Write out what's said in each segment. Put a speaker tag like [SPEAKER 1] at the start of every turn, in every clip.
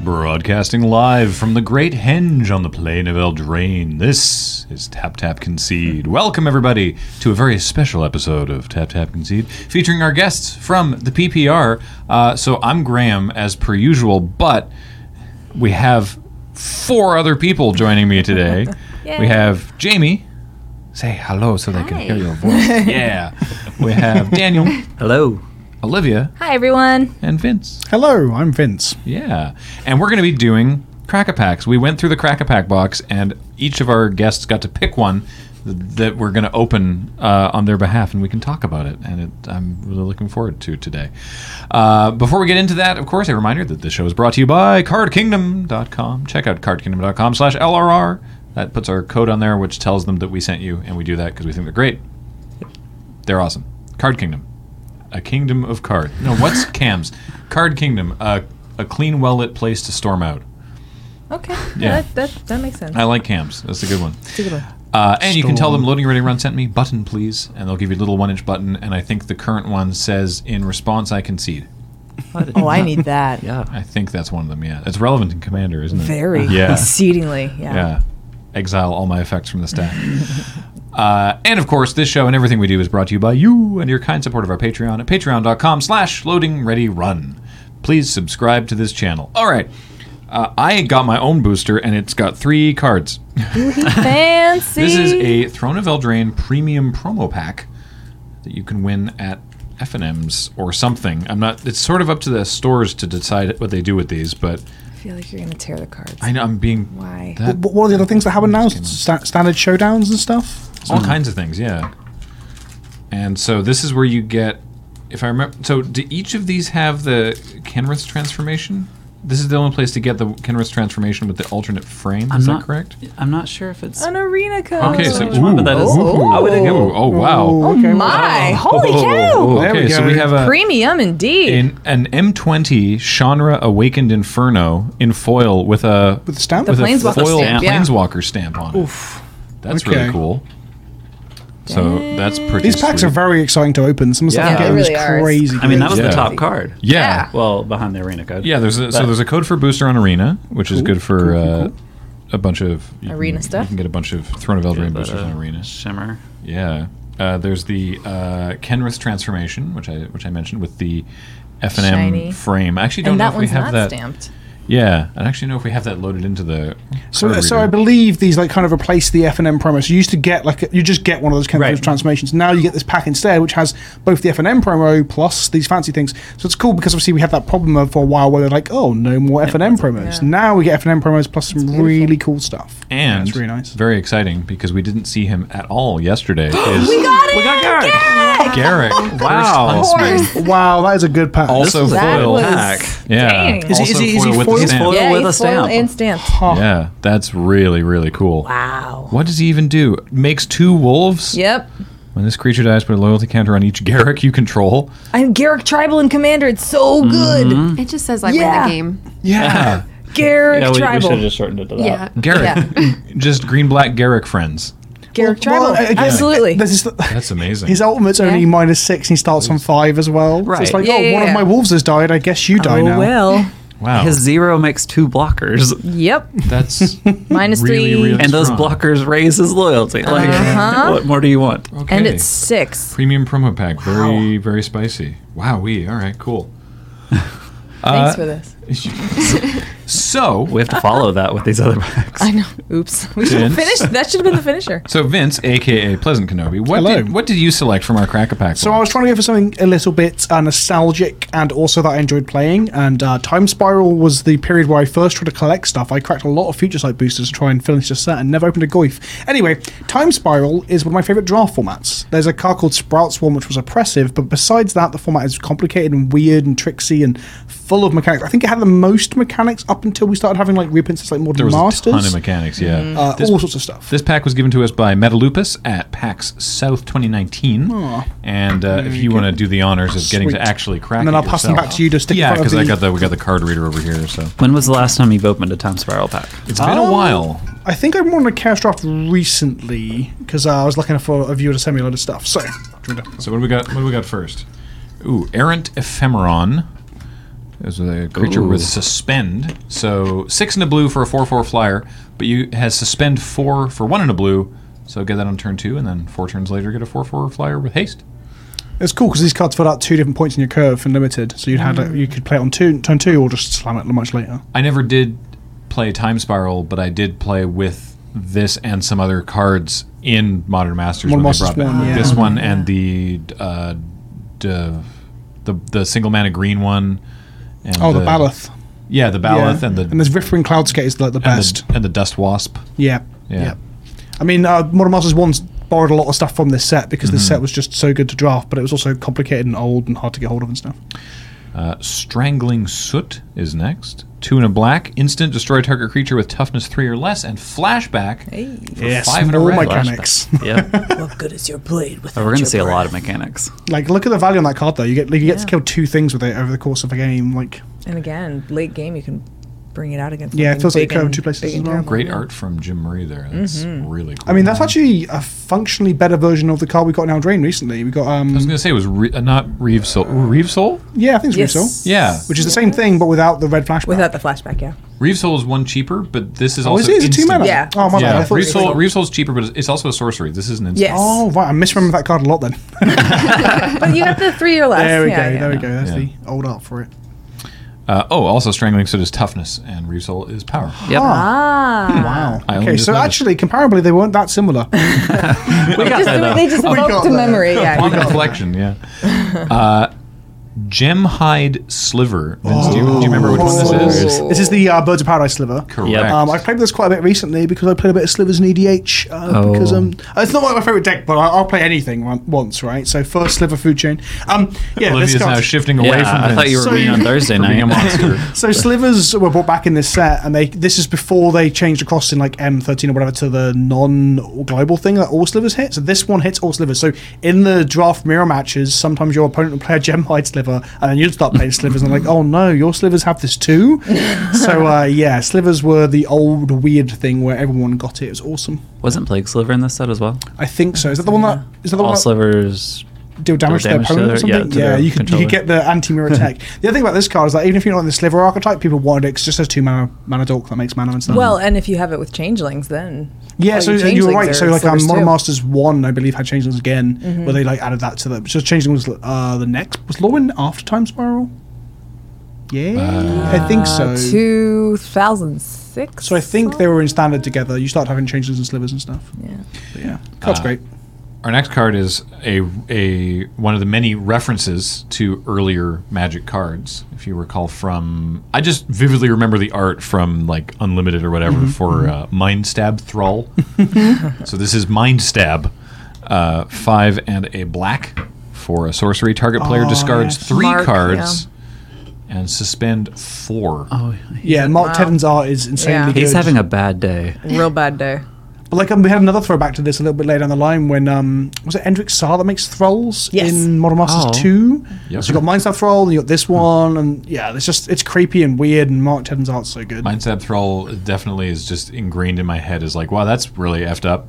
[SPEAKER 1] Broadcasting live from the Great Henge on the plain of Eldraine, this is Tap Tap Concede. Welcome, everybody, to a very special episode of Tap Tap Concede featuring our guests from the PPR. Uh, so I'm Graham, as per usual, but we have four other people joining me today. we have Jamie. Say hello so they can
[SPEAKER 2] Hi.
[SPEAKER 1] hear your voice. yeah. We have Daniel,
[SPEAKER 3] Hello.
[SPEAKER 1] Olivia,
[SPEAKER 2] Hi, everyone.
[SPEAKER 1] and Vince.
[SPEAKER 4] Hello, I'm Vince.
[SPEAKER 1] Yeah. And we're going to be doing Crack a Packs. We went through the Crack a Pack box, and each of our guests got to pick one th- that we're going to open uh, on their behalf, and we can talk about it. And it, I'm really looking forward to today. Uh, before we get into that, of course, a reminder that this show is brought to you by cardkingdom.com. Check out cardkingdom.com slash LRR. That puts our code on there, which tells them that we sent you, and we do that because we think they're great. They're awesome. Card Kingdom. A kingdom of card. No, what's cams? Card Kingdom. A, a clean, well lit place to storm out.
[SPEAKER 2] Okay.
[SPEAKER 1] Yeah.
[SPEAKER 2] That, that, that makes sense.
[SPEAKER 1] I like cams. That's a good one.
[SPEAKER 2] It's a good one.
[SPEAKER 1] Uh, and you can tell them loading ready run sent me button please, and they'll give you a little one inch button. And I think the current one says in response I concede.
[SPEAKER 2] Oh, I need that.
[SPEAKER 3] Yeah.
[SPEAKER 1] I think that's one of them. Yeah, it's relevant in Commander, isn't it?
[SPEAKER 2] Very.
[SPEAKER 1] Yeah.
[SPEAKER 2] Exceedingly. Yeah.
[SPEAKER 1] Yeah. Exile all my effects from the stack. uh, and of course, this show and everything we do is brought to you by you and your kind support of our Patreon at patreon.com slash loading ready run. Please subscribe to this channel. All right. Uh, I got my own booster, and it's got three cards.
[SPEAKER 2] Fancy.
[SPEAKER 1] This is a Throne of Eldraine premium promo pack that you can win at FNM's or something. I'm not. It's sort of up to the stores to decide what they do with these, but
[SPEAKER 2] I feel like you're going to tear the cards.
[SPEAKER 1] I know I'm being
[SPEAKER 2] Why?
[SPEAKER 1] That-
[SPEAKER 4] What, what are the other things that happen now? Sta- standard showdowns and stuff?
[SPEAKER 1] all
[SPEAKER 3] Mm.
[SPEAKER 1] kinds of things yeah and so this is where you get if i remember so do each of these have the kenrith transformation this is the only place to get the kenrith transformation with the alternate frame is that
[SPEAKER 3] not-
[SPEAKER 1] correct
[SPEAKER 3] I'm not sure if it's.
[SPEAKER 2] An arena code.
[SPEAKER 1] okay so
[SPEAKER 3] which one, but that is-
[SPEAKER 1] ooh,
[SPEAKER 3] I would've-
[SPEAKER 1] ooh, oh wow
[SPEAKER 2] Oh, my. Holy cow.
[SPEAKER 1] Oh,
[SPEAKER 4] There we
[SPEAKER 1] okay so
[SPEAKER 4] go.
[SPEAKER 1] we have a
[SPEAKER 2] Premium indeed.
[SPEAKER 1] in an M20 Chandra Awakened Inferno in foil with a
[SPEAKER 4] With the stamp?
[SPEAKER 1] with a
[SPEAKER 2] planeswalker
[SPEAKER 1] foil
[SPEAKER 2] stamp, yeah.
[SPEAKER 1] planeswalker stamp on it.
[SPEAKER 4] Oof.
[SPEAKER 1] That's really
[SPEAKER 4] Okay.
[SPEAKER 1] cool. So that's pretty.
[SPEAKER 4] These packs
[SPEAKER 1] sweet.
[SPEAKER 4] are very exciting to open. Some stuff
[SPEAKER 3] Yeah.
[SPEAKER 4] you
[SPEAKER 3] They
[SPEAKER 4] get in is
[SPEAKER 2] really are.
[SPEAKER 4] crazy.
[SPEAKER 3] I mean, that was
[SPEAKER 1] Yeah.
[SPEAKER 3] the top card.
[SPEAKER 1] yeah.
[SPEAKER 3] Well, behind the arena code.
[SPEAKER 1] Yeah, there's a, so
[SPEAKER 3] But-
[SPEAKER 1] there's a code for booster on Arena, which is good for uh, a bunch of you
[SPEAKER 2] Arena
[SPEAKER 1] can, You
[SPEAKER 2] stuff?
[SPEAKER 1] can get a bunch of Throne of Eldraine
[SPEAKER 3] but,
[SPEAKER 1] boosters
[SPEAKER 3] uh,
[SPEAKER 1] on Arena.
[SPEAKER 3] Shimmer.
[SPEAKER 1] Yeah, uh, there's the uh, Kenrith transformation, which I which I mentioned with the F and M
[SPEAKER 2] Shiny.
[SPEAKER 1] frame. I actually don't
[SPEAKER 2] and
[SPEAKER 1] know
[SPEAKER 2] that
[SPEAKER 1] if we
[SPEAKER 2] one's
[SPEAKER 1] have
[SPEAKER 2] not
[SPEAKER 1] that.
[SPEAKER 2] stamped.
[SPEAKER 1] Yeah, I actually know if we have that loaded into the.
[SPEAKER 4] So,
[SPEAKER 1] card
[SPEAKER 4] so I
[SPEAKER 1] reader.
[SPEAKER 4] believe these like kind of replace the F and M promos. You used to get like you just get one of those kind
[SPEAKER 3] Right.
[SPEAKER 4] of transformations. Now you get this pack instead, which has both the F and M promo plus these fancy things. So it's cool because obviously we had that problem of for a while where they're like, oh, no more F and M promos.
[SPEAKER 2] Yeah.
[SPEAKER 4] Now we get F and M promos plus some really cool stuff.
[SPEAKER 1] and
[SPEAKER 4] That's really nice.
[SPEAKER 1] very exciting because we didn't see him at all yesterday. is
[SPEAKER 2] Got it.
[SPEAKER 3] We got Garrett.
[SPEAKER 1] Garrick? Cursed
[SPEAKER 3] Wow.
[SPEAKER 2] Of
[SPEAKER 1] Huntsman.
[SPEAKER 2] course.
[SPEAKER 4] Wow, that is a good pack.
[SPEAKER 1] Also
[SPEAKER 3] was-
[SPEAKER 2] That
[SPEAKER 1] foil.
[SPEAKER 2] was.
[SPEAKER 1] Yeah.
[SPEAKER 2] Dang.
[SPEAKER 4] Is he- is
[SPEAKER 1] Also
[SPEAKER 4] he- is he
[SPEAKER 1] foil with
[SPEAKER 4] foil?
[SPEAKER 1] the
[SPEAKER 4] He's
[SPEAKER 1] stamp.
[SPEAKER 3] foil?
[SPEAKER 2] Yeah,
[SPEAKER 3] With
[SPEAKER 2] he's
[SPEAKER 3] a stamp.
[SPEAKER 2] foil and stamped.
[SPEAKER 1] Yeah, that's really really cool.
[SPEAKER 2] Wow.
[SPEAKER 1] What does he even do? Makes two wolves?
[SPEAKER 2] Yep.
[SPEAKER 1] When this creature dies, put a loyalty counter on each Garrick you control.
[SPEAKER 2] I'm Garrick Tribal and Commander. It's so good.
[SPEAKER 3] Mm-hmm.
[SPEAKER 5] It just says I
[SPEAKER 2] Yeah.
[SPEAKER 5] win the game.
[SPEAKER 1] Yeah.
[SPEAKER 2] Garrick
[SPEAKER 3] Yeah, we, we
[SPEAKER 2] Tribal.
[SPEAKER 3] should have just shortened it to that.
[SPEAKER 5] Yeah.
[SPEAKER 1] Garrick. Just green black Garrick friends.
[SPEAKER 2] Garrick Tribal.
[SPEAKER 4] Well, again,
[SPEAKER 2] Absolutely.
[SPEAKER 4] There's this,
[SPEAKER 1] That's amazing.
[SPEAKER 4] his ultimate's only
[SPEAKER 2] Yeah.
[SPEAKER 4] minus six, and he starts on five as well. So
[SPEAKER 3] Right.
[SPEAKER 4] it's like,
[SPEAKER 2] Yeah,
[SPEAKER 4] oh,
[SPEAKER 2] yeah,
[SPEAKER 4] one
[SPEAKER 2] yeah.
[SPEAKER 4] of my wolves has died. I guess you die
[SPEAKER 3] Oh,
[SPEAKER 4] now.
[SPEAKER 3] well.
[SPEAKER 1] wow.
[SPEAKER 3] His zero makes two blockers,
[SPEAKER 2] Yep.
[SPEAKER 1] that's
[SPEAKER 2] Minus
[SPEAKER 1] Really,
[SPEAKER 2] three.
[SPEAKER 1] really-
[SPEAKER 3] and those
[SPEAKER 1] Strong.
[SPEAKER 3] blockers raise his loyalty. Like,
[SPEAKER 2] Uh-huh.
[SPEAKER 3] what more do you want?
[SPEAKER 1] okay.
[SPEAKER 2] And it's six.
[SPEAKER 1] premium promo pack. Very, very spicy. Wow, we. All right, cool. Uh,
[SPEAKER 2] Thanks for this.
[SPEAKER 1] So
[SPEAKER 3] We have to follow that with these other packs.
[SPEAKER 2] I know. Oops. We should
[SPEAKER 1] Vince?
[SPEAKER 2] have finished. That should have been the finisher.
[SPEAKER 1] so Vince, aka Pleasant Kenobi, what
[SPEAKER 4] Hello.
[SPEAKER 1] did what did you select from our cracker pack?
[SPEAKER 4] So I was trying to go for something a little bit uh, nostalgic and also that I enjoyed playing. And uh, Time Spiral was the period where I first tried to collect stuff. I cracked a lot of Future Sight boosters to try and finish the set and never opened a goif. Anyway, Time Spiral is one of my favourite draft formats. There's a card called Sprout Swarm, which was oppressive, but besides that, the format is complicated and weird and tricksy and full of mechanics. I think it had the most mechanics up until we started having like reprints like Modern
[SPEAKER 1] there was
[SPEAKER 4] Masters.
[SPEAKER 1] a ton of mechanics. Yeah.
[SPEAKER 2] Mm-hmm.
[SPEAKER 4] uh,
[SPEAKER 1] This-
[SPEAKER 4] all sorts of stuff.
[SPEAKER 1] This pack was given to us by Metalupus at PAX South 2019. And uh, if you want to do the honors of getting to
[SPEAKER 4] Sweet.
[SPEAKER 1] actually crack
[SPEAKER 4] And then
[SPEAKER 1] it
[SPEAKER 4] I'll pass them
[SPEAKER 1] yourself.
[SPEAKER 4] back to you to stick in
[SPEAKER 1] Yeah,
[SPEAKER 4] front of
[SPEAKER 1] because I
[SPEAKER 4] the-
[SPEAKER 1] got the we got the card reader over here. So
[SPEAKER 3] When was the last time you've opened a time spiral pack?
[SPEAKER 1] it's been
[SPEAKER 4] Oh.
[SPEAKER 1] a while.
[SPEAKER 4] I think I'm on a cash draft recently because uh, I was looking for a viewer to send me a load of stuff. So,
[SPEAKER 1] So what do we got? What do we got first? Ooh, errant ephemeron, Is a creature with
[SPEAKER 3] Ooh.
[SPEAKER 1] suspend. So six in a blue for a four-four flyer, but you has suspend four for one in a blue. So get that on turn two, and then four turns later get a four-four flyer with haste.
[SPEAKER 4] It's cool because these cards fill out two different points in your curve for limited, so you had a, you could play it on two, turn two or just slam it much later.
[SPEAKER 1] I never did play Time Spiral, but I did play with this and some other cards in Modern Masters. when
[SPEAKER 4] Modern
[SPEAKER 1] they
[SPEAKER 4] Masters
[SPEAKER 1] brought back
[SPEAKER 4] one, yeah. Uh-huh.
[SPEAKER 1] This one and the uh, d- the the single mana green one. And
[SPEAKER 4] Oh, the, Baloth.
[SPEAKER 1] Yeah, the Baloth
[SPEAKER 4] Yeah.
[SPEAKER 1] and the
[SPEAKER 4] and this Riftwing Cloudscape is like the
[SPEAKER 1] and
[SPEAKER 4] best.
[SPEAKER 1] the, and the Dust Wasp.
[SPEAKER 4] yeah.
[SPEAKER 1] Yeah.
[SPEAKER 4] I mean, uh, Modern Masters one's borrowed a lot of stuff from this set because this set was just so good to draft, but it was also complicated and old and hard to get hold of and stuff.
[SPEAKER 1] Uh, Strangling Soot is next. Two in a black, instant, destroy target creature with toughness three or less, and flashback.
[SPEAKER 2] Hey,
[SPEAKER 1] for five in a
[SPEAKER 4] more
[SPEAKER 1] red.
[SPEAKER 4] mechanics.
[SPEAKER 3] yeah.
[SPEAKER 2] what good is your blade with?
[SPEAKER 3] We're going to see a lot of mechanics.
[SPEAKER 4] Like, look at the value on that card though. You get like, you get to
[SPEAKER 2] Yeah.
[SPEAKER 4] kill two things with it over the course of a game. Like,
[SPEAKER 2] And again, late game, you can bring it out against.
[SPEAKER 4] Yeah, it
[SPEAKER 2] something
[SPEAKER 4] feels like
[SPEAKER 2] big
[SPEAKER 4] it could have
[SPEAKER 2] and-
[SPEAKER 4] two places
[SPEAKER 2] big
[SPEAKER 4] as
[SPEAKER 2] and
[SPEAKER 4] well.
[SPEAKER 2] terrible.
[SPEAKER 1] Great art from Jim Murray there. That's really cool.
[SPEAKER 4] I mean, that's actually a functionally better version of the card we got in our drain recently. We got
[SPEAKER 1] I was
[SPEAKER 4] um,
[SPEAKER 1] going to say it was re- uh, not Reeve Soul. Reeve Soul?
[SPEAKER 4] yeah, I think it's
[SPEAKER 2] Yes.
[SPEAKER 4] Russo.
[SPEAKER 1] Yeah.
[SPEAKER 4] which is the same thing but without the red flashback.
[SPEAKER 2] Without the flashback, yeah.
[SPEAKER 1] Reeve Soul is one cheaper, but this is
[SPEAKER 4] oh,
[SPEAKER 1] also.
[SPEAKER 4] is it? Is it two
[SPEAKER 1] instant.
[SPEAKER 4] mana?
[SPEAKER 2] Yeah.
[SPEAKER 4] Oh my bad. I
[SPEAKER 1] Yeah,
[SPEAKER 4] thought
[SPEAKER 1] Reeve
[SPEAKER 4] it was
[SPEAKER 1] Soul, Reeve Soul's cheaper, but it's- it's also a sorcery. This is an instant.
[SPEAKER 2] Yes.
[SPEAKER 4] Oh right, I misremember that card a lot then.
[SPEAKER 2] But you got the three or less.
[SPEAKER 4] there we
[SPEAKER 2] yeah,
[SPEAKER 4] go.
[SPEAKER 2] yeah.
[SPEAKER 4] There we go. That's
[SPEAKER 1] Yeah.
[SPEAKER 4] the old art for it.
[SPEAKER 1] Uh, oh, also Strangling Soot is toughness, and Reeve Soul is power.
[SPEAKER 3] Yep.
[SPEAKER 2] Ah.
[SPEAKER 4] Wow.
[SPEAKER 1] I only
[SPEAKER 4] okay,
[SPEAKER 1] just
[SPEAKER 4] so
[SPEAKER 1] noticed.
[SPEAKER 4] actually, comparably, they weren't that similar.
[SPEAKER 2] They just,
[SPEAKER 1] uh,
[SPEAKER 3] there, though.
[SPEAKER 2] they just
[SPEAKER 4] we got
[SPEAKER 2] evoked to
[SPEAKER 4] there.
[SPEAKER 2] memory. Yeah.
[SPEAKER 1] On reflection, yeah. Uh, Gemhide Sliver. Vince, do, you, do you remember which one this is?
[SPEAKER 4] This is the uh, Birds of Paradise sliver.
[SPEAKER 1] Correct.
[SPEAKER 3] Yep.
[SPEAKER 4] Um, I've played this quite a bit recently because I played a bit of slivers in EDH. Uh,
[SPEAKER 3] Oh.
[SPEAKER 4] Because um, it's not one of my favorite deck, but I, I'll play anything on- once, right? So first sliver food chain. Um, yeah,
[SPEAKER 1] Olivia's
[SPEAKER 4] this
[SPEAKER 1] now
[SPEAKER 4] card.
[SPEAKER 1] shifting away
[SPEAKER 3] Yeah,
[SPEAKER 1] from
[SPEAKER 3] I
[SPEAKER 1] Vince.
[SPEAKER 3] thought you were
[SPEAKER 4] So
[SPEAKER 3] mean
[SPEAKER 4] you-
[SPEAKER 3] on Thursday
[SPEAKER 1] for being a
[SPEAKER 3] night.
[SPEAKER 1] monster.
[SPEAKER 4] So slivers were brought back in this set, and they this is before they changed across in like M thirteen or whatever to the non-global thing that all slivers hit. So this one hits all slivers. So in the draft mirror matches, sometimes your opponent will play a gem hide sliver, and then you'd start playing slivers, and like, oh no, your slivers have this too. so uh, yeah, slivers were the old weird thing where everyone got it. It was awesome.
[SPEAKER 3] Wasn't Plague Sliver in this set as well?
[SPEAKER 4] I think so. Is that the one that is that the
[SPEAKER 3] All
[SPEAKER 4] one that
[SPEAKER 3] Slivers.
[SPEAKER 4] deal damage to their
[SPEAKER 3] damage to
[SPEAKER 4] opponent or
[SPEAKER 3] their- yeah,
[SPEAKER 4] something?
[SPEAKER 3] to
[SPEAKER 4] Yeah,
[SPEAKER 3] their
[SPEAKER 4] you could you
[SPEAKER 3] controller.
[SPEAKER 4] could get the anti-mirror attack. the other thing about this card is that even if you're not in the sliver archetype, people wanted it 'cause it just has two mana mana dork that makes mana and stuff.
[SPEAKER 2] Well, and if you have it with changelings, then
[SPEAKER 4] yeah,
[SPEAKER 2] all
[SPEAKER 4] so
[SPEAKER 2] your
[SPEAKER 4] you were
[SPEAKER 2] changelings
[SPEAKER 4] right.
[SPEAKER 2] are
[SPEAKER 4] So like um,
[SPEAKER 2] slivers
[SPEAKER 4] Modern
[SPEAKER 2] too. Mm-hmm.
[SPEAKER 4] Masters one, I believe, had changelings again, where they like added that to the so changelings was uh, the next was Lorwyn after Time Spiral. Yeah, I think so.
[SPEAKER 2] Uh, 2006.
[SPEAKER 4] so I think they were in standard together. You start having changelings and slivers and stuff.
[SPEAKER 2] Yeah.
[SPEAKER 4] But yeah,
[SPEAKER 3] Uh,
[SPEAKER 4] card's great.
[SPEAKER 1] Our next card is a a one of the many references to earlier Magic cards. If you recall from, I just vividly remember the art from like Unlimited or whatever for uh, Mind Stab Thrall. so this is Mind Stab, uh, five and a black for a sorcery. Target player
[SPEAKER 4] Oh,
[SPEAKER 1] discards
[SPEAKER 4] yes.
[SPEAKER 1] three
[SPEAKER 2] Mark,
[SPEAKER 1] cards and suspend four.
[SPEAKER 3] Oh,
[SPEAKER 4] Yeah, Mark
[SPEAKER 2] Wow.
[SPEAKER 4] Tevin's art is insanely
[SPEAKER 2] Yeah.
[SPEAKER 4] good.
[SPEAKER 3] he's having a bad day.
[SPEAKER 2] Real bad day.
[SPEAKER 4] But like um, we had another throwback to this a little bit later down the line when um was it Endrick Saar that makes thralls
[SPEAKER 2] Yes.
[SPEAKER 4] in Modern Masters
[SPEAKER 3] Oh.
[SPEAKER 4] two?
[SPEAKER 1] Yep.
[SPEAKER 4] So you got Mindstar Thrall and you got this one and yeah, it's just it's creepy and weird and Mark Tevin's art's so good.
[SPEAKER 1] Mind Stab Thrall definitely is just ingrained in my head as like, wow, that's really effed up.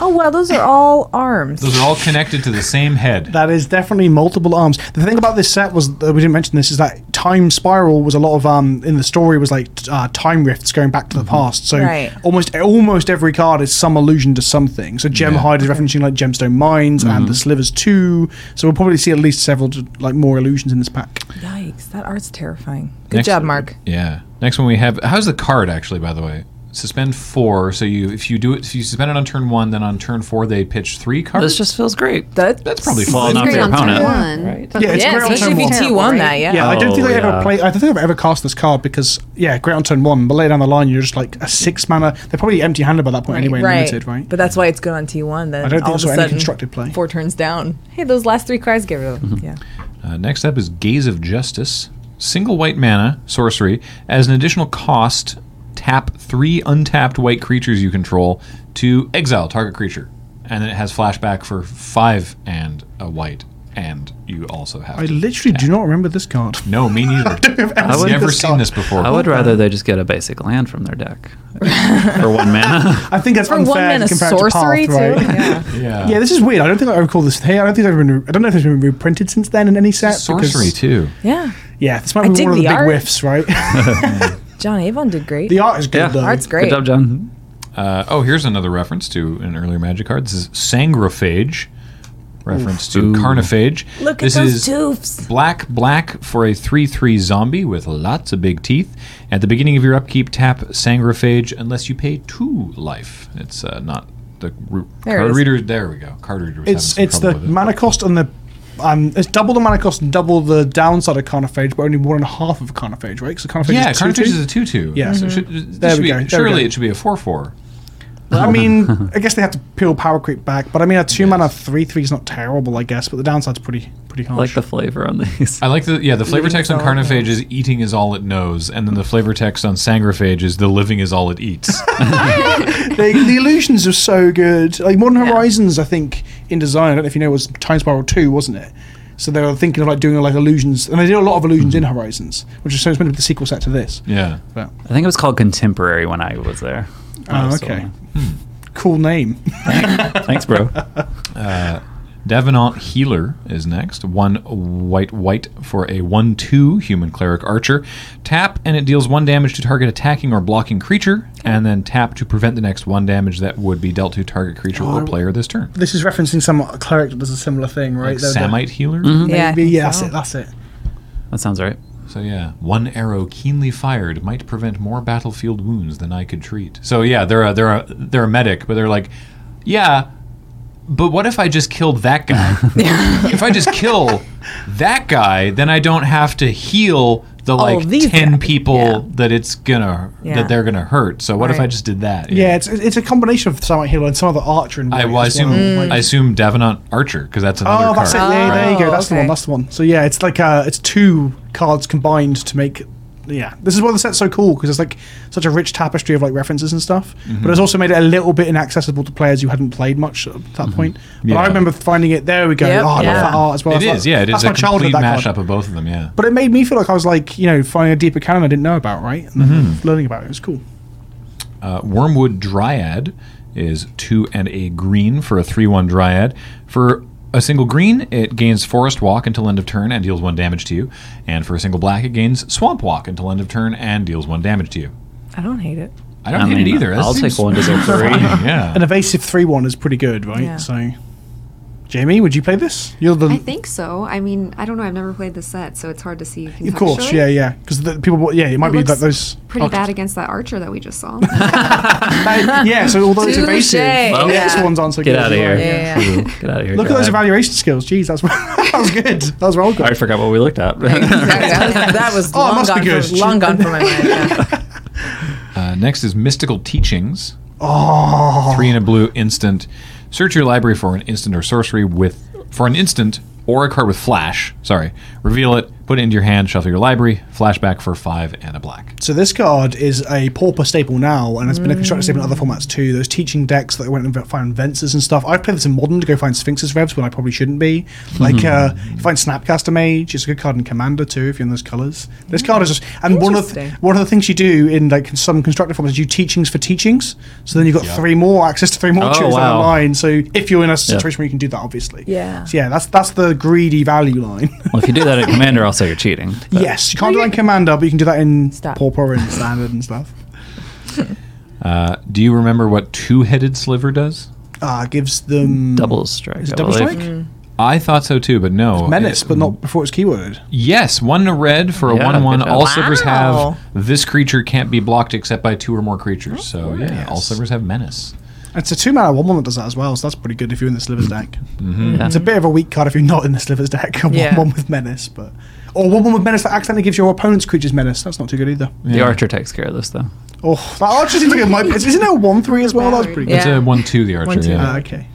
[SPEAKER 2] Oh well, those are all arms.
[SPEAKER 1] Those are all connected to the same head.
[SPEAKER 4] That is definitely multiple arms. The thing about this set was that we didn't mention this is that time spiral was a lot of um in the story was like t- uh, time rifts going back to the past. So
[SPEAKER 2] Right.
[SPEAKER 4] almost almost every card is some allusion to something. So Gem
[SPEAKER 1] Yeah.
[SPEAKER 4] Hide is referencing like Gemstone Mines and the Slivers too. So we'll probably see at least several like more illusions in this pack.
[SPEAKER 2] Yikes, that art's terrifying. Good
[SPEAKER 1] Next-
[SPEAKER 2] job, Mark.
[SPEAKER 1] Yeah. Next one we have. How's the card actually? By the way, suspend four. So you, if you do it, if you suspend it on turn one, then on turn four they pitch three cards.
[SPEAKER 3] This just feels great.
[SPEAKER 2] That,
[SPEAKER 1] That's probably
[SPEAKER 3] Well,
[SPEAKER 1] fine.
[SPEAKER 3] not
[SPEAKER 5] great
[SPEAKER 3] their
[SPEAKER 5] on turn
[SPEAKER 3] opponent.
[SPEAKER 5] one.
[SPEAKER 3] Right.
[SPEAKER 5] But
[SPEAKER 4] Yeah, it's
[SPEAKER 5] yeah,
[SPEAKER 4] great on
[SPEAKER 5] especially
[SPEAKER 4] turn
[SPEAKER 5] if you
[SPEAKER 4] one.
[SPEAKER 5] T1
[SPEAKER 2] that, yeah.
[SPEAKER 4] Yeah, I don't
[SPEAKER 3] Oh,
[SPEAKER 4] think I ever
[SPEAKER 3] yeah.
[SPEAKER 4] play. I don't think I've ever cast this card because yeah, great on turn one, but later down the line you're just like a six mana. They're probably empty-handed by that point anyway, and limited, right?
[SPEAKER 2] But that's why it's good on T1. Then
[SPEAKER 4] I don't think
[SPEAKER 2] all
[SPEAKER 4] I
[SPEAKER 2] of
[SPEAKER 4] saw
[SPEAKER 2] a
[SPEAKER 4] any
[SPEAKER 2] sudden,
[SPEAKER 4] constructed play. Mm-hmm.
[SPEAKER 2] four turns down. Hey, those last three cries, get rid of them. Yeah.
[SPEAKER 1] Uh, next up is Gaze of Justice. Single white mana sorcery as an additional cost. Tap three untapped white creatures you control to exile target creature, and then it has flashback for five and a white, and you also have.
[SPEAKER 4] I
[SPEAKER 1] to-
[SPEAKER 4] literally do not remember this card.
[SPEAKER 1] no, me neither. I've
[SPEAKER 3] would-
[SPEAKER 1] never
[SPEAKER 4] this
[SPEAKER 1] seen
[SPEAKER 4] card.
[SPEAKER 1] this before.
[SPEAKER 3] I would rather they just get a basic land from their deck for one mana.
[SPEAKER 4] I think that's
[SPEAKER 2] For
[SPEAKER 4] unfair
[SPEAKER 2] one man, a
[SPEAKER 4] compared to
[SPEAKER 2] sorcery,
[SPEAKER 4] Path, right?
[SPEAKER 2] too. Yeah.
[SPEAKER 1] Yeah.
[SPEAKER 4] Yeah, this is weird. I don't think I recall this. Hey, I don't think I've been. I don't know if it's been reprinted since then in any set. because-
[SPEAKER 1] sorcery too.
[SPEAKER 2] yeah.
[SPEAKER 4] Yeah, this might
[SPEAKER 2] I
[SPEAKER 4] be
[SPEAKER 2] dig
[SPEAKER 4] one of the,
[SPEAKER 2] the
[SPEAKER 4] big
[SPEAKER 2] art.
[SPEAKER 4] whiffs, right?
[SPEAKER 2] John Avon did great.
[SPEAKER 4] the art is good
[SPEAKER 3] Yeah.
[SPEAKER 4] though.
[SPEAKER 2] Art's great.
[SPEAKER 3] Good job, John.
[SPEAKER 1] Uh, oh, here's another reference to an earlier Magic card. This is Sangrophage, reference to
[SPEAKER 3] Ooh.
[SPEAKER 1] Carnophage.
[SPEAKER 2] Look
[SPEAKER 1] this
[SPEAKER 2] at those
[SPEAKER 1] is
[SPEAKER 2] toofs.
[SPEAKER 1] black, black for a 3 3 zombie with lots of big teeth. At the beginning of your upkeep, tap Sangrophage unless you pay two life. It's uh, not the root
[SPEAKER 2] There it
[SPEAKER 1] card
[SPEAKER 2] is.
[SPEAKER 1] reader. There we go. Card reader. was
[SPEAKER 4] It's
[SPEAKER 1] having
[SPEAKER 4] it's
[SPEAKER 1] some
[SPEAKER 4] the
[SPEAKER 1] trouble with it.
[SPEAKER 4] mana cost and the um, it's double the mana cost and double the downside of Carnophage, but only one and a half of Carnophage, right? Because Carnophage
[SPEAKER 1] Yeah,
[SPEAKER 4] is two,
[SPEAKER 1] Carnophage
[SPEAKER 4] two.
[SPEAKER 1] is a 2 2.
[SPEAKER 4] Yeah.
[SPEAKER 2] Mm-hmm.
[SPEAKER 1] So it should, this
[SPEAKER 4] There
[SPEAKER 1] should
[SPEAKER 4] we
[SPEAKER 1] be-
[SPEAKER 4] go, there we
[SPEAKER 1] surely
[SPEAKER 4] go.
[SPEAKER 1] it should be a 4 4.
[SPEAKER 4] I mean, I guess they have to peel power creep back, but I mean a two mana three three is not terrible, I guess, but the downside's pretty pretty
[SPEAKER 3] I like
[SPEAKER 4] harsh.
[SPEAKER 3] the flavor on these.
[SPEAKER 1] I like the yeah the flavor
[SPEAKER 2] Living
[SPEAKER 1] text on
[SPEAKER 2] is all it
[SPEAKER 1] Carnophage is eating is all it knows, and then the flavor text on Sangrophage is the living is all it eats.
[SPEAKER 4] they, the illusions are so good. Like Modern Horizons, I think in design, I don't know if you know, was Time Spiral Two, wasn't it? So they were thinking of like doing like illusions, and they did a lot of illusions in Horizons, which is so it's meant to be the sequel set to this.
[SPEAKER 1] Hmm. yeah,
[SPEAKER 4] But,
[SPEAKER 3] I think it was called Contemporary when I was there. When I
[SPEAKER 4] oh,
[SPEAKER 3] was still
[SPEAKER 4] okay,
[SPEAKER 1] hmm.
[SPEAKER 4] cool name.
[SPEAKER 3] there. Thanks, bro.
[SPEAKER 1] Davenant Healer is next. One white white for a one two human cleric archer. Tap and it deals one damage to target attacking or blocking creature, and then tap to prevent the next one damage that would be dealt to target creature
[SPEAKER 2] Oh,
[SPEAKER 1] or player this turn.
[SPEAKER 4] this is referencing some cleric that does a similar thing, right?
[SPEAKER 1] Like Samite Healer.
[SPEAKER 2] Yeah, I
[SPEAKER 4] Maybe,
[SPEAKER 2] think
[SPEAKER 4] yeah,
[SPEAKER 2] so.
[SPEAKER 4] that's it. That's it.
[SPEAKER 3] That sounds right.
[SPEAKER 1] So yeah, one arrow keenly fired might prevent more battlefield wounds than I could treat. So yeah, they're a, they're a, they're a medic, but they're like, yeah, but what if I just killed that guy? if I just kill that guy, then I don't have to heal the like
[SPEAKER 2] Oh, these
[SPEAKER 1] ten
[SPEAKER 2] guys,
[SPEAKER 1] people
[SPEAKER 2] yeah.
[SPEAKER 1] that it's gonna
[SPEAKER 2] Yeah.
[SPEAKER 1] that they're gonna hurt. So what if I
[SPEAKER 2] Right.
[SPEAKER 1] just did that?
[SPEAKER 4] Yeah, it's it's a combination of Samite Healer and some other archer. And
[SPEAKER 1] I, well, I assume I assume Davenant Archer because that's another
[SPEAKER 4] Oh, that's it.
[SPEAKER 1] card.
[SPEAKER 4] Yeah, there you go.
[SPEAKER 2] Oh,
[SPEAKER 4] That's the one.
[SPEAKER 2] okay.
[SPEAKER 4] That's the one. So yeah, it's like uh, it's two cards combined to make. Yeah, this is why the set's so cool because it's like such a rich tapestry of like references and stuff.
[SPEAKER 1] Mm-hmm.
[SPEAKER 4] But it's also made it a little bit inaccessible to players who hadn't played much at that point. But I
[SPEAKER 1] Mm-hmm. Yeah.
[SPEAKER 4] remember finding it. There we go.
[SPEAKER 2] Yep,
[SPEAKER 4] oh, I love
[SPEAKER 2] yeah.
[SPEAKER 4] that art as well.
[SPEAKER 1] It
[SPEAKER 4] That's
[SPEAKER 1] is,
[SPEAKER 4] like-
[SPEAKER 1] yeah, it is
[SPEAKER 4] that's
[SPEAKER 1] a
[SPEAKER 4] my childhood.
[SPEAKER 1] complete
[SPEAKER 4] That card.
[SPEAKER 1] mashup of both of them. Yeah.
[SPEAKER 4] But it made me feel like I was like you know finding a deeper canon I didn't know about, right? And then
[SPEAKER 1] Mm-hmm.
[SPEAKER 4] learning about it. It was cool.
[SPEAKER 1] Uh, Wormwood Dryad is two and a green for a 3 1 Dryad. For a single green, it gains Forest Walk until end of turn and deals one damage to you. And for a single black, it gains Swamp Walk until end of turn and deals one damage to you.
[SPEAKER 2] I don't hate it.
[SPEAKER 1] I don't hate it either. That
[SPEAKER 3] I'll
[SPEAKER 1] seems
[SPEAKER 3] take one to
[SPEAKER 1] fine,
[SPEAKER 3] three.
[SPEAKER 1] yeah.
[SPEAKER 4] An evasive three-one is pretty good, right?
[SPEAKER 2] Yeah.
[SPEAKER 4] So, Jamie, would you play this? You're the
[SPEAKER 5] I think so. I mean, I don't know. I've never played the set, so it's hard to see.
[SPEAKER 4] Of course,
[SPEAKER 5] contextually.
[SPEAKER 4] yeah, yeah. Because people, yeah, it might
[SPEAKER 5] It
[SPEAKER 4] be
[SPEAKER 5] looks
[SPEAKER 4] like those.
[SPEAKER 5] Pretty
[SPEAKER 4] oh,
[SPEAKER 5] bad against that archer that we just saw.
[SPEAKER 4] that- yeah, so although it's
[SPEAKER 2] Touche.
[SPEAKER 4] evasive,
[SPEAKER 2] Well,
[SPEAKER 4] the next
[SPEAKER 2] yeah.
[SPEAKER 4] ones aren't so
[SPEAKER 3] Get
[SPEAKER 4] good.
[SPEAKER 3] out of
[SPEAKER 4] as
[SPEAKER 3] here.
[SPEAKER 4] well, yeah.
[SPEAKER 2] Yeah, yeah,
[SPEAKER 3] Get out of here.
[SPEAKER 4] Look at those
[SPEAKER 3] Dryad.
[SPEAKER 4] evaluation skills. Jeez, that's that was good. That was well
[SPEAKER 3] I
[SPEAKER 4] good.
[SPEAKER 3] already forgot what we looked at.
[SPEAKER 2] Exactly. That was, that was
[SPEAKER 4] Oh, it
[SPEAKER 2] long,
[SPEAKER 4] must be
[SPEAKER 2] gone
[SPEAKER 4] good.
[SPEAKER 2] from, long gone from my mind. yeah.
[SPEAKER 1] Uh, next is Mystical Teachings.
[SPEAKER 4] Oh,
[SPEAKER 1] Three and a blue instant. Search your library for an instant or sorcery with for an instant or a card with flash. Sorry. Reveal it, put it into your hand, shuffle your library, flashback for five and a black.
[SPEAKER 4] so this card is a pauper staple now, and it's been a constructed staple in other formats too. Those teaching decks that went and found Vences and stuff. I've played this in modern to go find Sphinxes revs when I probably shouldn't be. Like, uh, you find Snapcaster Mage. It's a good card in Commander too if you're in those colors. This card is just, and one of the,
[SPEAKER 2] Interesting.
[SPEAKER 4] one of the things you do in like some constructed forms is you teachings for teachings. So then you've got three more access to three more
[SPEAKER 3] Oh,
[SPEAKER 4] choose down
[SPEAKER 3] wow.
[SPEAKER 4] the line. So if you're in a situation where you can do that, obviously.
[SPEAKER 2] Yeah.
[SPEAKER 4] So yeah, that's that's the greedy value line.
[SPEAKER 3] well, if you do that in Commander, also you're cheating. But
[SPEAKER 4] yes, you can't do that in Commander, but you can do that in
[SPEAKER 2] Stop.
[SPEAKER 4] Pauper and Standard and stuff.
[SPEAKER 1] Uh, do you remember what two-headed sliver does?
[SPEAKER 4] Uh, gives them
[SPEAKER 3] Double strike.
[SPEAKER 4] Is it
[SPEAKER 3] I
[SPEAKER 4] double
[SPEAKER 3] believe.
[SPEAKER 4] strike?
[SPEAKER 1] I thought so too, but no.
[SPEAKER 4] menace,
[SPEAKER 1] It-
[SPEAKER 4] but not before it's keyworded.
[SPEAKER 1] Yes, one red for a
[SPEAKER 3] Yeah,
[SPEAKER 1] one-one.
[SPEAKER 3] good job.
[SPEAKER 1] All slivers
[SPEAKER 2] Wow.
[SPEAKER 1] have this creature can't be blocked except by two or more creatures. So yeah, all
[SPEAKER 4] Oh, Yes.
[SPEAKER 1] slivers have menace.
[SPEAKER 4] It's a two mana one one that does that as well, so that's pretty good if you're in the Slivers deck.
[SPEAKER 3] Yeah.
[SPEAKER 4] It's a bit of a weak card if you're not in the Slivers deck. One
[SPEAKER 2] Yeah.
[SPEAKER 4] one with menace, but or one one with menace that accidentally gives your opponent's creatures menace. That's not too good either.
[SPEAKER 3] The archer takes care of this though.
[SPEAKER 4] Oh, that archer seems like it might. Isn't it a one three as well? That's pretty good.
[SPEAKER 1] It's
[SPEAKER 2] Yeah.
[SPEAKER 1] a one-two. The archer.
[SPEAKER 2] One-two.
[SPEAKER 1] yeah.
[SPEAKER 4] Ah, okay.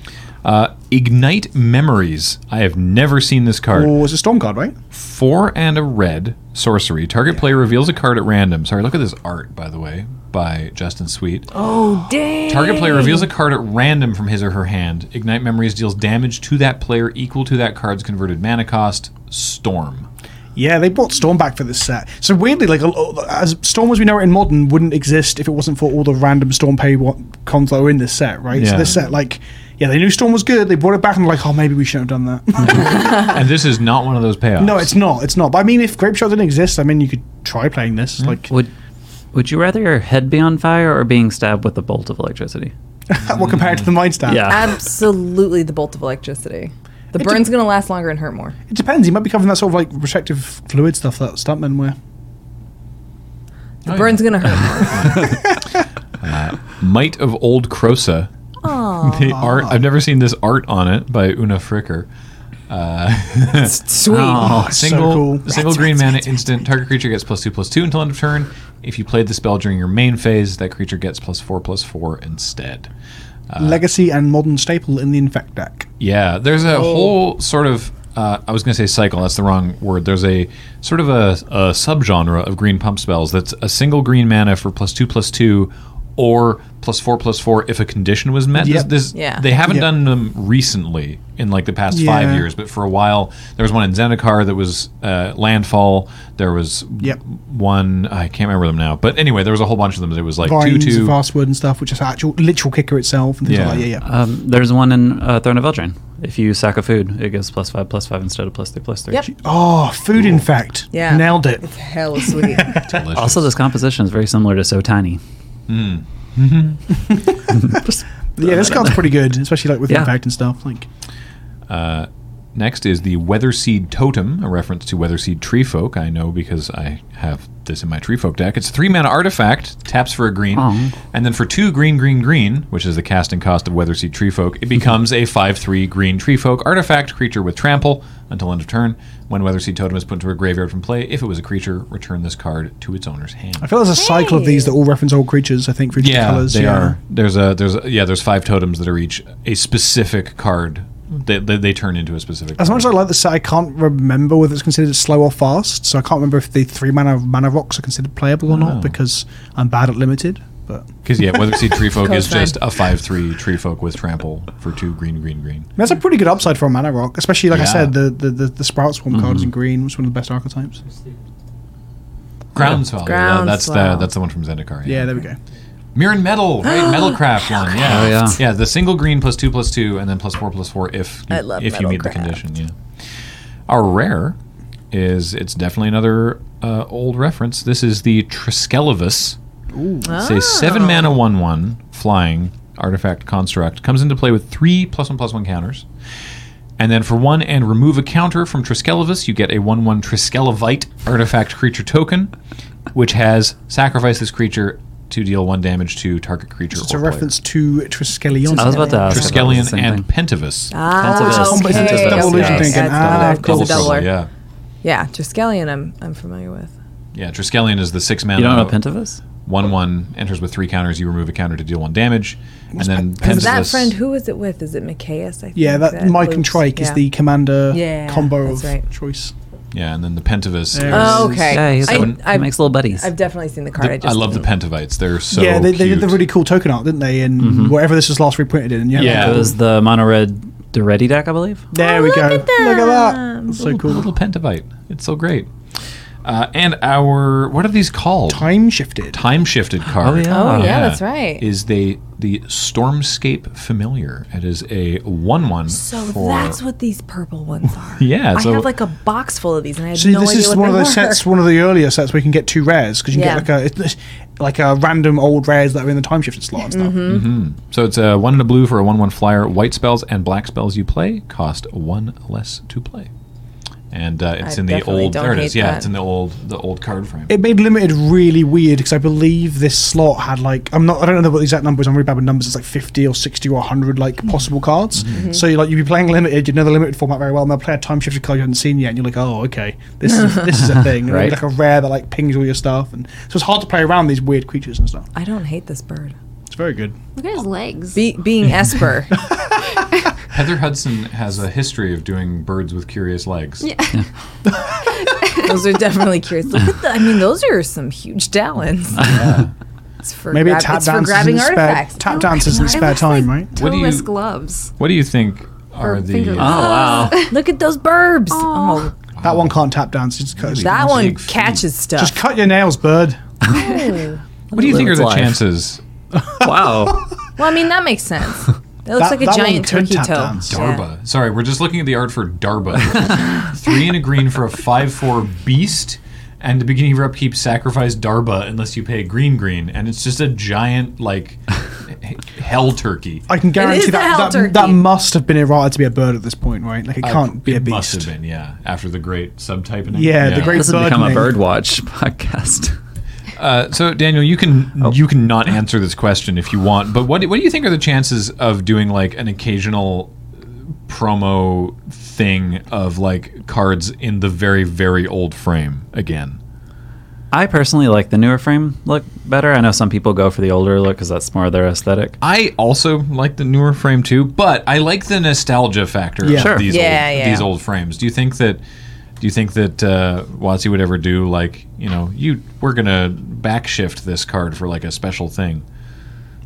[SPEAKER 1] Uh, Ignite memories. I have never seen this card.
[SPEAKER 4] Or it's a storm card, right?
[SPEAKER 1] Four and a red sorcery. Target player reveals a card at random. Sorry, look at this art by the way by Justin Sweet.
[SPEAKER 2] Oh, dang.
[SPEAKER 1] Target player reveals a card at random from his or her hand. Ignite Memories deals damage to that player equal to that card's converted mana cost. Storm.
[SPEAKER 4] Yeah, they brought Storm back for this set. So weirdly, like a lo- as Storm as we know it in modern wouldn't exist if it wasn't for all the random Storm pay wa- cons that were in this set, right? So
[SPEAKER 1] Yeah.
[SPEAKER 4] this set, like yeah, they knew Storm was good. They brought it back and were like, oh, maybe we shouldn't have done that.
[SPEAKER 1] and this is not one of those payoffs.
[SPEAKER 4] no, it's not. It's not. But I mean, if Grape Shot didn't exist, I mean, you could try playing
[SPEAKER 1] Mm.
[SPEAKER 4] this. Like,
[SPEAKER 3] Would would you rather your head be on fire or being stabbed with a bolt of electricity?
[SPEAKER 4] well, compared to the
[SPEAKER 1] mm,
[SPEAKER 4] Mind Stab.
[SPEAKER 3] Yeah.
[SPEAKER 2] Absolutely the bolt of electricity. The burn's going to last longer and hurt more.
[SPEAKER 4] It depends. He might be covering that sort of like protective fluid stuff that stuntmen wear.
[SPEAKER 2] The burn's going to hurt
[SPEAKER 1] Might of Old Crosa.
[SPEAKER 4] Oh.
[SPEAKER 1] The art. I've never seen this art on it by Una Fricker.
[SPEAKER 2] more. Sweet.
[SPEAKER 1] Oh, single
[SPEAKER 4] cool.
[SPEAKER 1] single green mana instant. Target creature gets plus two plus two until end of turn. If you played the spell during your main phase, that creature gets plus four plus four instead. Uh,
[SPEAKER 4] Legacy and modern staple in the Infect deck.
[SPEAKER 1] Yeah, there's
[SPEAKER 4] Oh.
[SPEAKER 1] a whole sort of. Uh, I was going to say cycle. That's the wrong word. There's a sort of a, a subgenre of green pump spells that's a single green mana for plus two plus two, or plus four plus four if a condition was met.
[SPEAKER 4] Yep.
[SPEAKER 1] This, this-
[SPEAKER 2] Yeah.
[SPEAKER 1] They haven't
[SPEAKER 4] Yep.
[SPEAKER 1] done them recently in like the past five
[SPEAKER 4] Yeah.
[SPEAKER 1] years, but for a while there was one in Zendikar that was uh, landfall. There was
[SPEAKER 4] Yep.
[SPEAKER 1] one I can't remember them now, but anyway, there was a whole bunch of them. It was like
[SPEAKER 4] Vines,
[SPEAKER 1] two two.
[SPEAKER 4] Fastword and stuff, which is actual literal kicker itself and things
[SPEAKER 1] Yeah.
[SPEAKER 4] like that. Yeah, yeah.
[SPEAKER 3] Um, there's one in uh, Throne of Eldraine. If you sack a food, it gives plus five, plus five instead of plus three, plus three.
[SPEAKER 2] Yep.
[SPEAKER 4] Oh, food infect.
[SPEAKER 2] Yeah.
[SPEAKER 4] Nailed it.
[SPEAKER 2] It's hella sweet.
[SPEAKER 1] Delicious.
[SPEAKER 3] Also, this composition is very similar to So Tiny.
[SPEAKER 4] Yeah, this card's pretty good, especially like with
[SPEAKER 3] Um, Yeah.
[SPEAKER 4] infect and stuff. Like
[SPEAKER 1] Uh, Next is the Weatherseed Totem, a reference to Weatherseed Treefolk. I know because I have this in my Treefolk deck. It's a three mana artifact, taps for a green,
[SPEAKER 4] Oh.
[SPEAKER 3] Aw.
[SPEAKER 1] and then for two green, green, green, which is the casting cost of Weatherseed Treefolk, it becomes a 5 3 green Treefolk artifact creature with trample until end of turn. When Weatherseed Totem is put into a graveyard from play, if it was a creature, return this card to its owner's hand.
[SPEAKER 4] I feel there's a cycle of these that all reference old creatures. I think for each
[SPEAKER 1] Yeah,
[SPEAKER 4] colors.
[SPEAKER 1] they are. There's a there's a, yeah there's five totems that are each a specific card. They, they, they turn into a specific.
[SPEAKER 4] As much as I
[SPEAKER 1] card.
[SPEAKER 4] like the set, I can't remember whether it's considered slow or fast. So I can't remember if the three mana mana rocks are considered playable
[SPEAKER 3] Oh.
[SPEAKER 4] or not because I'm bad at limited. But
[SPEAKER 1] Because yeah, Weather Seed Tree Folk is
[SPEAKER 2] Cosine.
[SPEAKER 1] just a five three Tree Folk with trample for two green green green.
[SPEAKER 4] that's a pretty good upside for a mana rock, especially like I
[SPEAKER 1] Yeah.
[SPEAKER 4] said, the the the, the sprout swarm card is in
[SPEAKER 3] Mm-hmm.
[SPEAKER 4] green, which is one of the best archetypes.
[SPEAKER 1] Groundswell.
[SPEAKER 2] Groundswell.
[SPEAKER 1] That's the that's the one from Zendikar.
[SPEAKER 4] Yeah, there we go.
[SPEAKER 1] Mirren Metal, right? Metalcraft one. Yeah.
[SPEAKER 3] Oh, yeah.
[SPEAKER 1] Yeah, the single green plus two plus two, and then plus four plus four if you,
[SPEAKER 2] I love
[SPEAKER 1] if you meet the
[SPEAKER 2] Metalcraft.
[SPEAKER 1] condition. Yeah. Our rare is it's definitely another uh, old reference. This is the Triskelivus. It's a
[SPEAKER 4] Oh.
[SPEAKER 3] Oh.
[SPEAKER 1] seven mana one one flying artifact construct. Comes into play with three plus one plus one counters. And then for one and remove a counter from Triskelivus, you get a 1 1 Triskelivite artifact creature token, which has sacrifice this creature to deal one damage to target creature
[SPEAKER 4] It's
[SPEAKER 1] or
[SPEAKER 4] a
[SPEAKER 1] player. Uh,
[SPEAKER 4] reference to Triskelion.
[SPEAKER 3] I was about to ask. about the
[SPEAKER 1] Triskelion
[SPEAKER 3] same
[SPEAKER 1] and
[SPEAKER 3] thing.
[SPEAKER 1] Pentavus.
[SPEAKER 2] Ah,
[SPEAKER 3] Pentabus.
[SPEAKER 2] okay.
[SPEAKER 4] It's just double illusion
[SPEAKER 2] okay.
[SPEAKER 4] thinking.
[SPEAKER 2] That's
[SPEAKER 4] Ah,
[SPEAKER 2] doubler.
[SPEAKER 4] of course.
[SPEAKER 2] It's a doubler. Yeah,
[SPEAKER 1] Yeah.
[SPEAKER 2] yeah Triskelion I'm, I'm familiar with.
[SPEAKER 1] Yeah, Triskelion is the six mana.
[SPEAKER 3] You don't know Pentavus?
[SPEAKER 1] One one enters with three counters. You remove a counter to deal one damage, and then
[SPEAKER 2] Because that
[SPEAKER 1] Pentavus.
[SPEAKER 2] friend, who is it with? Is it Micaeus? I think
[SPEAKER 4] Yeah, that, Mike and
[SPEAKER 2] loops-
[SPEAKER 4] Trike is
[SPEAKER 2] yeah.
[SPEAKER 4] the commander
[SPEAKER 2] Yeah,
[SPEAKER 4] combo
[SPEAKER 2] that's
[SPEAKER 4] of
[SPEAKER 2] right.
[SPEAKER 4] choice.
[SPEAKER 1] yeah, and then the Pentavus.
[SPEAKER 4] There
[SPEAKER 1] is-
[SPEAKER 4] it
[SPEAKER 2] Oh, okay.
[SPEAKER 3] Yeah, he's
[SPEAKER 2] I,
[SPEAKER 3] the one who
[SPEAKER 2] I've,
[SPEAKER 3] makes little buddies.
[SPEAKER 2] I've definitely seen the card. I,
[SPEAKER 1] the-
[SPEAKER 2] just
[SPEAKER 1] I love the
[SPEAKER 2] didn't-
[SPEAKER 1] Pentavites. They're so
[SPEAKER 4] yeah, they, they did the
[SPEAKER 1] cute. Mm-hmm.
[SPEAKER 4] really cool token art, didn't they? And whatever this was last reprinted in. Yeah.
[SPEAKER 1] Yeah.
[SPEAKER 3] It was the mono red Duretti deck, I believe.
[SPEAKER 4] There we go.
[SPEAKER 2] look at
[SPEAKER 4] Look at that.
[SPEAKER 2] them.
[SPEAKER 4] That's so cool.
[SPEAKER 1] Little Pentavite. It's so great. Uh, and our what are these called?
[SPEAKER 4] Time shifted.
[SPEAKER 1] Time shifted card.
[SPEAKER 3] yeah.
[SPEAKER 2] Oh,
[SPEAKER 3] Oh,
[SPEAKER 2] yeah,
[SPEAKER 1] Yeah.
[SPEAKER 2] that's right.
[SPEAKER 1] Is the the Stormscape Familiar? It is a one one.
[SPEAKER 2] so
[SPEAKER 1] for,
[SPEAKER 2] that's what these purple ones are.
[SPEAKER 1] Yeah, so
[SPEAKER 2] I have like a box full of these, and I have
[SPEAKER 4] See,
[SPEAKER 2] no
[SPEAKER 4] this
[SPEAKER 2] idea
[SPEAKER 4] is
[SPEAKER 2] what
[SPEAKER 4] one of
[SPEAKER 2] they
[SPEAKER 4] those
[SPEAKER 2] were.
[SPEAKER 4] sets, one of the earlier sets where you can get two rares because you can
[SPEAKER 2] Yeah.
[SPEAKER 4] get like a it's like a random old rares that are in the time shifted slot and
[SPEAKER 2] Mm-hmm.
[SPEAKER 4] stuff.
[SPEAKER 1] So it's a one and a blue for a one one flyer. White spells and black spells you play cost one less to play. And uh, it's
[SPEAKER 2] I
[SPEAKER 1] in the
[SPEAKER 2] definitely
[SPEAKER 1] old.
[SPEAKER 2] don't
[SPEAKER 1] There it is.
[SPEAKER 2] hate
[SPEAKER 1] Yeah,
[SPEAKER 2] that.
[SPEAKER 1] it's in the old the old card frame.
[SPEAKER 4] It made limited really weird because I believe this slot had like I'm not I don't know what the exact numbers I'm really bad with numbers. It's like 50 or 60 or 100 like possible cards.
[SPEAKER 2] Mm-hmm.
[SPEAKER 4] So you like you'd be playing limited, you'd know the limited format very well, and they'll play a time shifted card you haven't seen yet, and you're like, oh okay, this is this is a thing, and it'll be
[SPEAKER 3] Right.
[SPEAKER 4] like a rare that like pings all your stuff, and so it's hard to play around these weird creatures and stuff.
[SPEAKER 2] I don't hate this bird.
[SPEAKER 4] It's very good.
[SPEAKER 5] Look at his legs.
[SPEAKER 2] Be- being Esper,
[SPEAKER 1] Heather Hudson has a history of doing birds with curious legs.
[SPEAKER 2] those are definitely curious. Look at the, I mean, those are some huge talents. It's for
[SPEAKER 4] Maybe
[SPEAKER 2] grab-
[SPEAKER 4] it tap
[SPEAKER 2] it's for
[SPEAKER 4] dances
[SPEAKER 2] grabbing
[SPEAKER 4] in his spare,
[SPEAKER 2] artifacts.
[SPEAKER 4] tap
[SPEAKER 2] No,
[SPEAKER 4] dances in his
[SPEAKER 5] It
[SPEAKER 4] spare
[SPEAKER 5] looks
[SPEAKER 4] time,
[SPEAKER 5] like
[SPEAKER 4] right?
[SPEAKER 1] What do you-
[SPEAKER 5] Toeless gloves.
[SPEAKER 1] What do you think are the?
[SPEAKER 5] fingers.
[SPEAKER 3] Oh, wow.
[SPEAKER 2] Look at those burbs. Oh,
[SPEAKER 4] That one can't tap dance. Just cut, his-
[SPEAKER 2] that one
[SPEAKER 1] Big feet.
[SPEAKER 2] catches stuff.
[SPEAKER 4] just cut your nails, bird.
[SPEAKER 1] What do you think are
[SPEAKER 3] Live
[SPEAKER 1] the
[SPEAKER 3] life.
[SPEAKER 1] chances?
[SPEAKER 3] Wow.
[SPEAKER 2] Well, I mean, that makes sense. That looks
[SPEAKER 4] That-
[SPEAKER 2] like a
[SPEAKER 4] that one
[SPEAKER 2] giant
[SPEAKER 4] could
[SPEAKER 2] turkey toe.
[SPEAKER 4] tap dance.
[SPEAKER 2] Yeah.
[SPEAKER 1] Darba. Sorry, we're just looking at the art for Darba. Three and a green for a 5 4 beast. And the beginning of your upkeep, sacrifice Darba unless you pay a green green. And it's just a giant, like, h- hell turkey.
[SPEAKER 4] I can
[SPEAKER 2] is
[SPEAKER 4] guarantee
[SPEAKER 2] the hell
[SPEAKER 4] that,
[SPEAKER 2] turkey.
[SPEAKER 4] that that must have been errata to be a bird at this point, right? Like it can't be a
[SPEAKER 1] Oh, it Must have
[SPEAKER 4] beast.
[SPEAKER 1] been, yeah. After the great subtyping.
[SPEAKER 4] Yeah, the great
[SPEAKER 3] This has become a
[SPEAKER 4] Birdman.
[SPEAKER 3] bird watch podcast.
[SPEAKER 1] Uh, so Daniel, you can
[SPEAKER 4] Oh.
[SPEAKER 1] you can not answer this question if you want, but what do- what do you think are the chances of doing like an occasional promo thing of like cards in the very very old frame again?
[SPEAKER 3] I personally like the newer frame look better. I know some people go for the older look because that's more their aesthetic.
[SPEAKER 1] I also like the newer frame too, but I like the nostalgia factor
[SPEAKER 4] Yeah.
[SPEAKER 1] of
[SPEAKER 4] Sure.
[SPEAKER 1] these
[SPEAKER 2] Yeah,
[SPEAKER 1] old,
[SPEAKER 2] yeah.
[SPEAKER 1] these old frames. Do you think that do you think that uh, Watsy would ever do like you know you we're gonna backshift this card for like a special thing,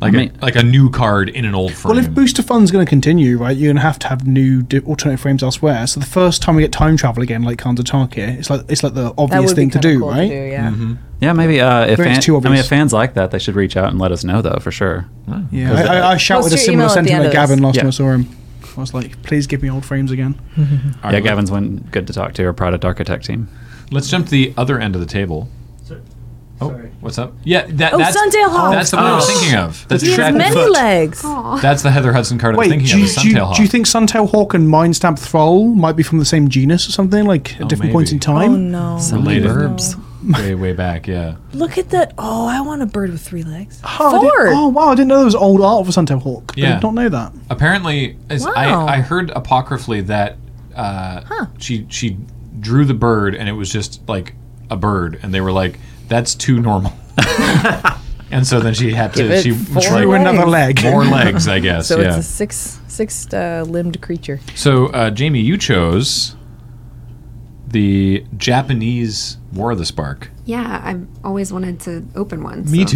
[SPEAKER 1] like
[SPEAKER 3] mean-
[SPEAKER 1] a, like a new card in an old frame?
[SPEAKER 4] Well, if booster fun's going to continue, right, you're going to have to have new di- alternate frames elsewhere. So the first time we get time travel again, like Kanza Tarkia, it's like it's like the
[SPEAKER 2] That
[SPEAKER 4] obvious
[SPEAKER 2] would
[SPEAKER 4] thing
[SPEAKER 2] be
[SPEAKER 4] to
[SPEAKER 2] kinda
[SPEAKER 4] do,
[SPEAKER 2] cool
[SPEAKER 4] right?
[SPEAKER 2] To do, yeah.
[SPEAKER 3] Yeah, maybe uh, if
[SPEAKER 4] Very
[SPEAKER 3] fan,
[SPEAKER 4] too
[SPEAKER 3] I mean
[SPEAKER 4] obvious.
[SPEAKER 3] if fans like that, they should reach out and let us know though for sure.
[SPEAKER 1] Oh,
[SPEAKER 4] Yeah, I, I, I shouted a
[SPEAKER 2] Post your
[SPEAKER 4] similar
[SPEAKER 2] email at the
[SPEAKER 4] sentiment
[SPEAKER 2] end
[SPEAKER 4] at
[SPEAKER 2] of
[SPEAKER 4] Gavin
[SPEAKER 2] this.
[SPEAKER 4] last time
[SPEAKER 3] Yeah.
[SPEAKER 4] I saw him. I was like, please give me old frames again.
[SPEAKER 1] All
[SPEAKER 3] yeah,
[SPEAKER 1] right,
[SPEAKER 3] Gavin's one good to talk to, our product architect team.
[SPEAKER 1] Let's jump to the other end of the table. Oh, what's up? Yeah, that,
[SPEAKER 2] Oh,
[SPEAKER 1] that's
[SPEAKER 2] Suntail Hawk. Oh.
[SPEAKER 1] That's the one I was thinking of. That's
[SPEAKER 2] He has
[SPEAKER 1] exactly-
[SPEAKER 2] many
[SPEAKER 4] foot.
[SPEAKER 2] legs.
[SPEAKER 4] Oh,
[SPEAKER 1] That's the Heather Hudson card I was
[SPEAKER 4] Wait,
[SPEAKER 1] thinking
[SPEAKER 4] do
[SPEAKER 1] of.
[SPEAKER 4] you,
[SPEAKER 1] is
[SPEAKER 4] do,
[SPEAKER 1] Suntail
[SPEAKER 4] you,
[SPEAKER 1] Hawk.
[SPEAKER 4] do you think Suntail Hawk and Mind Stamp Thrall might be from the same genus or something, like at
[SPEAKER 1] Oh,
[SPEAKER 4] different points in
[SPEAKER 1] maybe.
[SPEAKER 4] time?
[SPEAKER 2] Oh no!
[SPEAKER 3] Some
[SPEAKER 1] Related.
[SPEAKER 3] verbs.
[SPEAKER 1] way way back? Yeah.
[SPEAKER 2] Look at that! Oh, I want a bird with three legs.
[SPEAKER 4] Oh, I didn't-
[SPEAKER 2] Four.
[SPEAKER 4] oh, wow, I didn't know there was old art for Suntail Hawk. But I
[SPEAKER 1] Yeah.
[SPEAKER 4] did not know that.
[SPEAKER 1] Apparently, as
[SPEAKER 2] Wow.
[SPEAKER 1] I, I heard apocryphally that uh, she she drew the bird and it was just like a bird, and they were like, "That's too normal." and so then she had
[SPEAKER 2] Give
[SPEAKER 1] to
[SPEAKER 2] it
[SPEAKER 1] she
[SPEAKER 2] four
[SPEAKER 1] tried
[SPEAKER 4] Drew
[SPEAKER 2] legs.
[SPEAKER 4] another leg.
[SPEAKER 1] more legs, I guess.
[SPEAKER 2] So
[SPEAKER 1] yeah.
[SPEAKER 2] it's a six six uh, limbed creature.
[SPEAKER 1] So, uh, Jamie, you chose the Japanese War of the Spark.
[SPEAKER 5] Yeah, I've always wanted to open one. so-
[SPEAKER 1] it's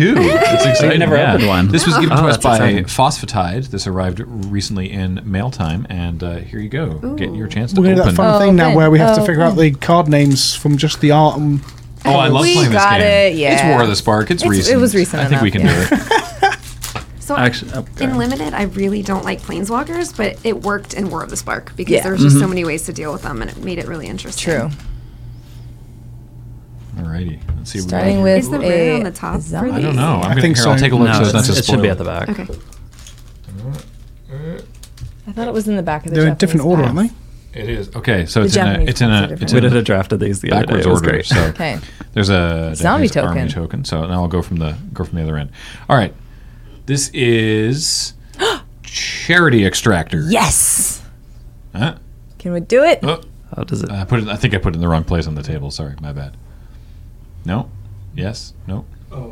[SPEAKER 1] exciting.
[SPEAKER 3] never
[SPEAKER 1] yeah.
[SPEAKER 3] opened one.
[SPEAKER 1] This was given to
[SPEAKER 3] Oh,
[SPEAKER 1] us
[SPEAKER 3] that's
[SPEAKER 1] by
[SPEAKER 3] exciting.
[SPEAKER 1] Phosphatide. This arrived recently in mail time, and uh, here you go. Get your chance to
[SPEAKER 4] We're going to do
[SPEAKER 1] open.
[SPEAKER 4] that fun
[SPEAKER 2] Oh,
[SPEAKER 4] thing now
[SPEAKER 2] Ben.
[SPEAKER 4] where we have
[SPEAKER 2] Oh,
[SPEAKER 4] to figure out the card names from just the art. And
[SPEAKER 1] Oh, I love
[SPEAKER 2] We
[SPEAKER 1] playing this
[SPEAKER 2] got
[SPEAKER 1] game.
[SPEAKER 2] it, yeah.
[SPEAKER 1] It's War of the Spark. It's,
[SPEAKER 2] It's- it
[SPEAKER 1] recent.
[SPEAKER 2] was recent
[SPEAKER 1] I think we can
[SPEAKER 2] enough,
[SPEAKER 1] do it.
[SPEAKER 5] So
[SPEAKER 3] Actually,
[SPEAKER 5] I,
[SPEAKER 3] oh, go
[SPEAKER 5] in
[SPEAKER 3] ahead.
[SPEAKER 5] limited, I really don't like planeswalkers, but it worked in War of the Spark because
[SPEAKER 2] Yeah.
[SPEAKER 5] there was just
[SPEAKER 3] Mm-hmm.
[SPEAKER 5] so many ways to deal with them, and it made it really interesting.
[SPEAKER 2] True.
[SPEAKER 1] Alrighty. Let's see. what we got
[SPEAKER 2] Starting
[SPEAKER 1] here.
[SPEAKER 2] with
[SPEAKER 5] Is the
[SPEAKER 2] a
[SPEAKER 5] rare on the top for
[SPEAKER 2] zombie.
[SPEAKER 1] I don't know. I'm
[SPEAKER 4] I
[SPEAKER 1] gonna,
[SPEAKER 4] think
[SPEAKER 1] here, I'll
[SPEAKER 4] so.
[SPEAKER 1] take a look. so
[SPEAKER 3] No,
[SPEAKER 1] it's not
[SPEAKER 3] it
[SPEAKER 1] just
[SPEAKER 3] should be at the back.
[SPEAKER 5] Okay.
[SPEAKER 2] I thought it was in the back of the.
[SPEAKER 4] they're in a different
[SPEAKER 2] Japanese
[SPEAKER 4] order,
[SPEAKER 2] box.
[SPEAKER 4] aren't they?
[SPEAKER 1] It is okay. So it's in a
[SPEAKER 2] Japanese
[SPEAKER 1] it's in
[SPEAKER 2] ones
[SPEAKER 1] a
[SPEAKER 2] are
[SPEAKER 1] it's
[SPEAKER 3] We
[SPEAKER 1] in
[SPEAKER 3] did
[SPEAKER 1] a
[SPEAKER 3] a draft of these the other day.
[SPEAKER 1] backwards
[SPEAKER 3] It was
[SPEAKER 1] order.
[SPEAKER 3] great.
[SPEAKER 1] So
[SPEAKER 2] Okay.
[SPEAKER 1] There's a
[SPEAKER 2] Zombie
[SPEAKER 1] Japanese army
[SPEAKER 2] token.
[SPEAKER 1] token. So now I'll go from the go from the other end. All right. This is charity extractor.
[SPEAKER 2] Yes.
[SPEAKER 1] Huh?
[SPEAKER 2] Can we do it?
[SPEAKER 1] Oh,
[SPEAKER 3] How does it?
[SPEAKER 1] I put it. I think I put it in the wrong place on the table. Sorry, my bad. No. Yes. No.
[SPEAKER 4] uh,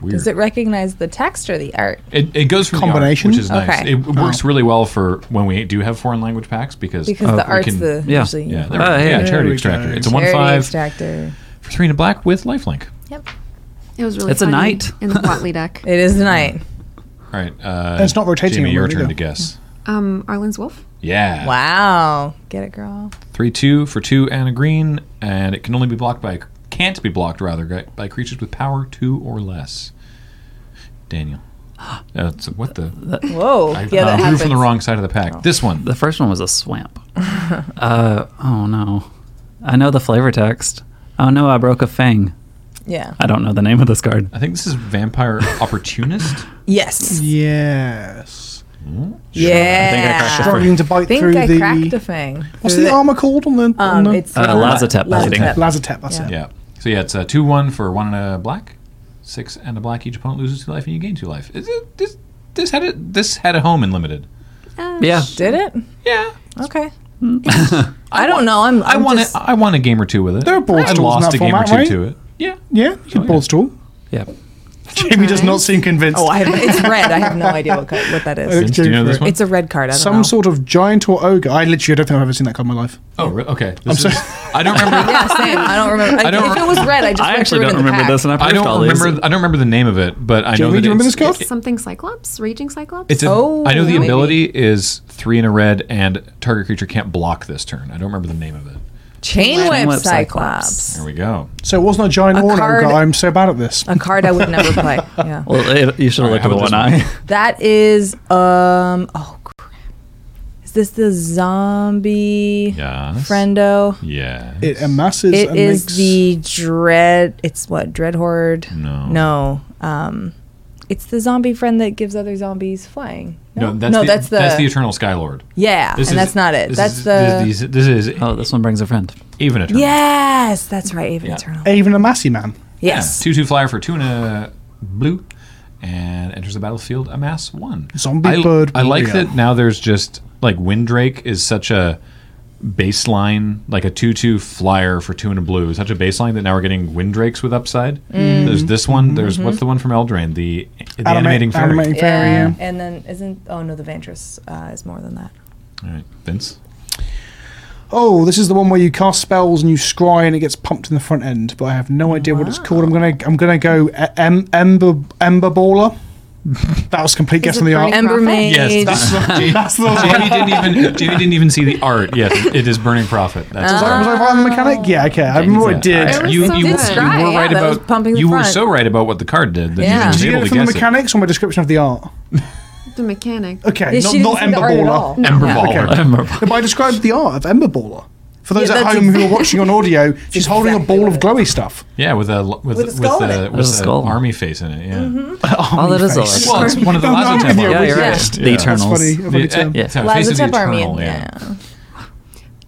[SPEAKER 1] Weird.
[SPEAKER 2] Does it recognize the text or the art?
[SPEAKER 1] It, it goes from the art,
[SPEAKER 4] Combination?
[SPEAKER 1] which is nice.
[SPEAKER 2] Okay. Oh.
[SPEAKER 1] It works really well for when we do have foreign language packs because
[SPEAKER 2] Because the
[SPEAKER 1] uh, we
[SPEAKER 2] art's
[SPEAKER 1] can-
[SPEAKER 2] the
[SPEAKER 3] Yeah.
[SPEAKER 2] usually
[SPEAKER 1] yeah, there we
[SPEAKER 3] Ah,
[SPEAKER 1] go.
[SPEAKER 3] hey.
[SPEAKER 1] yeah
[SPEAKER 3] There
[SPEAKER 1] charity
[SPEAKER 4] Oh, we
[SPEAKER 1] extractor.
[SPEAKER 4] go.
[SPEAKER 1] It's a one
[SPEAKER 2] charity
[SPEAKER 1] five
[SPEAKER 2] extractor.
[SPEAKER 1] for three and a black with lifelink.
[SPEAKER 5] It was really.
[SPEAKER 3] It's a
[SPEAKER 5] funny
[SPEAKER 3] knight.
[SPEAKER 5] in the Watley deck.
[SPEAKER 2] It is tonight.
[SPEAKER 1] All right. Uh,
[SPEAKER 4] it's not rotating
[SPEAKER 1] Jamie,
[SPEAKER 4] at the
[SPEAKER 1] your
[SPEAKER 4] moment
[SPEAKER 1] turn
[SPEAKER 4] either.
[SPEAKER 1] to guess.
[SPEAKER 5] Um, Arlen's Wolf.
[SPEAKER 1] Yeah.
[SPEAKER 2] Wow. Get it, girl.
[SPEAKER 1] Three two for two and a green, and it can only be blocked by can't be blocked rather by- by creatures with power two or less. Daniel. That's what the
[SPEAKER 2] Whoa.
[SPEAKER 1] I
[SPEAKER 2] yeah, that
[SPEAKER 1] drew from the
[SPEAKER 2] happens.
[SPEAKER 1] wrong side of the pack. This one.
[SPEAKER 3] The first one was a swamp. uh, oh no. I know the flavor text. Oh no, I broke a fang.
[SPEAKER 2] Yeah.
[SPEAKER 3] I don't know the name of this card.
[SPEAKER 1] I think this is Vampire Opportunist.
[SPEAKER 2] Yes.
[SPEAKER 4] Yes.
[SPEAKER 2] Yeah.
[SPEAKER 3] I
[SPEAKER 2] Uh,
[SPEAKER 3] think I cracked the first-
[SPEAKER 4] Struggling to bite
[SPEAKER 2] I think
[SPEAKER 4] through
[SPEAKER 2] I
[SPEAKER 4] the.
[SPEAKER 2] cracked a fang.
[SPEAKER 4] What's
[SPEAKER 2] Through
[SPEAKER 4] the armor called on the? on
[SPEAKER 2] Um,
[SPEAKER 4] the
[SPEAKER 2] it's
[SPEAKER 3] Uh, Lazatep,
[SPEAKER 2] Lazatep.
[SPEAKER 3] Lazatep.
[SPEAKER 4] Lazatep, that's
[SPEAKER 2] Yeah.
[SPEAKER 4] it.
[SPEAKER 1] Yeah. So yeah, it's a two one for one and a black, six and a black. Each opponent loses two life, and you gain two life. Is it, this this had a this had a home in limited.
[SPEAKER 2] Uh,
[SPEAKER 3] Yeah.
[SPEAKER 2] Did it?
[SPEAKER 1] Yeah.
[SPEAKER 2] Okay. I don't know. I'm.
[SPEAKER 1] I
[SPEAKER 2] I'm
[SPEAKER 1] won
[SPEAKER 2] just-
[SPEAKER 1] it. I won a game or two with it.
[SPEAKER 4] There are board
[SPEAKER 1] I
[SPEAKER 4] stools in
[SPEAKER 1] lost
[SPEAKER 4] that
[SPEAKER 1] a game or
[SPEAKER 4] format,
[SPEAKER 1] two
[SPEAKER 4] right?
[SPEAKER 1] to it. Yeah.
[SPEAKER 4] Yeah, you
[SPEAKER 1] yeah.
[SPEAKER 4] can balls tool.
[SPEAKER 3] Yeah.
[SPEAKER 4] Jamie does not seem convinced.
[SPEAKER 2] Oh, I have, it's red. I have no idea what, co- what that is.
[SPEAKER 1] Do you know this one?
[SPEAKER 2] It's a red card. I don't
[SPEAKER 4] Some
[SPEAKER 2] know.
[SPEAKER 4] sort of giant or ogre. I literally don't think I've ever seen that card in my life.
[SPEAKER 1] oh, re- okay. This is- I don't remember.
[SPEAKER 2] yeah, same. I don't remember. I
[SPEAKER 1] don't
[SPEAKER 2] if
[SPEAKER 1] re-
[SPEAKER 2] it was red, I just
[SPEAKER 3] I
[SPEAKER 2] went
[SPEAKER 3] actually
[SPEAKER 2] through it
[SPEAKER 3] don't
[SPEAKER 2] in the
[SPEAKER 3] remember
[SPEAKER 2] pack.
[SPEAKER 3] this, and I've
[SPEAKER 1] I
[SPEAKER 3] proofed all
[SPEAKER 1] don't
[SPEAKER 3] these.
[SPEAKER 1] remember. I don't remember the name of it, but I know
[SPEAKER 4] Jamie,
[SPEAKER 1] that
[SPEAKER 4] do you remember
[SPEAKER 1] it's,
[SPEAKER 4] this card?
[SPEAKER 5] It's something Cyclops, Raging Cyclops.
[SPEAKER 1] It's a. I
[SPEAKER 2] Oh,
[SPEAKER 1] know the
[SPEAKER 2] maybe.
[SPEAKER 1] ability is three and a red, and target creature can't block this turn. I don't remember the name of it.
[SPEAKER 2] Chain
[SPEAKER 3] Chain
[SPEAKER 2] whip
[SPEAKER 3] whip Cyclops.
[SPEAKER 2] Cyclops.
[SPEAKER 1] There we go.
[SPEAKER 4] So it wasn't a giant
[SPEAKER 2] A
[SPEAKER 4] orno.
[SPEAKER 2] card-
[SPEAKER 4] guy. I'm so bad at this.
[SPEAKER 2] A card I would never play. Yeah.
[SPEAKER 3] Well, it, you should have
[SPEAKER 1] All right,
[SPEAKER 3] looked with one
[SPEAKER 1] how about
[SPEAKER 3] eye.
[SPEAKER 2] That is um oh crap. Is this the zombie
[SPEAKER 1] Yes.
[SPEAKER 2] friendo?
[SPEAKER 1] Yeah.
[SPEAKER 4] It amasses.
[SPEAKER 2] It
[SPEAKER 4] and
[SPEAKER 2] is
[SPEAKER 4] makes,
[SPEAKER 2] the dread it's what, dread horde?
[SPEAKER 1] No.
[SPEAKER 2] No. Um it's the zombie friend that gives other zombies flying.
[SPEAKER 1] No, that's, the,
[SPEAKER 2] that's the
[SPEAKER 1] that's the Eternal Skylord.
[SPEAKER 2] yeah, and
[SPEAKER 1] This is-
[SPEAKER 2] that's not it.
[SPEAKER 1] This
[SPEAKER 2] That's
[SPEAKER 1] is,
[SPEAKER 2] the
[SPEAKER 1] This, this is
[SPEAKER 3] Oh, this one brings a friend.
[SPEAKER 1] even Eternal.
[SPEAKER 2] yes, that's right, Ava
[SPEAKER 1] Yeah.
[SPEAKER 2] Eternal.
[SPEAKER 4] Even a massy man.
[SPEAKER 2] Yes,
[SPEAKER 1] Two two flyer for tuna blue, and enters the battlefield a mass one.
[SPEAKER 4] Zombie
[SPEAKER 1] I,
[SPEAKER 4] bird
[SPEAKER 1] I like
[SPEAKER 4] warrior.
[SPEAKER 1] that now. There's just like Windrake is such a baseline, like a two two flyer for two and a blue, is such a baseline that now we're getting Windrakes with upside. There's this
[SPEAKER 4] Mm-hmm.
[SPEAKER 1] one. There's what's the one from Eldraine? The, the
[SPEAKER 4] Anima-
[SPEAKER 1] animating fairy.
[SPEAKER 4] animating fairy, yeah.
[SPEAKER 2] and then isn't oh no, the Vantress uh, is more than that.
[SPEAKER 1] All right, Vince.
[SPEAKER 4] Oh, this is the one where you cast spells and you scry and it gets pumped in the front end. But I have no idea what it's called. I'm gonna I'm gonna go e- em, ember ember baller. That was a complete guess
[SPEAKER 5] it
[SPEAKER 4] on the art.
[SPEAKER 5] burning-
[SPEAKER 2] Ember
[SPEAKER 5] Prophet?
[SPEAKER 2] Mage.
[SPEAKER 1] Yes, that's the Jamie didn't even Jamie didn't even see the art. Yes, it is Burning Prophet. That's
[SPEAKER 4] Was I, was I right
[SPEAKER 2] Ah.
[SPEAKER 4] on the mechanic? Yeah, okay. I remember what it did.
[SPEAKER 5] It was
[SPEAKER 1] You,
[SPEAKER 5] so
[SPEAKER 1] you, you
[SPEAKER 5] good.
[SPEAKER 1] were
[SPEAKER 5] Right,
[SPEAKER 2] yeah,
[SPEAKER 1] right
[SPEAKER 2] that was
[SPEAKER 1] about
[SPEAKER 2] pumping the
[SPEAKER 1] you were
[SPEAKER 2] front.
[SPEAKER 1] so right about what the card did that
[SPEAKER 2] Yeah.
[SPEAKER 1] you
[SPEAKER 4] Did you
[SPEAKER 1] didn't
[SPEAKER 4] get
[SPEAKER 1] able
[SPEAKER 4] it
[SPEAKER 1] to
[SPEAKER 4] from the
[SPEAKER 1] guess it.
[SPEAKER 4] mechanics or my description of the art?
[SPEAKER 5] The mechanic.
[SPEAKER 4] Okay,
[SPEAKER 2] Yeah,
[SPEAKER 4] not,
[SPEAKER 2] she didn't
[SPEAKER 4] not
[SPEAKER 2] see the
[SPEAKER 4] Ember
[SPEAKER 2] art at
[SPEAKER 4] Baller.
[SPEAKER 2] all.
[SPEAKER 1] Ember
[SPEAKER 2] No.
[SPEAKER 1] Baller.
[SPEAKER 4] Okay. No, but I described the art of Ember Baller. For those
[SPEAKER 2] Yeah,
[SPEAKER 4] at
[SPEAKER 2] that's
[SPEAKER 4] home who are watching on audio, she's holding a
[SPEAKER 2] exactly
[SPEAKER 4] ball
[SPEAKER 2] what
[SPEAKER 4] of
[SPEAKER 2] it is.
[SPEAKER 4] glowy stuff.
[SPEAKER 1] Yeah, with a l- with
[SPEAKER 2] With a
[SPEAKER 1] with
[SPEAKER 2] skull in
[SPEAKER 1] the
[SPEAKER 2] it.
[SPEAKER 3] With a
[SPEAKER 1] with the
[SPEAKER 3] skull.
[SPEAKER 1] army face in it. Yeah.
[SPEAKER 3] Oh, that is a
[SPEAKER 4] face.
[SPEAKER 1] Well, it's one of the
[SPEAKER 4] No,
[SPEAKER 1] Lazatep
[SPEAKER 4] no, yeah,
[SPEAKER 1] armies.
[SPEAKER 3] Yeah,
[SPEAKER 1] Yeah.
[SPEAKER 3] you're right.
[SPEAKER 1] Yeah.
[SPEAKER 3] The
[SPEAKER 4] That's
[SPEAKER 3] Eternals.
[SPEAKER 4] funny. funny
[SPEAKER 1] The, uh,
[SPEAKER 4] term.
[SPEAKER 3] Yeah.
[SPEAKER 1] so Face of the
[SPEAKER 2] Lazatep Army,
[SPEAKER 1] Eternal, yeah.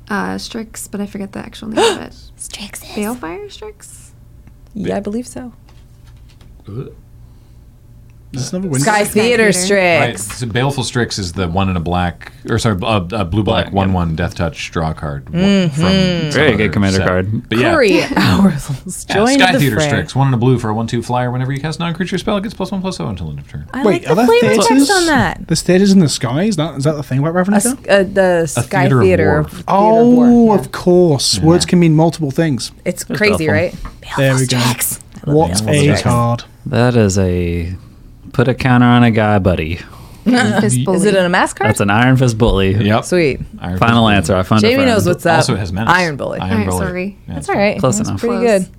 [SPEAKER 5] Uh, Strix, but I forget the actual name of it.
[SPEAKER 2] Strixes.
[SPEAKER 5] Balefire Strix?
[SPEAKER 2] Yeah, I believe so.
[SPEAKER 4] There's another window.
[SPEAKER 2] Sky Theater
[SPEAKER 5] Theater.
[SPEAKER 1] Right.
[SPEAKER 2] Strix.
[SPEAKER 1] So Baleful Strix is the one in a black, or sorry, a uh, blue black
[SPEAKER 3] Black,
[SPEAKER 1] one
[SPEAKER 3] yeah.
[SPEAKER 1] one death touch draw card. one- From some
[SPEAKER 3] Very good
[SPEAKER 1] other
[SPEAKER 3] commander
[SPEAKER 1] set.
[SPEAKER 3] card.
[SPEAKER 1] But yeah,
[SPEAKER 2] Three hours.
[SPEAKER 1] yeah,
[SPEAKER 2] Join
[SPEAKER 1] Sky
[SPEAKER 2] the
[SPEAKER 1] Theater
[SPEAKER 2] fray.
[SPEAKER 1] Strix, one in a blue for a one two flyer. Whenever you cast a non-creature spell, it gets plus one plus zero until end of turn.
[SPEAKER 2] I
[SPEAKER 4] Wait,
[SPEAKER 2] like
[SPEAKER 4] are
[SPEAKER 2] the
[SPEAKER 4] there
[SPEAKER 2] flavor
[SPEAKER 4] theaters?
[SPEAKER 2] text on that.
[SPEAKER 4] There's theaters in the sky. Is that is that the thing about
[SPEAKER 2] A,
[SPEAKER 4] Ravnica?
[SPEAKER 2] s- uh, the Sky
[SPEAKER 1] theater
[SPEAKER 2] Theater.
[SPEAKER 1] of war.
[SPEAKER 2] theater of war,
[SPEAKER 4] oh,
[SPEAKER 2] yeah.
[SPEAKER 4] of course. Words can mean multiple things.
[SPEAKER 2] it's crazy,
[SPEAKER 3] awful.
[SPEAKER 2] right?
[SPEAKER 4] There we go. What
[SPEAKER 3] the
[SPEAKER 4] a
[SPEAKER 3] Elvis
[SPEAKER 4] card!
[SPEAKER 3] That is a put a counter on a guy, buddy.
[SPEAKER 5] Fistbully.
[SPEAKER 2] Is it an mask card?
[SPEAKER 3] That's an Iron Fist bully.
[SPEAKER 1] Yep.
[SPEAKER 2] Sweet.
[SPEAKER 1] Iron
[SPEAKER 3] Final
[SPEAKER 1] Fist
[SPEAKER 3] answer. I found a
[SPEAKER 2] Jamie
[SPEAKER 3] friend.
[SPEAKER 2] knows what's up.
[SPEAKER 1] Also has menace.
[SPEAKER 2] uh, Iron Bully.
[SPEAKER 1] Iron
[SPEAKER 5] Alright,
[SPEAKER 1] Bully.
[SPEAKER 5] sorry.
[SPEAKER 1] Yeah,
[SPEAKER 2] That's
[SPEAKER 1] it's
[SPEAKER 2] all right.
[SPEAKER 3] Close
[SPEAKER 2] That's
[SPEAKER 3] enough.
[SPEAKER 2] Pretty
[SPEAKER 5] Close.
[SPEAKER 2] good.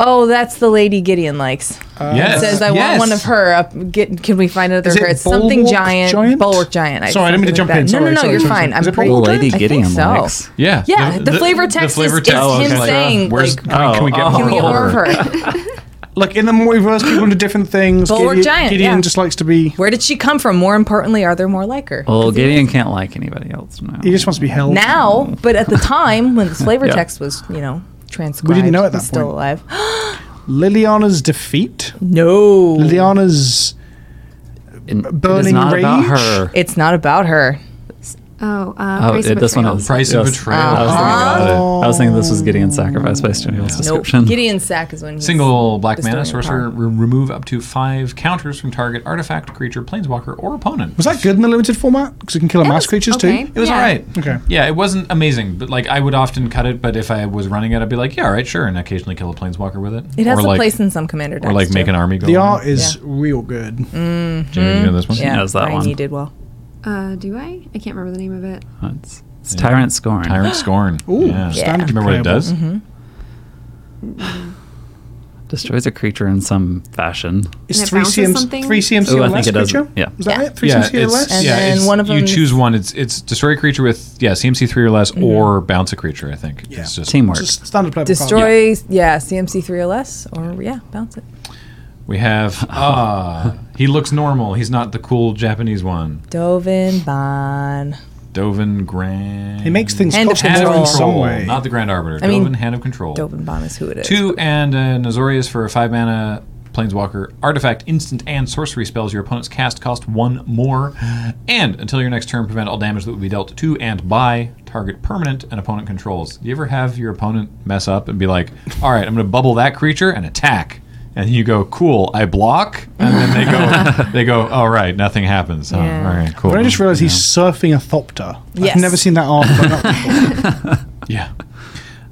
[SPEAKER 2] Oh, that's the lady Gideon likes.
[SPEAKER 4] Uh,
[SPEAKER 1] fine. Yes.
[SPEAKER 2] Says I
[SPEAKER 1] yes.
[SPEAKER 2] want one of her. Up, get, can we find another
[SPEAKER 4] Is
[SPEAKER 2] of her?
[SPEAKER 4] it
[SPEAKER 2] It's something
[SPEAKER 4] Bulwark
[SPEAKER 2] giant,
[SPEAKER 4] Giant?
[SPEAKER 2] bulwark giant. I-
[SPEAKER 4] Sorry, I didn't mean
[SPEAKER 2] something
[SPEAKER 4] to jump
[SPEAKER 2] like
[SPEAKER 4] in.
[SPEAKER 2] that.
[SPEAKER 4] Sorry,
[SPEAKER 2] No, no,
[SPEAKER 4] sorry,
[SPEAKER 2] no. You're
[SPEAKER 4] sorry,
[SPEAKER 2] fine.
[SPEAKER 4] sorry. Is
[SPEAKER 2] I'm
[SPEAKER 4] it bulwark
[SPEAKER 3] The
[SPEAKER 2] pretty
[SPEAKER 4] giant?
[SPEAKER 2] good. I
[SPEAKER 3] lady
[SPEAKER 2] think
[SPEAKER 3] Gideon
[SPEAKER 2] so.
[SPEAKER 3] likes.
[SPEAKER 1] Yeah.
[SPEAKER 2] Yeah, the flavor text is- is him
[SPEAKER 1] like,
[SPEAKER 2] saying,
[SPEAKER 1] Where's,
[SPEAKER 2] like,
[SPEAKER 1] can, we- can we get
[SPEAKER 3] oh,
[SPEAKER 1] more
[SPEAKER 2] Can we get more of
[SPEAKER 1] her?
[SPEAKER 2] her?
[SPEAKER 4] Like in the multiverse, people do different things.
[SPEAKER 2] Bulwark
[SPEAKER 4] Gideon,
[SPEAKER 2] giant,
[SPEAKER 4] Gideon
[SPEAKER 2] yeah.
[SPEAKER 4] just likes to be.
[SPEAKER 2] Where did she come from? More importantly, are there more like
[SPEAKER 4] Oh.
[SPEAKER 2] her?
[SPEAKER 3] Well, Gideon can't like anybody else now.
[SPEAKER 4] He just wants to be held.
[SPEAKER 2] now, but at the time when this flavor
[SPEAKER 3] Yeah.
[SPEAKER 2] text was, you know, transcribed,
[SPEAKER 4] know at that
[SPEAKER 2] and still
[SPEAKER 4] point.
[SPEAKER 2] alive.
[SPEAKER 4] Liliana's defeat.
[SPEAKER 2] no,
[SPEAKER 4] Liliana's
[SPEAKER 3] And it is
[SPEAKER 4] burning
[SPEAKER 3] not about
[SPEAKER 4] rage?
[SPEAKER 3] her.
[SPEAKER 2] it's not about her.
[SPEAKER 5] Oh, uh,
[SPEAKER 3] Oh,
[SPEAKER 5] Price
[SPEAKER 3] it-
[SPEAKER 5] of
[SPEAKER 3] this one
[SPEAKER 5] Betrayal.
[SPEAKER 3] is
[SPEAKER 1] Price of betrayal.
[SPEAKER 3] I was, thinking about it.
[SPEAKER 1] Uh-huh.
[SPEAKER 3] I was thinking this was Gideon's sacrifice based on Neil's
[SPEAKER 2] Nope.
[SPEAKER 3] description.
[SPEAKER 2] Gideon Sack is when he's
[SPEAKER 1] Single black
[SPEAKER 2] Destroying
[SPEAKER 1] mana
[SPEAKER 2] your
[SPEAKER 1] sorcerer re- remove up to five counters from target artifact, creature, planeswalker, or opponent.
[SPEAKER 4] Was that good in the limited format? Because it can kill a mouse creatures
[SPEAKER 5] okay.
[SPEAKER 4] too.
[SPEAKER 1] It was
[SPEAKER 5] Yeah.
[SPEAKER 1] all right.
[SPEAKER 4] Okay.
[SPEAKER 1] Yeah, it wasn't amazing, but like I would often cut it. But if I was running it, I'd be like, yeah, all right, sure, and occasionally kill a planeswalker with it.
[SPEAKER 2] It has
[SPEAKER 1] or
[SPEAKER 2] a
[SPEAKER 1] like,
[SPEAKER 2] place in some commander decks.
[SPEAKER 1] or like
[SPEAKER 2] too.
[SPEAKER 1] make an army go.
[SPEAKER 4] The
[SPEAKER 1] on
[SPEAKER 4] art
[SPEAKER 1] it.
[SPEAKER 4] is real good.
[SPEAKER 2] Mm.
[SPEAKER 1] Jamie, do you know this one?
[SPEAKER 2] Mm-hmm. Yeah,
[SPEAKER 3] knows that
[SPEAKER 2] Brian,
[SPEAKER 3] one.
[SPEAKER 2] you did well.
[SPEAKER 5] Uh, do I? I can't remember the name of it.
[SPEAKER 3] It's, it's Tyrant Scorn.
[SPEAKER 1] Tyrant Scorn.
[SPEAKER 4] Ooh,
[SPEAKER 1] yeah.
[SPEAKER 4] Yeah. standard
[SPEAKER 1] Do you remember what it
[SPEAKER 4] playable. Mm-hmm.
[SPEAKER 1] does?
[SPEAKER 3] Destroys a creature in some fashion.
[SPEAKER 4] It's
[SPEAKER 5] And it
[SPEAKER 4] three
[SPEAKER 5] bounces
[SPEAKER 4] CMs.
[SPEAKER 5] something?
[SPEAKER 4] Three CMC
[SPEAKER 3] Ooh,
[SPEAKER 4] or
[SPEAKER 3] I think
[SPEAKER 4] less
[SPEAKER 3] it does.
[SPEAKER 4] creature.
[SPEAKER 3] Yeah.
[SPEAKER 4] Is that
[SPEAKER 2] Yeah.
[SPEAKER 4] it? Three CMC or
[SPEAKER 1] it's-
[SPEAKER 4] less.
[SPEAKER 2] And
[SPEAKER 1] yeah,
[SPEAKER 2] then
[SPEAKER 1] it's-
[SPEAKER 2] one of
[SPEAKER 1] you
[SPEAKER 2] them-
[SPEAKER 1] choose one. It's it's destroy a creature with yeah CMC three or less, or bounce a creature. I think.
[SPEAKER 4] Mm-hmm. Yeah.
[SPEAKER 1] It's just,
[SPEAKER 3] Teamwork.
[SPEAKER 4] Just standard playable card.
[SPEAKER 2] Destroy, yeah. CMC three or less, or yeah, bounce it.
[SPEAKER 1] we have ah he looks normal. He's not the cool Japanese one.
[SPEAKER 2] Dovin Bon.
[SPEAKER 1] Dovan Grand.
[SPEAKER 4] He makes things
[SPEAKER 2] Hand of
[SPEAKER 4] cost
[SPEAKER 1] hand
[SPEAKER 4] more
[SPEAKER 1] of
[SPEAKER 4] in some
[SPEAKER 1] control,
[SPEAKER 4] way.
[SPEAKER 1] not the Grand Arbiter.
[SPEAKER 2] mean-
[SPEAKER 1] Dovan hand of control.
[SPEAKER 2] Dovin Bon is who it is.
[SPEAKER 1] Two and uh, Nazorius for a five mana planeswalker artifact, instant and sorcery spells your opponents cast cost one more, and until your next turn, prevent all damage that would be dealt to and by target permanent an opponent controls. You ever have your opponent mess up and be like, "All right, I'm going to bubble that creature and attack." And you go, cool. I block, and then they go, they go. All right, nothing happens. Oh,
[SPEAKER 2] Yeah.
[SPEAKER 1] All right, cool.
[SPEAKER 4] But I just realised he's surfing a thopter.
[SPEAKER 2] Yes.
[SPEAKER 4] I've never seen that art. But not before.
[SPEAKER 1] yeah.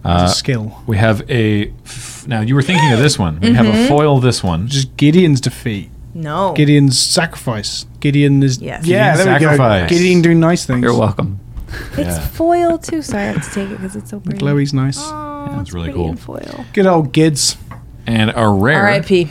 [SPEAKER 1] Uh,
[SPEAKER 4] It's a skill.
[SPEAKER 1] We have a. F- now you were thinking of this one. We have a foil. This one.
[SPEAKER 4] Just Gideon's defeat.
[SPEAKER 2] No.
[SPEAKER 4] Gideon's sacrifice. Gideon is
[SPEAKER 2] Yes.
[SPEAKER 4] yeah.
[SPEAKER 1] Gideon's
[SPEAKER 4] there
[SPEAKER 1] sacrifice.
[SPEAKER 4] we go. Gideon doing nice things.
[SPEAKER 3] You're welcome.
[SPEAKER 1] Yeah.
[SPEAKER 6] It's foil too, so I have to take it because it's so pretty.
[SPEAKER 4] Glowy's nice.
[SPEAKER 6] Oh,
[SPEAKER 1] it's
[SPEAKER 6] it's
[SPEAKER 1] really
[SPEAKER 6] pretty
[SPEAKER 1] cool.
[SPEAKER 6] in Foil.
[SPEAKER 4] Good old Gids.
[SPEAKER 1] And a rare.
[SPEAKER 2] R.I.P.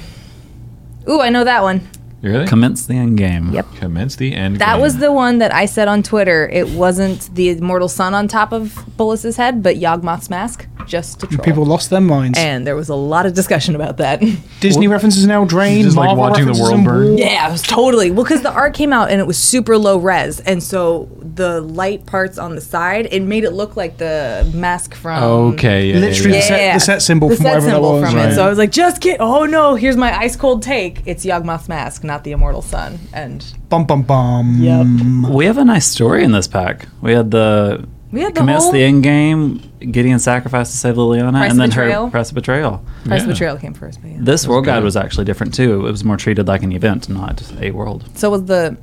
[SPEAKER 2] Ooh, I know that one.
[SPEAKER 1] You Really?
[SPEAKER 3] Commence the end game.
[SPEAKER 2] Yep.
[SPEAKER 1] Commence the end.
[SPEAKER 2] That
[SPEAKER 1] game.
[SPEAKER 2] was the one that I said on Twitter. It wasn't the immortal sun on top of Bolus's head, but Yawgmoth's mask, just to troll.
[SPEAKER 4] People lost their minds.
[SPEAKER 2] and there was a lot of discussion about that.
[SPEAKER 4] Disney references now drain.
[SPEAKER 1] Just like
[SPEAKER 4] Marvel
[SPEAKER 1] watching the
[SPEAKER 4] references
[SPEAKER 1] world
[SPEAKER 4] and
[SPEAKER 1] burn.
[SPEAKER 4] war.
[SPEAKER 2] yeah, it was totally. Well, because the art came out and it was super low res, and so the light parts on the side, it made it look like the mask from.
[SPEAKER 1] Okay. Yeah,
[SPEAKER 4] Literally
[SPEAKER 1] yeah,
[SPEAKER 4] the
[SPEAKER 1] yeah.
[SPEAKER 4] set- symbol
[SPEAKER 2] the
[SPEAKER 4] from
[SPEAKER 2] set
[SPEAKER 4] whatever that
[SPEAKER 2] symbol
[SPEAKER 4] was,
[SPEAKER 2] From
[SPEAKER 1] right.
[SPEAKER 2] it. So I was like, just kid. Oh no, here's my ice cold take. It's Yawgmoth's mask, not the Immortal Sun. And
[SPEAKER 4] Bum bum bum.
[SPEAKER 3] We have a nice story in this pack. We had the
[SPEAKER 2] we had the
[SPEAKER 3] commence
[SPEAKER 2] whole
[SPEAKER 3] the end game, Gideon sacrificed to save Liliana,
[SPEAKER 2] Price of
[SPEAKER 3] and then her
[SPEAKER 2] betrayal.
[SPEAKER 3] price of betrayal.
[SPEAKER 2] Price
[SPEAKER 1] Yeah.
[SPEAKER 2] of Betrayal came first, but yeah.
[SPEAKER 3] This world guide
[SPEAKER 1] good.
[SPEAKER 3] was actually different too. It was more treated like an event, not a world.
[SPEAKER 2] so was the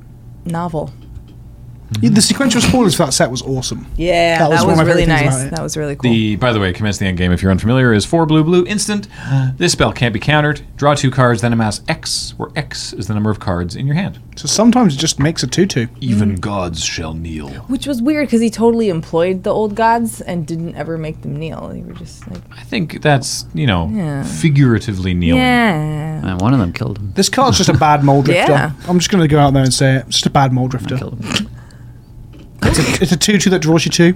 [SPEAKER 2] novel.
[SPEAKER 4] Yeah, The sequential spoilers for that set was awesome.
[SPEAKER 2] Yeah, that,
[SPEAKER 4] That was one
[SPEAKER 2] was,
[SPEAKER 4] of my
[SPEAKER 2] really
[SPEAKER 4] favorite things
[SPEAKER 2] nice.
[SPEAKER 4] about it.
[SPEAKER 2] That was really cool.
[SPEAKER 1] The by the way, commence the end game. If you're unfamiliar, is four blue blue instant. This spell can't be countered. Draw two cards, then amass X, where X is the number of cards in your hand.
[SPEAKER 4] So sometimes it just makes a tutu.
[SPEAKER 1] Even gods shall kneel.
[SPEAKER 2] Which was weird because he totally employed the old gods and didn't ever make them kneel. They were just like,
[SPEAKER 1] I think that's you know
[SPEAKER 2] Yeah.
[SPEAKER 1] figuratively kneeling.
[SPEAKER 2] yeah.
[SPEAKER 3] And one of them killed him.
[SPEAKER 4] This card's just a bad mole drifter.
[SPEAKER 2] Yeah.
[SPEAKER 4] I'm just going to go out there and say it. It's just a bad mole drifter.
[SPEAKER 3] Killed him.
[SPEAKER 4] It's a, it's a tutu that draws you two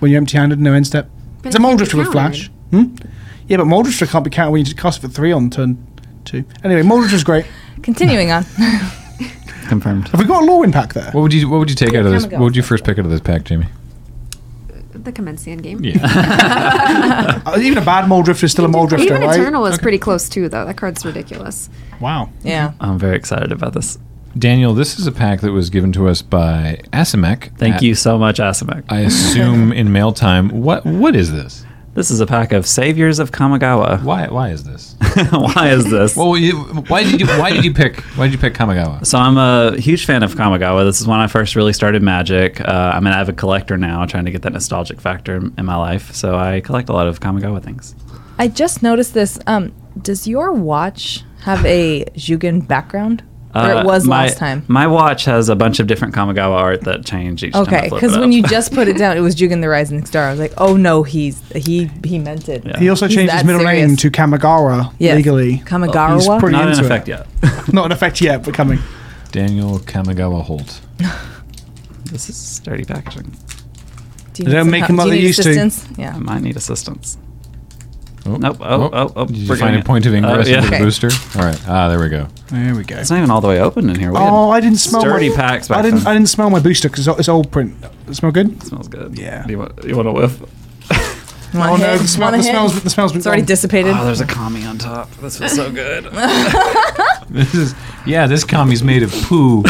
[SPEAKER 4] when you're empty handed, no end step.
[SPEAKER 5] But
[SPEAKER 4] it's a
[SPEAKER 5] it
[SPEAKER 4] mole
[SPEAKER 5] can't be
[SPEAKER 4] drifter with flash. Hmm? Yeah, but mole drifter can't be counted when you just cast it for three on turn two. Anyway, mole drifter's great.
[SPEAKER 2] Continuing on.
[SPEAKER 3] Confirmed.
[SPEAKER 4] Have we got a law impact there?
[SPEAKER 1] What would you What would you take out of this?
[SPEAKER 2] Chemicals.
[SPEAKER 1] What would you first pick out of this pack, Jamie?
[SPEAKER 5] The commence the end game.
[SPEAKER 1] Yeah.
[SPEAKER 4] Uh, even a bad mole drifter is still a mole drifter,
[SPEAKER 5] Even
[SPEAKER 4] right?
[SPEAKER 5] Eternal is pretty close too, though. That card's ridiculous.
[SPEAKER 4] Wow.
[SPEAKER 2] Yeah.
[SPEAKER 3] I'm very excited about this.
[SPEAKER 1] Daniel, this is a pack that was given to us by Asimek.
[SPEAKER 3] Thank
[SPEAKER 1] at-
[SPEAKER 3] you so much, Asimek.
[SPEAKER 1] I assume in mail time. What What is this?
[SPEAKER 3] This is a pack of Saviors of Kamigawa.
[SPEAKER 1] Why Why is this?
[SPEAKER 3] Why is this?
[SPEAKER 1] Well, you, why did you Why did you pick Why did you pick Kamigawa?
[SPEAKER 3] So I'm a huge fan of Kamigawa. This is when I first really started Magic. Uh, I'm an avid collector now, trying to get that nostalgic factor in my life. So I collect a lot of Kamigawa things.
[SPEAKER 2] I just noticed this. Um, does your watch have a Jugen background? or
[SPEAKER 3] Uh,
[SPEAKER 2] it was
[SPEAKER 3] my-
[SPEAKER 2] last time.
[SPEAKER 3] My watch has a bunch of different Kamigawa art that change each time.
[SPEAKER 2] Okay,
[SPEAKER 3] I flip
[SPEAKER 2] because
[SPEAKER 3] it
[SPEAKER 2] when
[SPEAKER 3] up.
[SPEAKER 2] you just put it down, it was Jugen the Rising Star. I was like, oh no, he's he he meant it.
[SPEAKER 3] Yeah.
[SPEAKER 4] He also
[SPEAKER 2] He's
[SPEAKER 4] changed his
[SPEAKER 2] that
[SPEAKER 4] middle
[SPEAKER 2] serious.
[SPEAKER 4] name to Kamigara
[SPEAKER 2] Yes.
[SPEAKER 4] legally.
[SPEAKER 2] Kamigawa.
[SPEAKER 4] He's pretty
[SPEAKER 3] not in
[SPEAKER 4] into it.
[SPEAKER 3] effect yet.
[SPEAKER 4] Not in effect yet, but coming.
[SPEAKER 1] Daniel Kamigawa Holt.
[SPEAKER 3] this is sturdy
[SPEAKER 2] Do
[SPEAKER 3] packaging.
[SPEAKER 2] you
[SPEAKER 4] They
[SPEAKER 2] need
[SPEAKER 4] don't
[SPEAKER 2] some
[SPEAKER 4] make
[SPEAKER 2] help?
[SPEAKER 4] him what
[SPEAKER 2] Do you
[SPEAKER 4] they
[SPEAKER 2] need
[SPEAKER 4] used to.
[SPEAKER 2] assistance?
[SPEAKER 3] I
[SPEAKER 2] Yeah.
[SPEAKER 3] might need assistance.
[SPEAKER 1] Oh,
[SPEAKER 3] Nope. Oh, oh, oh.
[SPEAKER 1] Did
[SPEAKER 3] we're
[SPEAKER 1] you find
[SPEAKER 3] getting
[SPEAKER 1] a point of
[SPEAKER 3] it. Oh,
[SPEAKER 1] ingress
[SPEAKER 3] yeah.
[SPEAKER 1] into the
[SPEAKER 2] Okay.
[SPEAKER 1] booster? All right. Ah, there we go.
[SPEAKER 4] There we go.
[SPEAKER 3] It's not even all the way open in here. We
[SPEAKER 4] Oh,
[SPEAKER 3] had-
[SPEAKER 4] I didn't smell
[SPEAKER 3] Sturdy
[SPEAKER 4] my,
[SPEAKER 3] packs back
[SPEAKER 4] I didn't.
[SPEAKER 3] then.
[SPEAKER 4] I didn't smell my booster because it's old print. Does It smell good.
[SPEAKER 3] smells good.
[SPEAKER 4] Yeah.
[SPEAKER 3] Do you want, you want a whiff?
[SPEAKER 2] Wanna
[SPEAKER 4] oh no,
[SPEAKER 2] hit?
[SPEAKER 4] the, smell,
[SPEAKER 2] Wanna
[SPEAKER 4] the
[SPEAKER 2] hit?
[SPEAKER 4] smells. The smells.
[SPEAKER 2] It's already dissipated.
[SPEAKER 3] Oh, there's a kami on top. This feels so good.
[SPEAKER 1] This is yeah. This comie's made of poo,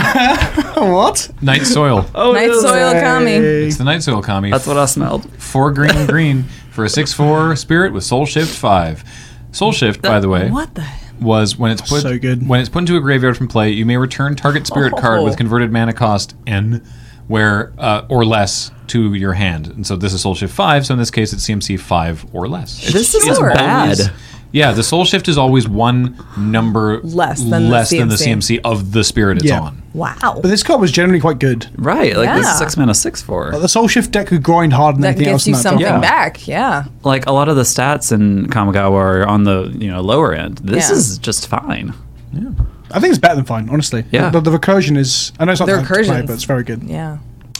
[SPEAKER 4] Oh, what?
[SPEAKER 1] night soil.
[SPEAKER 3] Oh, it
[SPEAKER 2] Night
[SPEAKER 3] is.
[SPEAKER 2] soil kami.
[SPEAKER 1] It's the night soil commie.
[SPEAKER 3] That's what I smelled.
[SPEAKER 1] four green green for a six four spirit with soul shift five. Soul shift, by the way,
[SPEAKER 2] What the?
[SPEAKER 1] was when it's put
[SPEAKER 4] So good.
[SPEAKER 1] when it's put into a graveyard from play, you may return target spirit card
[SPEAKER 2] Oh.
[SPEAKER 1] with converted mana cost n, where uh, or less to your hand. And so this is soul shift five. So in this case, it's CMC five or less. It's-
[SPEAKER 3] This isn't
[SPEAKER 1] it's
[SPEAKER 3] bad.
[SPEAKER 1] always- yeah, the soul shift is always one number
[SPEAKER 2] Less than the
[SPEAKER 1] less than the
[SPEAKER 2] CMC.
[SPEAKER 1] CMC of the spirit it's
[SPEAKER 4] Yeah.
[SPEAKER 1] on.
[SPEAKER 2] Wow.
[SPEAKER 4] But this card was generally quite good.
[SPEAKER 3] Right, like this
[SPEAKER 2] Yeah.
[SPEAKER 3] is six mana six four.
[SPEAKER 4] The soul shift deck could grind harder than
[SPEAKER 2] that
[SPEAKER 4] anything else.
[SPEAKER 2] gives
[SPEAKER 4] in
[SPEAKER 2] you
[SPEAKER 4] that
[SPEAKER 2] something back.
[SPEAKER 3] Yeah.
[SPEAKER 4] deck.
[SPEAKER 2] Yeah.
[SPEAKER 3] Like a lot of the stats in Kamigawa are on the you know lower end. This
[SPEAKER 2] Yeah.
[SPEAKER 3] is just fine.
[SPEAKER 4] I think it's better than fine, honestly.
[SPEAKER 3] Yeah.
[SPEAKER 4] The, the recursion is. I know it's not
[SPEAKER 2] The
[SPEAKER 4] that to play,
[SPEAKER 2] recursion's-
[SPEAKER 4] but it's very good.
[SPEAKER 2] Yeah.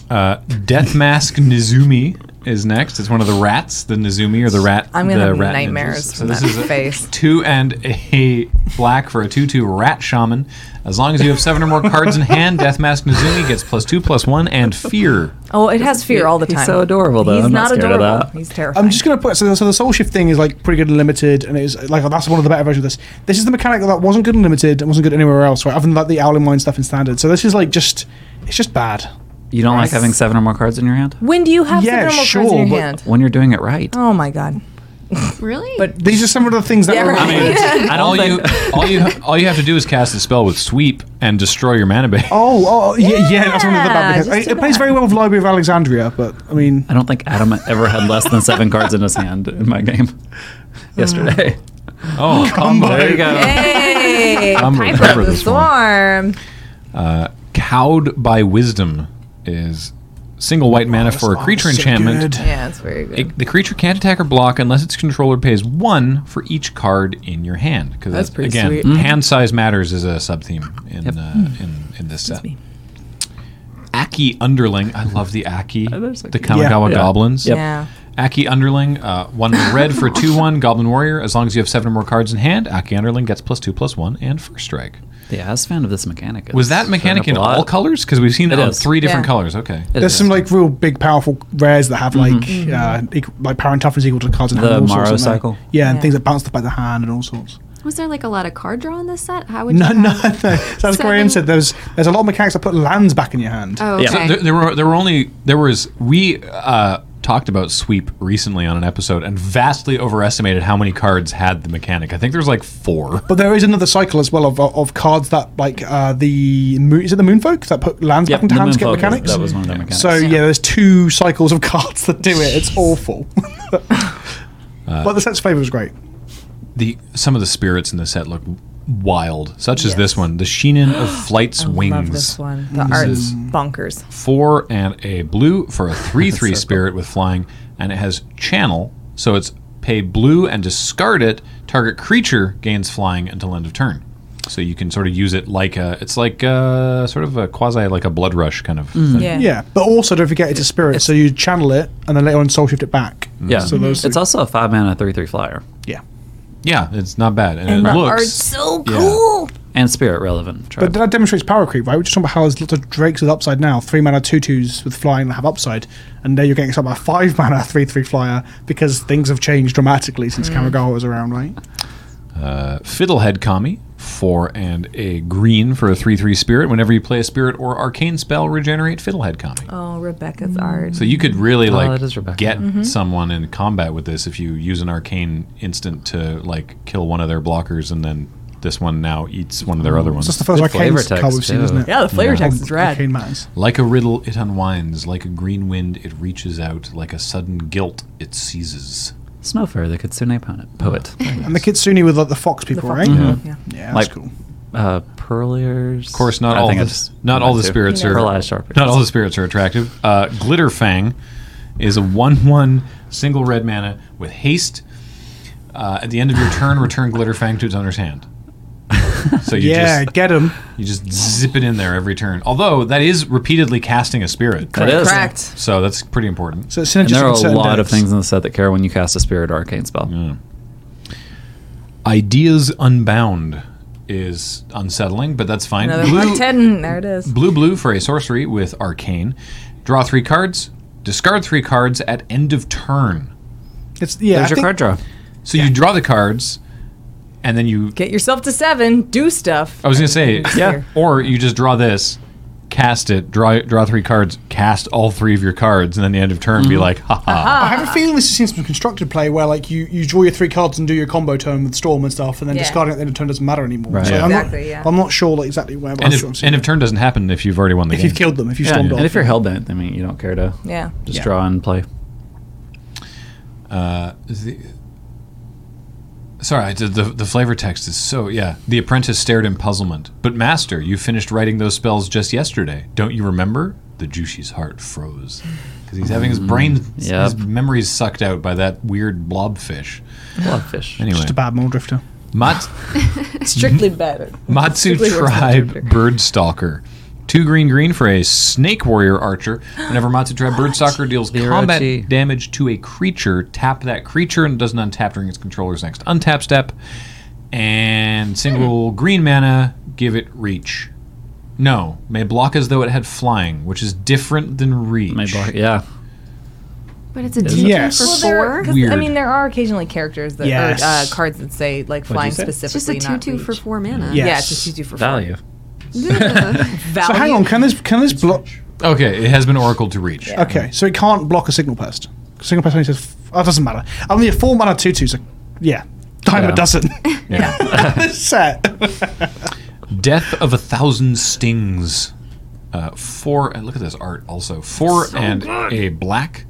[SPEAKER 1] Uh, Death Mask Nizumi is next. It's one of the rats, the Nizumi or the rat.
[SPEAKER 2] I'm gonna
[SPEAKER 1] the
[SPEAKER 2] have
[SPEAKER 1] rat
[SPEAKER 2] nightmares
[SPEAKER 1] ninjas.
[SPEAKER 2] from that
[SPEAKER 1] a
[SPEAKER 2] face.
[SPEAKER 1] two and a black for a two-two rat shaman. As long as you have seven or more cards in hand, Death Mask Nizumi gets plus two, plus one, and fear.
[SPEAKER 2] Oh, it has fear all the time.
[SPEAKER 3] He's so adorable though.
[SPEAKER 2] He's
[SPEAKER 3] I'm
[SPEAKER 2] not
[SPEAKER 3] not, scared
[SPEAKER 2] adorable.
[SPEAKER 3] of that.
[SPEAKER 2] He's terrifying.
[SPEAKER 4] I'm just gonna put so, so the soul shift thing is like pretty good and limited, and it's like that's one of the better versions of this. This is the mechanic that wasn't good and limited, and wasn't good anywhere else, right? Other than like the owl in mind stuff in standard. So this is like just, it's just bad.
[SPEAKER 3] You don't like having seven or more cards in your hand
[SPEAKER 2] when do you have
[SPEAKER 4] Yeah,
[SPEAKER 2] the thermal
[SPEAKER 4] sure,
[SPEAKER 2] cards in your
[SPEAKER 4] but-
[SPEAKER 2] hand?
[SPEAKER 3] when you're doing it right.
[SPEAKER 2] Oh my god.
[SPEAKER 5] Really?
[SPEAKER 2] But-
[SPEAKER 4] These are some of the things that
[SPEAKER 2] Yeah,
[SPEAKER 4] were
[SPEAKER 2] right.
[SPEAKER 3] I don't
[SPEAKER 1] all
[SPEAKER 3] think.
[SPEAKER 1] you, all you, all you have to do is cast a spell with sweep and destroy your mana base.
[SPEAKER 4] Oh, oh, yeah, yeah, that's one of
[SPEAKER 2] Yeah,
[SPEAKER 4] the bad mechanics.
[SPEAKER 2] just
[SPEAKER 4] It,
[SPEAKER 2] do
[SPEAKER 4] it plays
[SPEAKER 2] that.
[SPEAKER 4] very well with Library of Alexandria, but I mean,
[SPEAKER 3] I don't think Adam ever had less than seven cards in his hand in my game yesterday.
[SPEAKER 1] Oh,
[SPEAKER 3] There you go.
[SPEAKER 2] Hey,
[SPEAKER 1] I'm gonna remember
[SPEAKER 2] Piper the
[SPEAKER 1] this one.
[SPEAKER 2] Storm.
[SPEAKER 1] Cowed by Wisdom is single white mana
[SPEAKER 4] that
[SPEAKER 1] for a
[SPEAKER 4] song
[SPEAKER 1] creature
[SPEAKER 4] is so
[SPEAKER 1] enchantment.
[SPEAKER 4] good.
[SPEAKER 2] Yeah, it's very good.
[SPEAKER 1] It- the creature can't attack or block unless its controller pays one for each card in your hand. Because
[SPEAKER 2] That's pretty
[SPEAKER 1] again,
[SPEAKER 2] sweet. Mm-hmm.
[SPEAKER 1] hand size matters is a sub theme in, uh, in in this set.
[SPEAKER 2] me.
[SPEAKER 1] Aki Underling, I love the Aki,
[SPEAKER 2] Oh,
[SPEAKER 3] those are
[SPEAKER 1] the
[SPEAKER 3] cute.
[SPEAKER 4] Yeah.
[SPEAKER 1] Kamigawa
[SPEAKER 3] Yeah.
[SPEAKER 1] Goblins.
[SPEAKER 3] Yep.
[SPEAKER 2] Yeah.
[SPEAKER 1] Aki Underling, uh, one red for two one Goblin Warrior. As long as you have seven or more cards in hand, Aki Underling gets plus two plus one and first strike.
[SPEAKER 3] The ass fan of this mechanic. It's
[SPEAKER 1] Was that
[SPEAKER 3] showing up
[SPEAKER 1] mechanic
[SPEAKER 3] a
[SPEAKER 1] in all
[SPEAKER 3] lot.
[SPEAKER 1] colors? Because we've seen it,
[SPEAKER 3] It
[SPEAKER 1] on
[SPEAKER 3] is.
[SPEAKER 1] three different
[SPEAKER 2] Yeah.
[SPEAKER 1] colors. Okay.
[SPEAKER 3] It
[SPEAKER 4] There's
[SPEAKER 3] is.
[SPEAKER 4] some like real big, powerful rares that have like uh, equal, like power and toughness equal to cards in
[SPEAKER 3] The
[SPEAKER 4] hand. and all sorts,
[SPEAKER 3] Morrow
[SPEAKER 4] aren't they?
[SPEAKER 3] cycle.
[SPEAKER 4] Yeah, and
[SPEAKER 2] Yeah.
[SPEAKER 4] things that bounce the back of the hand and all sorts.
[SPEAKER 5] Was there like a lot of card draw in this set? How would
[SPEAKER 4] No,
[SPEAKER 5] you
[SPEAKER 4] no,
[SPEAKER 5] have-
[SPEAKER 4] no. South Korean
[SPEAKER 5] Seven.
[SPEAKER 4] said there's there's a lot of mechanics that put lands back in your hand.
[SPEAKER 5] Oh,
[SPEAKER 3] Yeah. So
[SPEAKER 5] okay.
[SPEAKER 1] There, there were there were only there was we uh, talked about sweep recently on an episode and vastly overestimated how many cards had the mechanic. I think there's like four.
[SPEAKER 4] But there is another cycle as well of, of cards that like uh, the moon is it the moonfolk that put lands
[SPEAKER 3] Yep,
[SPEAKER 4] back into
[SPEAKER 3] the
[SPEAKER 4] hands to get
[SPEAKER 3] Moonfolk was-
[SPEAKER 4] mechanics.
[SPEAKER 3] That was one of their mechanics.
[SPEAKER 4] So yeah, there's two cycles of cards that do it. It's awful.
[SPEAKER 3] Uh,
[SPEAKER 4] but the set's flavor was great.
[SPEAKER 1] The some of the spirits in the set look wild, such as this
[SPEAKER 2] Yes.
[SPEAKER 1] one, the Sheenan of Flight's Wings.
[SPEAKER 2] Love this one. The art's bonkers.
[SPEAKER 1] four and a blue for a three three spirit with flying, and it has channel, so it's pay blue and discard it. Target creature gains flying until end of turn. So you can sort of use it like a, it's like a, sort of a quasi like a blood rush kind of.
[SPEAKER 3] Hmm.
[SPEAKER 1] thing.
[SPEAKER 2] Yeah.
[SPEAKER 4] Yeah, but also don't forget it's a spirit, so you channel it and then later on soul shift it back.
[SPEAKER 3] Yeah.
[SPEAKER 4] So those
[SPEAKER 3] it's also a five mana three three flyer
[SPEAKER 4] Yeah.
[SPEAKER 1] Yeah, it's not bad, and, it
[SPEAKER 2] The art's
[SPEAKER 1] looks
[SPEAKER 2] so
[SPEAKER 1] yeah.
[SPEAKER 2] cool.
[SPEAKER 3] and spirit relevant.
[SPEAKER 4] But
[SPEAKER 3] Tribe.
[SPEAKER 4] that demonstrates power creep, right? We're just talking about how there's lots of drakes with upside now, three mana two twos with flying that have upside, and now you're getting something like five mana three three flyer because things have changed dramatically since
[SPEAKER 2] Mm.
[SPEAKER 4] Kamigawa was around, right?
[SPEAKER 1] uh, fiddlehead kami four and a green for a three three spirit. Whenever you play a spirit or arcane spell, regenerate fiddlehead kami.
[SPEAKER 2] Oh, Rebecca's art.
[SPEAKER 1] So you could really like
[SPEAKER 3] Oh, that is Rebecca.
[SPEAKER 1] get someone in combat with this if you use an arcane instant to like kill one of their blockers and then this one now eats one of their other
[SPEAKER 4] So that's
[SPEAKER 1] ones.
[SPEAKER 4] the first
[SPEAKER 3] Good
[SPEAKER 4] arcane
[SPEAKER 3] flavor
[SPEAKER 4] card
[SPEAKER 3] text,
[SPEAKER 4] we've seen,
[SPEAKER 3] too.
[SPEAKER 4] isn't it?
[SPEAKER 2] Yeah, the flavor
[SPEAKER 1] Yeah.
[SPEAKER 2] text is
[SPEAKER 4] Arcane
[SPEAKER 2] rad.
[SPEAKER 4] matters.
[SPEAKER 1] Like a riddle, it unwinds. Like a green wind, it reaches out. Like a sudden guilt, it seizes.
[SPEAKER 3] Snow Fairy, the Kitsune po- poet.
[SPEAKER 4] And the Kitsune with like the fox people,
[SPEAKER 2] fox
[SPEAKER 4] right?
[SPEAKER 1] Hmm.
[SPEAKER 2] people, Yeah.
[SPEAKER 4] Yeah, that's
[SPEAKER 3] Mm-hmm. Like-
[SPEAKER 4] cool.
[SPEAKER 3] Uh, Pearliers.
[SPEAKER 1] Of course, not all the, not all the spirits are
[SPEAKER 3] Pearlized Sharpers.
[SPEAKER 1] not all the spirits are attractive. Uh, Glitterfang is a one-one single red mana with haste. Uh, at the end of your turn, return Glitterfang to its owner's hand. So you
[SPEAKER 4] yeah,
[SPEAKER 1] just
[SPEAKER 4] get him.
[SPEAKER 1] you just zip it in there every turn. Although that is repeatedly casting a spirit,
[SPEAKER 3] That is.
[SPEAKER 2] Correct.
[SPEAKER 1] so that's pretty important.
[SPEAKER 4] So it's
[SPEAKER 3] And
[SPEAKER 4] synergistic
[SPEAKER 3] there are
[SPEAKER 4] in
[SPEAKER 3] a
[SPEAKER 4] certain
[SPEAKER 3] lot of
[SPEAKER 4] decks.
[SPEAKER 3] things in the set that care when you cast a spirit or arcane spell.
[SPEAKER 1] Ideas Unbound is unsettling, but that's fine.
[SPEAKER 2] Another
[SPEAKER 1] Blue-
[SPEAKER 2] Blue. Ten. There it is.
[SPEAKER 1] Blue blue for a sorcery with arcane. Draw three cards. Discard three cards at end of turn.
[SPEAKER 4] It's yeah. I
[SPEAKER 3] There's your
[SPEAKER 4] think-
[SPEAKER 3] card draw.
[SPEAKER 1] So you draw the cards, and then you.
[SPEAKER 2] Get yourself to seven. Do stuff.
[SPEAKER 1] I was gonna say
[SPEAKER 3] Yeah.
[SPEAKER 1] Or you just draw this, cast it, draw draw three cards, cast all three of your cards, and then the end of turn be
[SPEAKER 2] Mm-hmm.
[SPEAKER 1] like, ha ha.
[SPEAKER 4] I
[SPEAKER 2] Ah.
[SPEAKER 4] have a feeling this is seen some constructed play where like you, you draw your three cards and do your combo turn with storm and stuff, and then
[SPEAKER 2] Yeah.
[SPEAKER 4] discarding at the end of turn doesn't matter anymore. So
[SPEAKER 1] Yeah.
[SPEAKER 4] I'm
[SPEAKER 2] Exactly,
[SPEAKER 4] Not,
[SPEAKER 2] yeah.
[SPEAKER 4] I'm not sure like, exactly where. but
[SPEAKER 1] End
[SPEAKER 4] that's what I'm
[SPEAKER 1] of,
[SPEAKER 4] seeing.
[SPEAKER 1] end of turn doesn't happen if you've already won the
[SPEAKER 4] if
[SPEAKER 1] game.
[SPEAKER 4] you've killed them, if you
[SPEAKER 3] Yeah.
[SPEAKER 4] stormed
[SPEAKER 3] And
[SPEAKER 4] off.
[SPEAKER 3] if you're hellbent, I mean, you don't care to
[SPEAKER 2] Yeah.
[SPEAKER 3] just
[SPEAKER 4] Yeah.
[SPEAKER 3] draw and play.
[SPEAKER 1] Uh, The- sorry, I did the the flavor text is so yeah. The apprentice stared in puzzlement. But master, you finished writing those spells just yesterday. Don't you remember? The Jushi's heart froze because he's having his brain,
[SPEAKER 3] yep.
[SPEAKER 1] his memories sucked out by that weird blobfish.
[SPEAKER 3] Blobfish.
[SPEAKER 1] Anyway,
[SPEAKER 4] just a bad mole drifter.
[SPEAKER 1] Mat-
[SPEAKER 2] Strictly better.
[SPEAKER 1] Matsu
[SPEAKER 2] Strictly works on Twitter.
[SPEAKER 1] Tribe Bird Stalker. Two green green for a Snake Warrior Archer. Whenever Matsu Tribe Bird Stalker deals
[SPEAKER 3] The
[SPEAKER 1] combat
[SPEAKER 3] Orochi.
[SPEAKER 1] damage to a creature, tap that creature and it doesn't untap during its controller's next untap step. And single green mana, give it reach. No, may block as though it had flying, which is different than reach.
[SPEAKER 3] Maybe block. Yeah.
[SPEAKER 5] But it's a
[SPEAKER 4] it?
[SPEAKER 5] two
[SPEAKER 4] Yes.
[SPEAKER 5] for
[SPEAKER 4] Well,
[SPEAKER 5] four.
[SPEAKER 2] Because I
[SPEAKER 1] Weird.
[SPEAKER 2] mean, there are occasionally characters that
[SPEAKER 4] Yes.
[SPEAKER 2] or, uh, cards that say like flying
[SPEAKER 3] say?
[SPEAKER 5] It's just a
[SPEAKER 2] specifically.
[SPEAKER 5] two
[SPEAKER 2] not
[SPEAKER 5] two for
[SPEAKER 2] reach.
[SPEAKER 5] four mana.
[SPEAKER 4] Yeah.
[SPEAKER 2] Yeah,
[SPEAKER 4] Yes.
[SPEAKER 2] it's just two two for four.
[SPEAKER 3] Value.
[SPEAKER 2] Value.
[SPEAKER 4] So hang on, can this can this block?
[SPEAKER 1] Okay, it has been oracled to reach.
[SPEAKER 4] Okay, so it can't block a signal pest. Signal pest only says f- oh, it doesn't matter. Only a four mana two two. So yeah, time
[SPEAKER 1] Yeah.
[SPEAKER 4] a dozen.
[SPEAKER 1] Yeah.
[SPEAKER 4] Set.
[SPEAKER 1] Death of a Thousand Stings. Uh, four, and look at this art also. Four and a black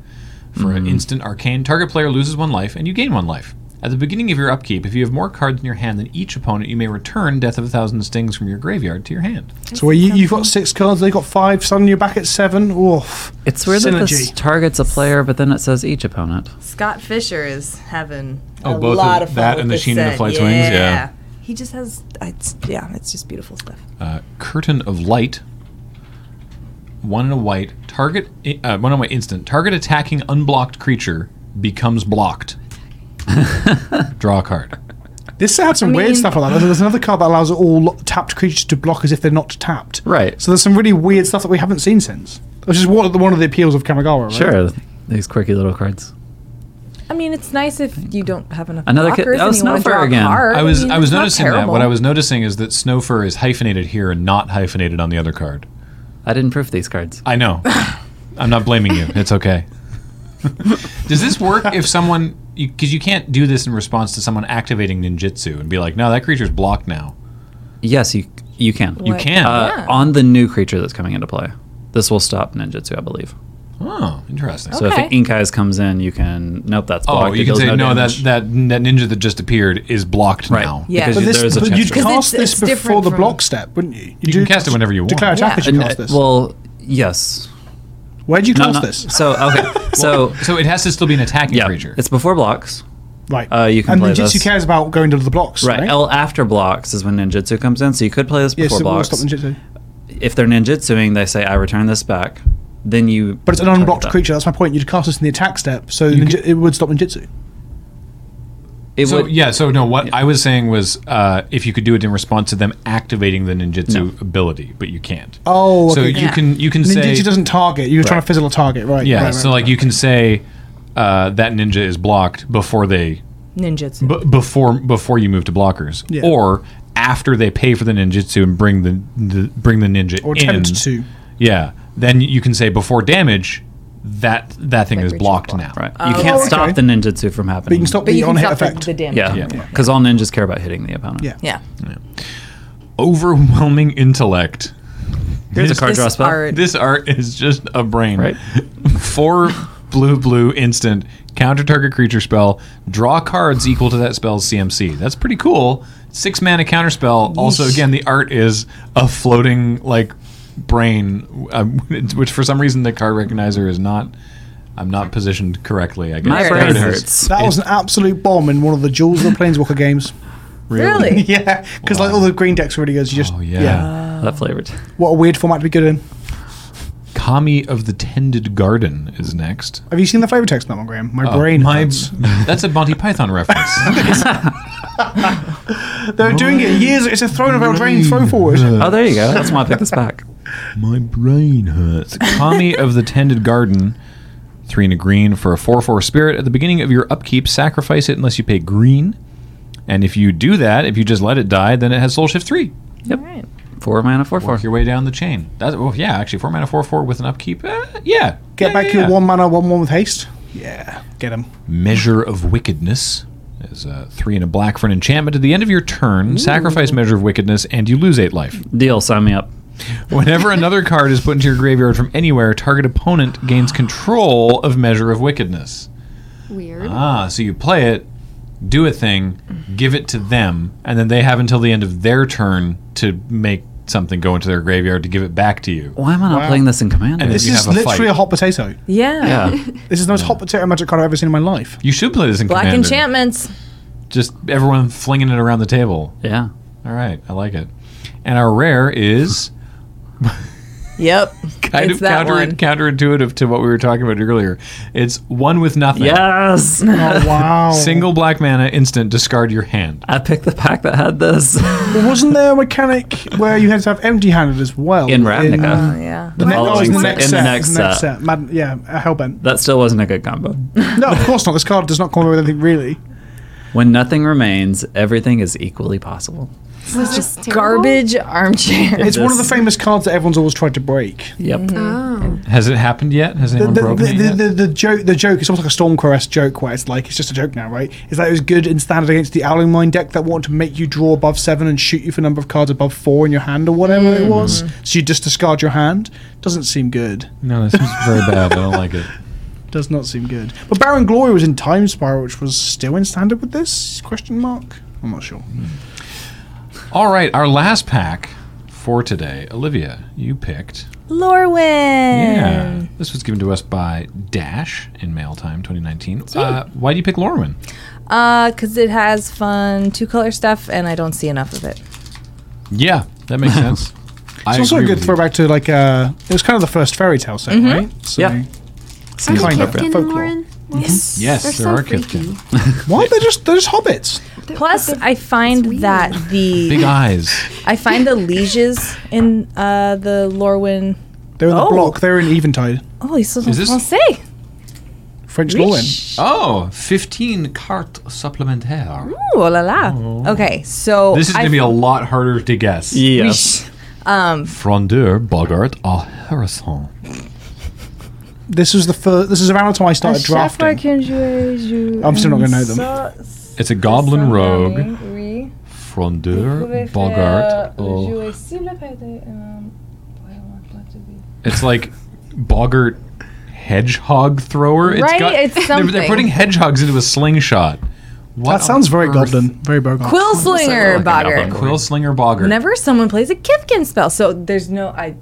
[SPEAKER 1] for an instant arcane. Target player loses one life and you gain one life. At the beginning of your upkeep, if you have more cards in your hand than each opponent, you may return Death of a Thousand Stings from your graveyard to your hand.
[SPEAKER 4] So where you, you've got six cards, they've got five, suddenly you're back at seven. Oof.
[SPEAKER 3] It's weird that this
[SPEAKER 4] Synergy.
[SPEAKER 3] targets a player, but then it says each opponent.
[SPEAKER 2] Scott Fisher is having
[SPEAKER 1] Oh,
[SPEAKER 2] a
[SPEAKER 1] both
[SPEAKER 2] lot
[SPEAKER 1] of
[SPEAKER 2] of fun
[SPEAKER 1] that
[SPEAKER 2] with
[SPEAKER 1] and the
[SPEAKER 2] this
[SPEAKER 1] Sheen and the
[SPEAKER 2] set.
[SPEAKER 1] Flight Wings, yeah.
[SPEAKER 2] He just has, it's, yeah, it's just beautiful stuff.
[SPEAKER 1] Uh, Curtain of Light. One in a white. Target. Uh, one in a white instant. Target attacking unblocked creature becomes blocked. Draw a card.
[SPEAKER 4] This had some weird stuff like that. There's, there's another card that allows all tapped creatures to block as if they're not tapped.
[SPEAKER 3] Right.
[SPEAKER 4] So there's some really weird stuff that we haven't seen since. Which is one of the, one of the appeals of Kamigawa, right?
[SPEAKER 3] Sure, these quirky little cards.
[SPEAKER 2] I mean, it's nice if you don't have enough
[SPEAKER 3] Another kid-
[SPEAKER 2] blockers
[SPEAKER 3] oh,
[SPEAKER 2] and you want to
[SPEAKER 3] Snowflare
[SPEAKER 2] draw a
[SPEAKER 3] again.
[SPEAKER 2] card.
[SPEAKER 1] I was
[SPEAKER 2] mean,
[SPEAKER 1] I was
[SPEAKER 2] it's not
[SPEAKER 1] noticing that.
[SPEAKER 2] terrible.
[SPEAKER 1] What I was noticing is that Snowfur is hyphenated here and not hyphenated on the other card.
[SPEAKER 3] I didn't proof these cards.
[SPEAKER 1] I know. I'm not blaming you. It's okay. Does this work if someone because you, can't do this in response to someone activating ninjutsu and be like, no, that creature's blocked now.
[SPEAKER 3] Yes, you you can.
[SPEAKER 1] You
[SPEAKER 2] What?
[SPEAKER 1] can.
[SPEAKER 3] Uh,
[SPEAKER 2] Yeah.
[SPEAKER 3] On the new creature that's coming into play, this will stop ninjutsu, I believe.
[SPEAKER 1] oh, interesting.
[SPEAKER 3] So if
[SPEAKER 2] Okay.
[SPEAKER 3] an Inkai's comes in, you can nope, that's blocked.
[SPEAKER 1] oh,
[SPEAKER 3] It
[SPEAKER 1] you can
[SPEAKER 3] deals
[SPEAKER 1] say no. that,
[SPEAKER 3] damage."
[SPEAKER 1] that that ninja that just appeared is blocked
[SPEAKER 3] Right.
[SPEAKER 1] now.
[SPEAKER 2] Yeah.
[SPEAKER 3] because
[SPEAKER 4] But
[SPEAKER 2] But
[SPEAKER 3] you- there
[SPEAKER 4] this,
[SPEAKER 3] is a
[SPEAKER 4] but you'd
[SPEAKER 3] chance.
[SPEAKER 2] Because
[SPEAKER 4] cast
[SPEAKER 2] it's-
[SPEAKER 4] this
[SPEAKER 2] it's
[SPEAKER 4] before
[SPEAKER 2] different
[SPEAKER 4] the
[SPEAKER 2] from-
[SPEAKER 4] block step, wouldn't you? You,
[SPEAKER 1] can cast it whenever you want.
[SPEAKER 4] Declare
[SPEAKER 2] Yeah.
[SPEAKER 4] attack as you
[SPEAKER 3] And,
[SPEAKER 4] cast
[SPEAKER 3] uh,
[SPEAKER 4] this.
[SPEAKER 3] Well, yes.
[SPEAKER 4] Where'd you
[SPEAKER 3] No,
[SPEAKER 4] cast
[SPEAKER 3] no.
[SPEAKER 4] this?
[SPEAKER 3] So okay, so
[SPEAKER 1] So it has to still be an attacking
[SPEAKER 3] yeah,
[SPEAKER 1] creature.
[SPEAKER 3] it's before blocks.
[SPEAKER 4] Right.
[SPEAKER 3] Uh, you can
[SPEAKER 4] and
[SPEAKER 3] play
[SPEAKER 4] ninjutsu
[SPEAKER 3] this.
[SPEAKER 4] cares about going to the blocks, right?
[SPEAKER 3] Right. L after blocks is when ninjutsu comes in, so you could play this
[SPEAKER 4] yes,
[SPEAKER 3] before
[SPEAKER 4] it will
[SPEAKER 3] blocks.
[SPEAKER 4] stop ninjutsu.
[SPEAKER 3] If they're ninjutsuing, they say I return this back. Then you.
[SPEAKER 4] But it's an
[SPEAKER 3] target
[SPEAKER 4] unblocked
[SPEAKER 3] that.
[SPEAKER 4] creature. That's my point. You'd cast this in the attack step, so ninju- it would stop ninjutsu.
[SPEAKER 3] It
[SPEAKER 1] so
[SPEAKER 3] would,
[SPEAKER 1] yeah. So no, what I was saying was uh, if you could do it in response to them activating the ninjutsu ability, but you can't.
[SPEAKER 4] Oh,
[SPEAKER 1] so
[SPEAKER 4] okay.
[SPEAKER 1] you
[SPEAKER 2] Yeah.
[SPEAKER 1] can you can say
[SPEAKER 4] Ninjutsu doesn't target. You're trying
[SPEAKER 1] Right.
[SPEAKER 4] to fizzle a target, right?
[SPEAKER 1] Yeah,
[SPEAKER 4] Right,
[SPEAKER 1] so
[SPEAKER 4] right,
[SPEAKER 1] like you can say uh, that ninja is blocked before they
[SPEAKER 2] Ninjutsu.
[SPEAKER 1] b- before before you move to blockers,
[SPEAKER 4] Yeah.
[SPEAKER 1] or after they pay for the ninjutsu and bring the, the bring the ninja
[SPEAKER 4] or
[SPEAKER 1] in.
[SPEAKER 4] attempt to.
[SPEAKER 1] Yeah, then you can say before damage that that thing is
[SPEAKER 2] creature
[SPEAKER 1] blocked
[SPEAKER 2] blocked.
[SPEAKER 1] now.
[SPEAKER 3] right. you can't
[SPEAKER 4] okay.
[SPEAKER 3] stop the ninjutsu from happening.
[SPEAKER 4] But you can stop
[SPEAKER 2] But
[SPEAKER 4] the
[SPEAKER 2] you can
[SPEAKER 4] on hit
[SPEAKER 2] stop the,
[SPEAKER 4] effect.
[SPEAKER 2] the damage.
[SPEAKER 3] Yeah,
[SPEAKER 1] Yeah.
[SPEAKER 3] because all ninjas care about hitting the opponent.
[SPEAKER 4] Yeah.
[SPEAKER 2] Yeah.
[SPEAKER 1] Overwhelming intellect.
[SPEAKER 3] Here's a
[SPEAKER 1] This-
[SPEAKER 3] card draw
[SPEAKER 2] This
[SPEAKER 3] spell.
[SPEAKER 2] art-
[SPEAKER 1] This art is just a brain.
[SPEAKER 3] Right.
[SPEAKER 1] Four blue blue instant counter target creature spell. Draw cards equal to that spell's CMC. That's pretty cool. Six mana counter spell. Also, again, the art is a floating like brain, um, which for some reason the card recognizer is not. I'm not positioned correctly. I guess
[SPEAKER 3] My
[SPEAKER 2] There it
[SPEAKER 1] There
[SPEAKER 3] brain
[SPEAKER 1] it
[SPEAKER 2] is.
[SPEAKER 3] hurts.
[SPEAKER 4] That was an absolute bomb in one of the Jewels of the Planeswalker games.
[SPEAKER 2] Really?
[SPEAKER 4] yeah, because like all the green decks were really good. You just
[SPEAKER 1] Oh
[SPEAKER 4] yeah.
[SPEAKER 1] yeah.
[SPEAKER 3] That flavored.
[SPEAKER 4] What a weird format to be good in.
[SPEAKER 1] Kami of the Tended Garden is next.
[SPEAKER 4] Have you seen the flavor text on that one, Graham? Oh, My brain.
[SPEAKER 1] My,
[SPEAKER 4] hurts.
[SPEAKER 1] that's a Monty Python reference.
[SPEAKER 4] They were doing it years. It's a throne of our brain. Throw forward.
[SPEAKER 3] Oh, there you go. That's why I picked this back.
[SPEAKER 1] My brain hurts. Kami of the Tended Garden. Three and a green for a 4 4 spirit. At the beginning of your upkeep, sacrifice it unless you pay green. And if you do that, if you just let it die, then it has soul shift 3.
[SPEAKER 3] Yep.
[SPEAKER 2] All right.
[SPEAKER 3] Four mana, four four.
[SPEAKER 1] Work your way down the chain. That's, oh, yeah, actually, 4 mana 4 4 with an upkeep. eh, yeah.
[SPEAKER 4] Get
[SPEAKER 1] Yeah,
[SPEAKER 4] back
[SPEAKER 1] yeah,
[SPEAKER 4] your
[SPEAKER 1] yeah.
[SPEAKER 4] one mana, one one with haste. Yeah, get him.
[SPEAKER 1] Measure of Wickedness is a 3 and a black for an enchantment. At the end of your turn, sacrifice Measure of Wickedness and you lose 8 life.
[SPEAKER 3] Deal. Sign me up.
[SPEAKER 1] Whenever another card is put into your graveyard from anywhere, target opponent gains control of Measure of Wickedness.
[SPEAKER 5] Weird.
[SPEAKER 4] Uh-huh.
[SPEAKER 1] Ah, so you play it, do a thing, give it to them, and then they have until the end of their turn to make something go into their graveyard to give it back to you.
[SPEAKER 3] Why am I not playing this in Commander?
[SPEAKER 1] And
[SPEAKER 4] This
[SPEAKER 1] you
[SPEAKER 4] is
[SPEAKER 1] have a
[SPEAKER 4] literally
[SPEAKER 1] fight.
[SPEAKER 4] a hot potato.
[SPEAKER 2] Yeah.
[SPEAKER 3] yeah.
[SPEAKER 4] This is the most hot potato magic card I've ever seen in my life.
[SPEAKER 1] You should play this in
[SPEAKER 2] Black
[SPEAKER 1] Commander.
[SPEAKER 2] enchantments.
[SPEAKER 1] Just everyone flinging it around the table.
[SPEAKER 3] yeah.
[SPEAKER 1] All right, I like it. And our rare is
[SPEAKER 2] Yep.
[SPEAKER 1] kind
[SPEAKER 2] it's
[SPEAKER 1] of
[SPEAKER 2] that
[SPEAKER 1] counter,
[SPEAKER 2] one.
[SPEAKER 1] counterintuitive to what we were talking about earlier. It's one with nothing.
[SPEAKER 3] Yes.
[SPEAKER 4] Oh wow!
[SPEAKER 1] Single black mana instant, discard your hand.
[SPEAKER 3] I picked the pack that had this.
[SPEAKER 4] Well, wasn't there a mechanic where you had to have empty-handed as well
[SPEAKER 3] In Ravnica.
[SPEAKER 2] Oh, yeah.
[SPEAKER 4] The next, oh,
[SPEAKER 3] following
[SPEAKER 4] it's the
[SPEAKER 3] set-
[SPEAKER 4] next
[SPEAKER 3] in the
[SPEAKER 4] set.
[SPEAKER 3] next
[SPEAKER 4] the next
[SPEAKER 3] set.
[SPEAKER 4] set. Mad- yeah, uh, Hellbent.
[SPEAKER 3] that still wasn't a good combo.
[SPEAKER 4] No, of course not. This card does not come with anything really.
[SPEAKER 3] When nothing remains, everything is equally possible.
[SPEAKER 5] Was this terrible?
[SPEAKER 2] Garbage armchair.
[SPEAKER 4] It's one of the
[SPEAKER 3] This-
[SPEAKER 4] famous cards that everyone's always tried to break.
[SPEAKER 3] Yep.
[SPEAKER 5] Oh,
[SPEAKER 1] Has it happened yet? Has
[SPEAKER 4] The,
[SPEAKER 1] anyone
[SPEAKER 4] the,
[SPEAKER 1] broken
[SPEAKER 4] the,
[SPEAKER 1] it
[SPEAKER 4] the,
[SPEAKER 1] yet?
[SPEAKER 4] the, the joke, the joke, it's almost like a Stormcrest joke where it's like, it's just a joke now, right? Is that it was good in standard against the Owling Mine deck that wanted to make you draw above seven and shoot you for number of cards above four in your hand or whatever
[SPEAKER 1] Mm-hmm.
[SPEAKER 4] it was. So you just discard your hand. Doesn't seem good.
[SPEAKER 1] no, this is very bad. I don't like it.
[SPEAKER 4] Does not seem good. But Baron Glory was in Time Spiral, which was still in standard with this? Question mark. I'm not sure.
[SPEAKER 1] All right, our last pack for today. Olivia, you picked.
[SPEAKER 2] Lorwyn.
[SPEAKER 1] Yeah. This was given to us by Dash in Mail Time 2019. Uh, why do you pick Lorwyn?
[SPEAKER 2] Uh, cause it has fun two color stuff, and I don't see enough of it.
[SPEAKER 1] Yeah, that makes sense. I
[SPEAKER 4] It's also a
[SPEAKER 1] agree
[SPEAKER 4] good
[SPEAKER 1] with you. Mm-hmm.
[SPEAKER 4] throwback to like uh, it was kind of the first fairy tale set, right? So,
[SPEAKER 3] Yeah.
[SPEAKER 5] Aren't
[SPEAKER 4] kind of
[SPEAKER 5] Kifkin and
[SPEAKER 4] folklore.
[SPEAKER 5] Lauren? Yes.
[SPEAKER 1] Yes,
[SPEAKER 5] They're
[SPEAKER 1] there
[SPEAKER 5] so
[SPEAKER 1] are
[SPEAKER 5] freaky.
[SPEAKER 1] Kifkin.
[SPEAKER 4] What? They're just they're just hobbits.
[SPEAKER 5] They're-
[SPEAKER 2] Plus,
[SPEAKER 5] they're-
[SPEAKER 2] I find
[SPEAKER 5] weird.
[SPEAKER 2] that
[SPEAKER 1] Big
[SPEAKER 2] the
[SPEAKER 1] eyes.
[SPEAKER 2] I find the lieges in uh, the Lorwyn.
[SPEAKER 4] They're in the
[SPEAKER 2] Oh.
[SPEAKER 4] block. They're in Eventide.
[SPEAKER 2] Oh, he's so
[SPEAKER 1] Is this-
[SPEAKER 2] français.
[SPEAKER 4] French Lauren.
[SPEAKER 1] Oh, 15 carte supplementaire.
[SPEAKER 2] Ooh, la la. Okay, so
[SPEAKER 1] Oh. This is
[SPEAKER 2] I- um,
[SPEAKER 1] going to be a lot harder to guess.
[SPEAKER 3] Yes.
[SPEAKER 1] Frondeur, Bogart, or Harrison.
[SPEAKER 4] This was the first. This is around the time I started drafting. I'm still not going to know them.
[SPEAKER 1] It's a goblin rogue. Frondeur, Bogart, or. It's like Bogart hedgehog thrower.
[SPEAKER 2] Right, it's
[SPEAKER 1] they're- They're,
[SPEAKER 2] something.
[SPEAKER 1] putting hedgehogs into a slingshot. What
[SPEAKER 4] That sounds
[SPEAKER 1] on
[SPEAKER 4] very
[SPEAKER 1] earth?
[SPEAKER 4] goblin. Very Bogart.
[SPEAKER 2] Quillslinger
[SPEAKER 3] Like an apple
[SPEAKER 2] Bogger.
[SPEAKER 3] and
[SPEAKER 1] Quill slinger Bogart.
[SPEAKER 2] Whenever someone plays a Kifkin spell, so there's no. I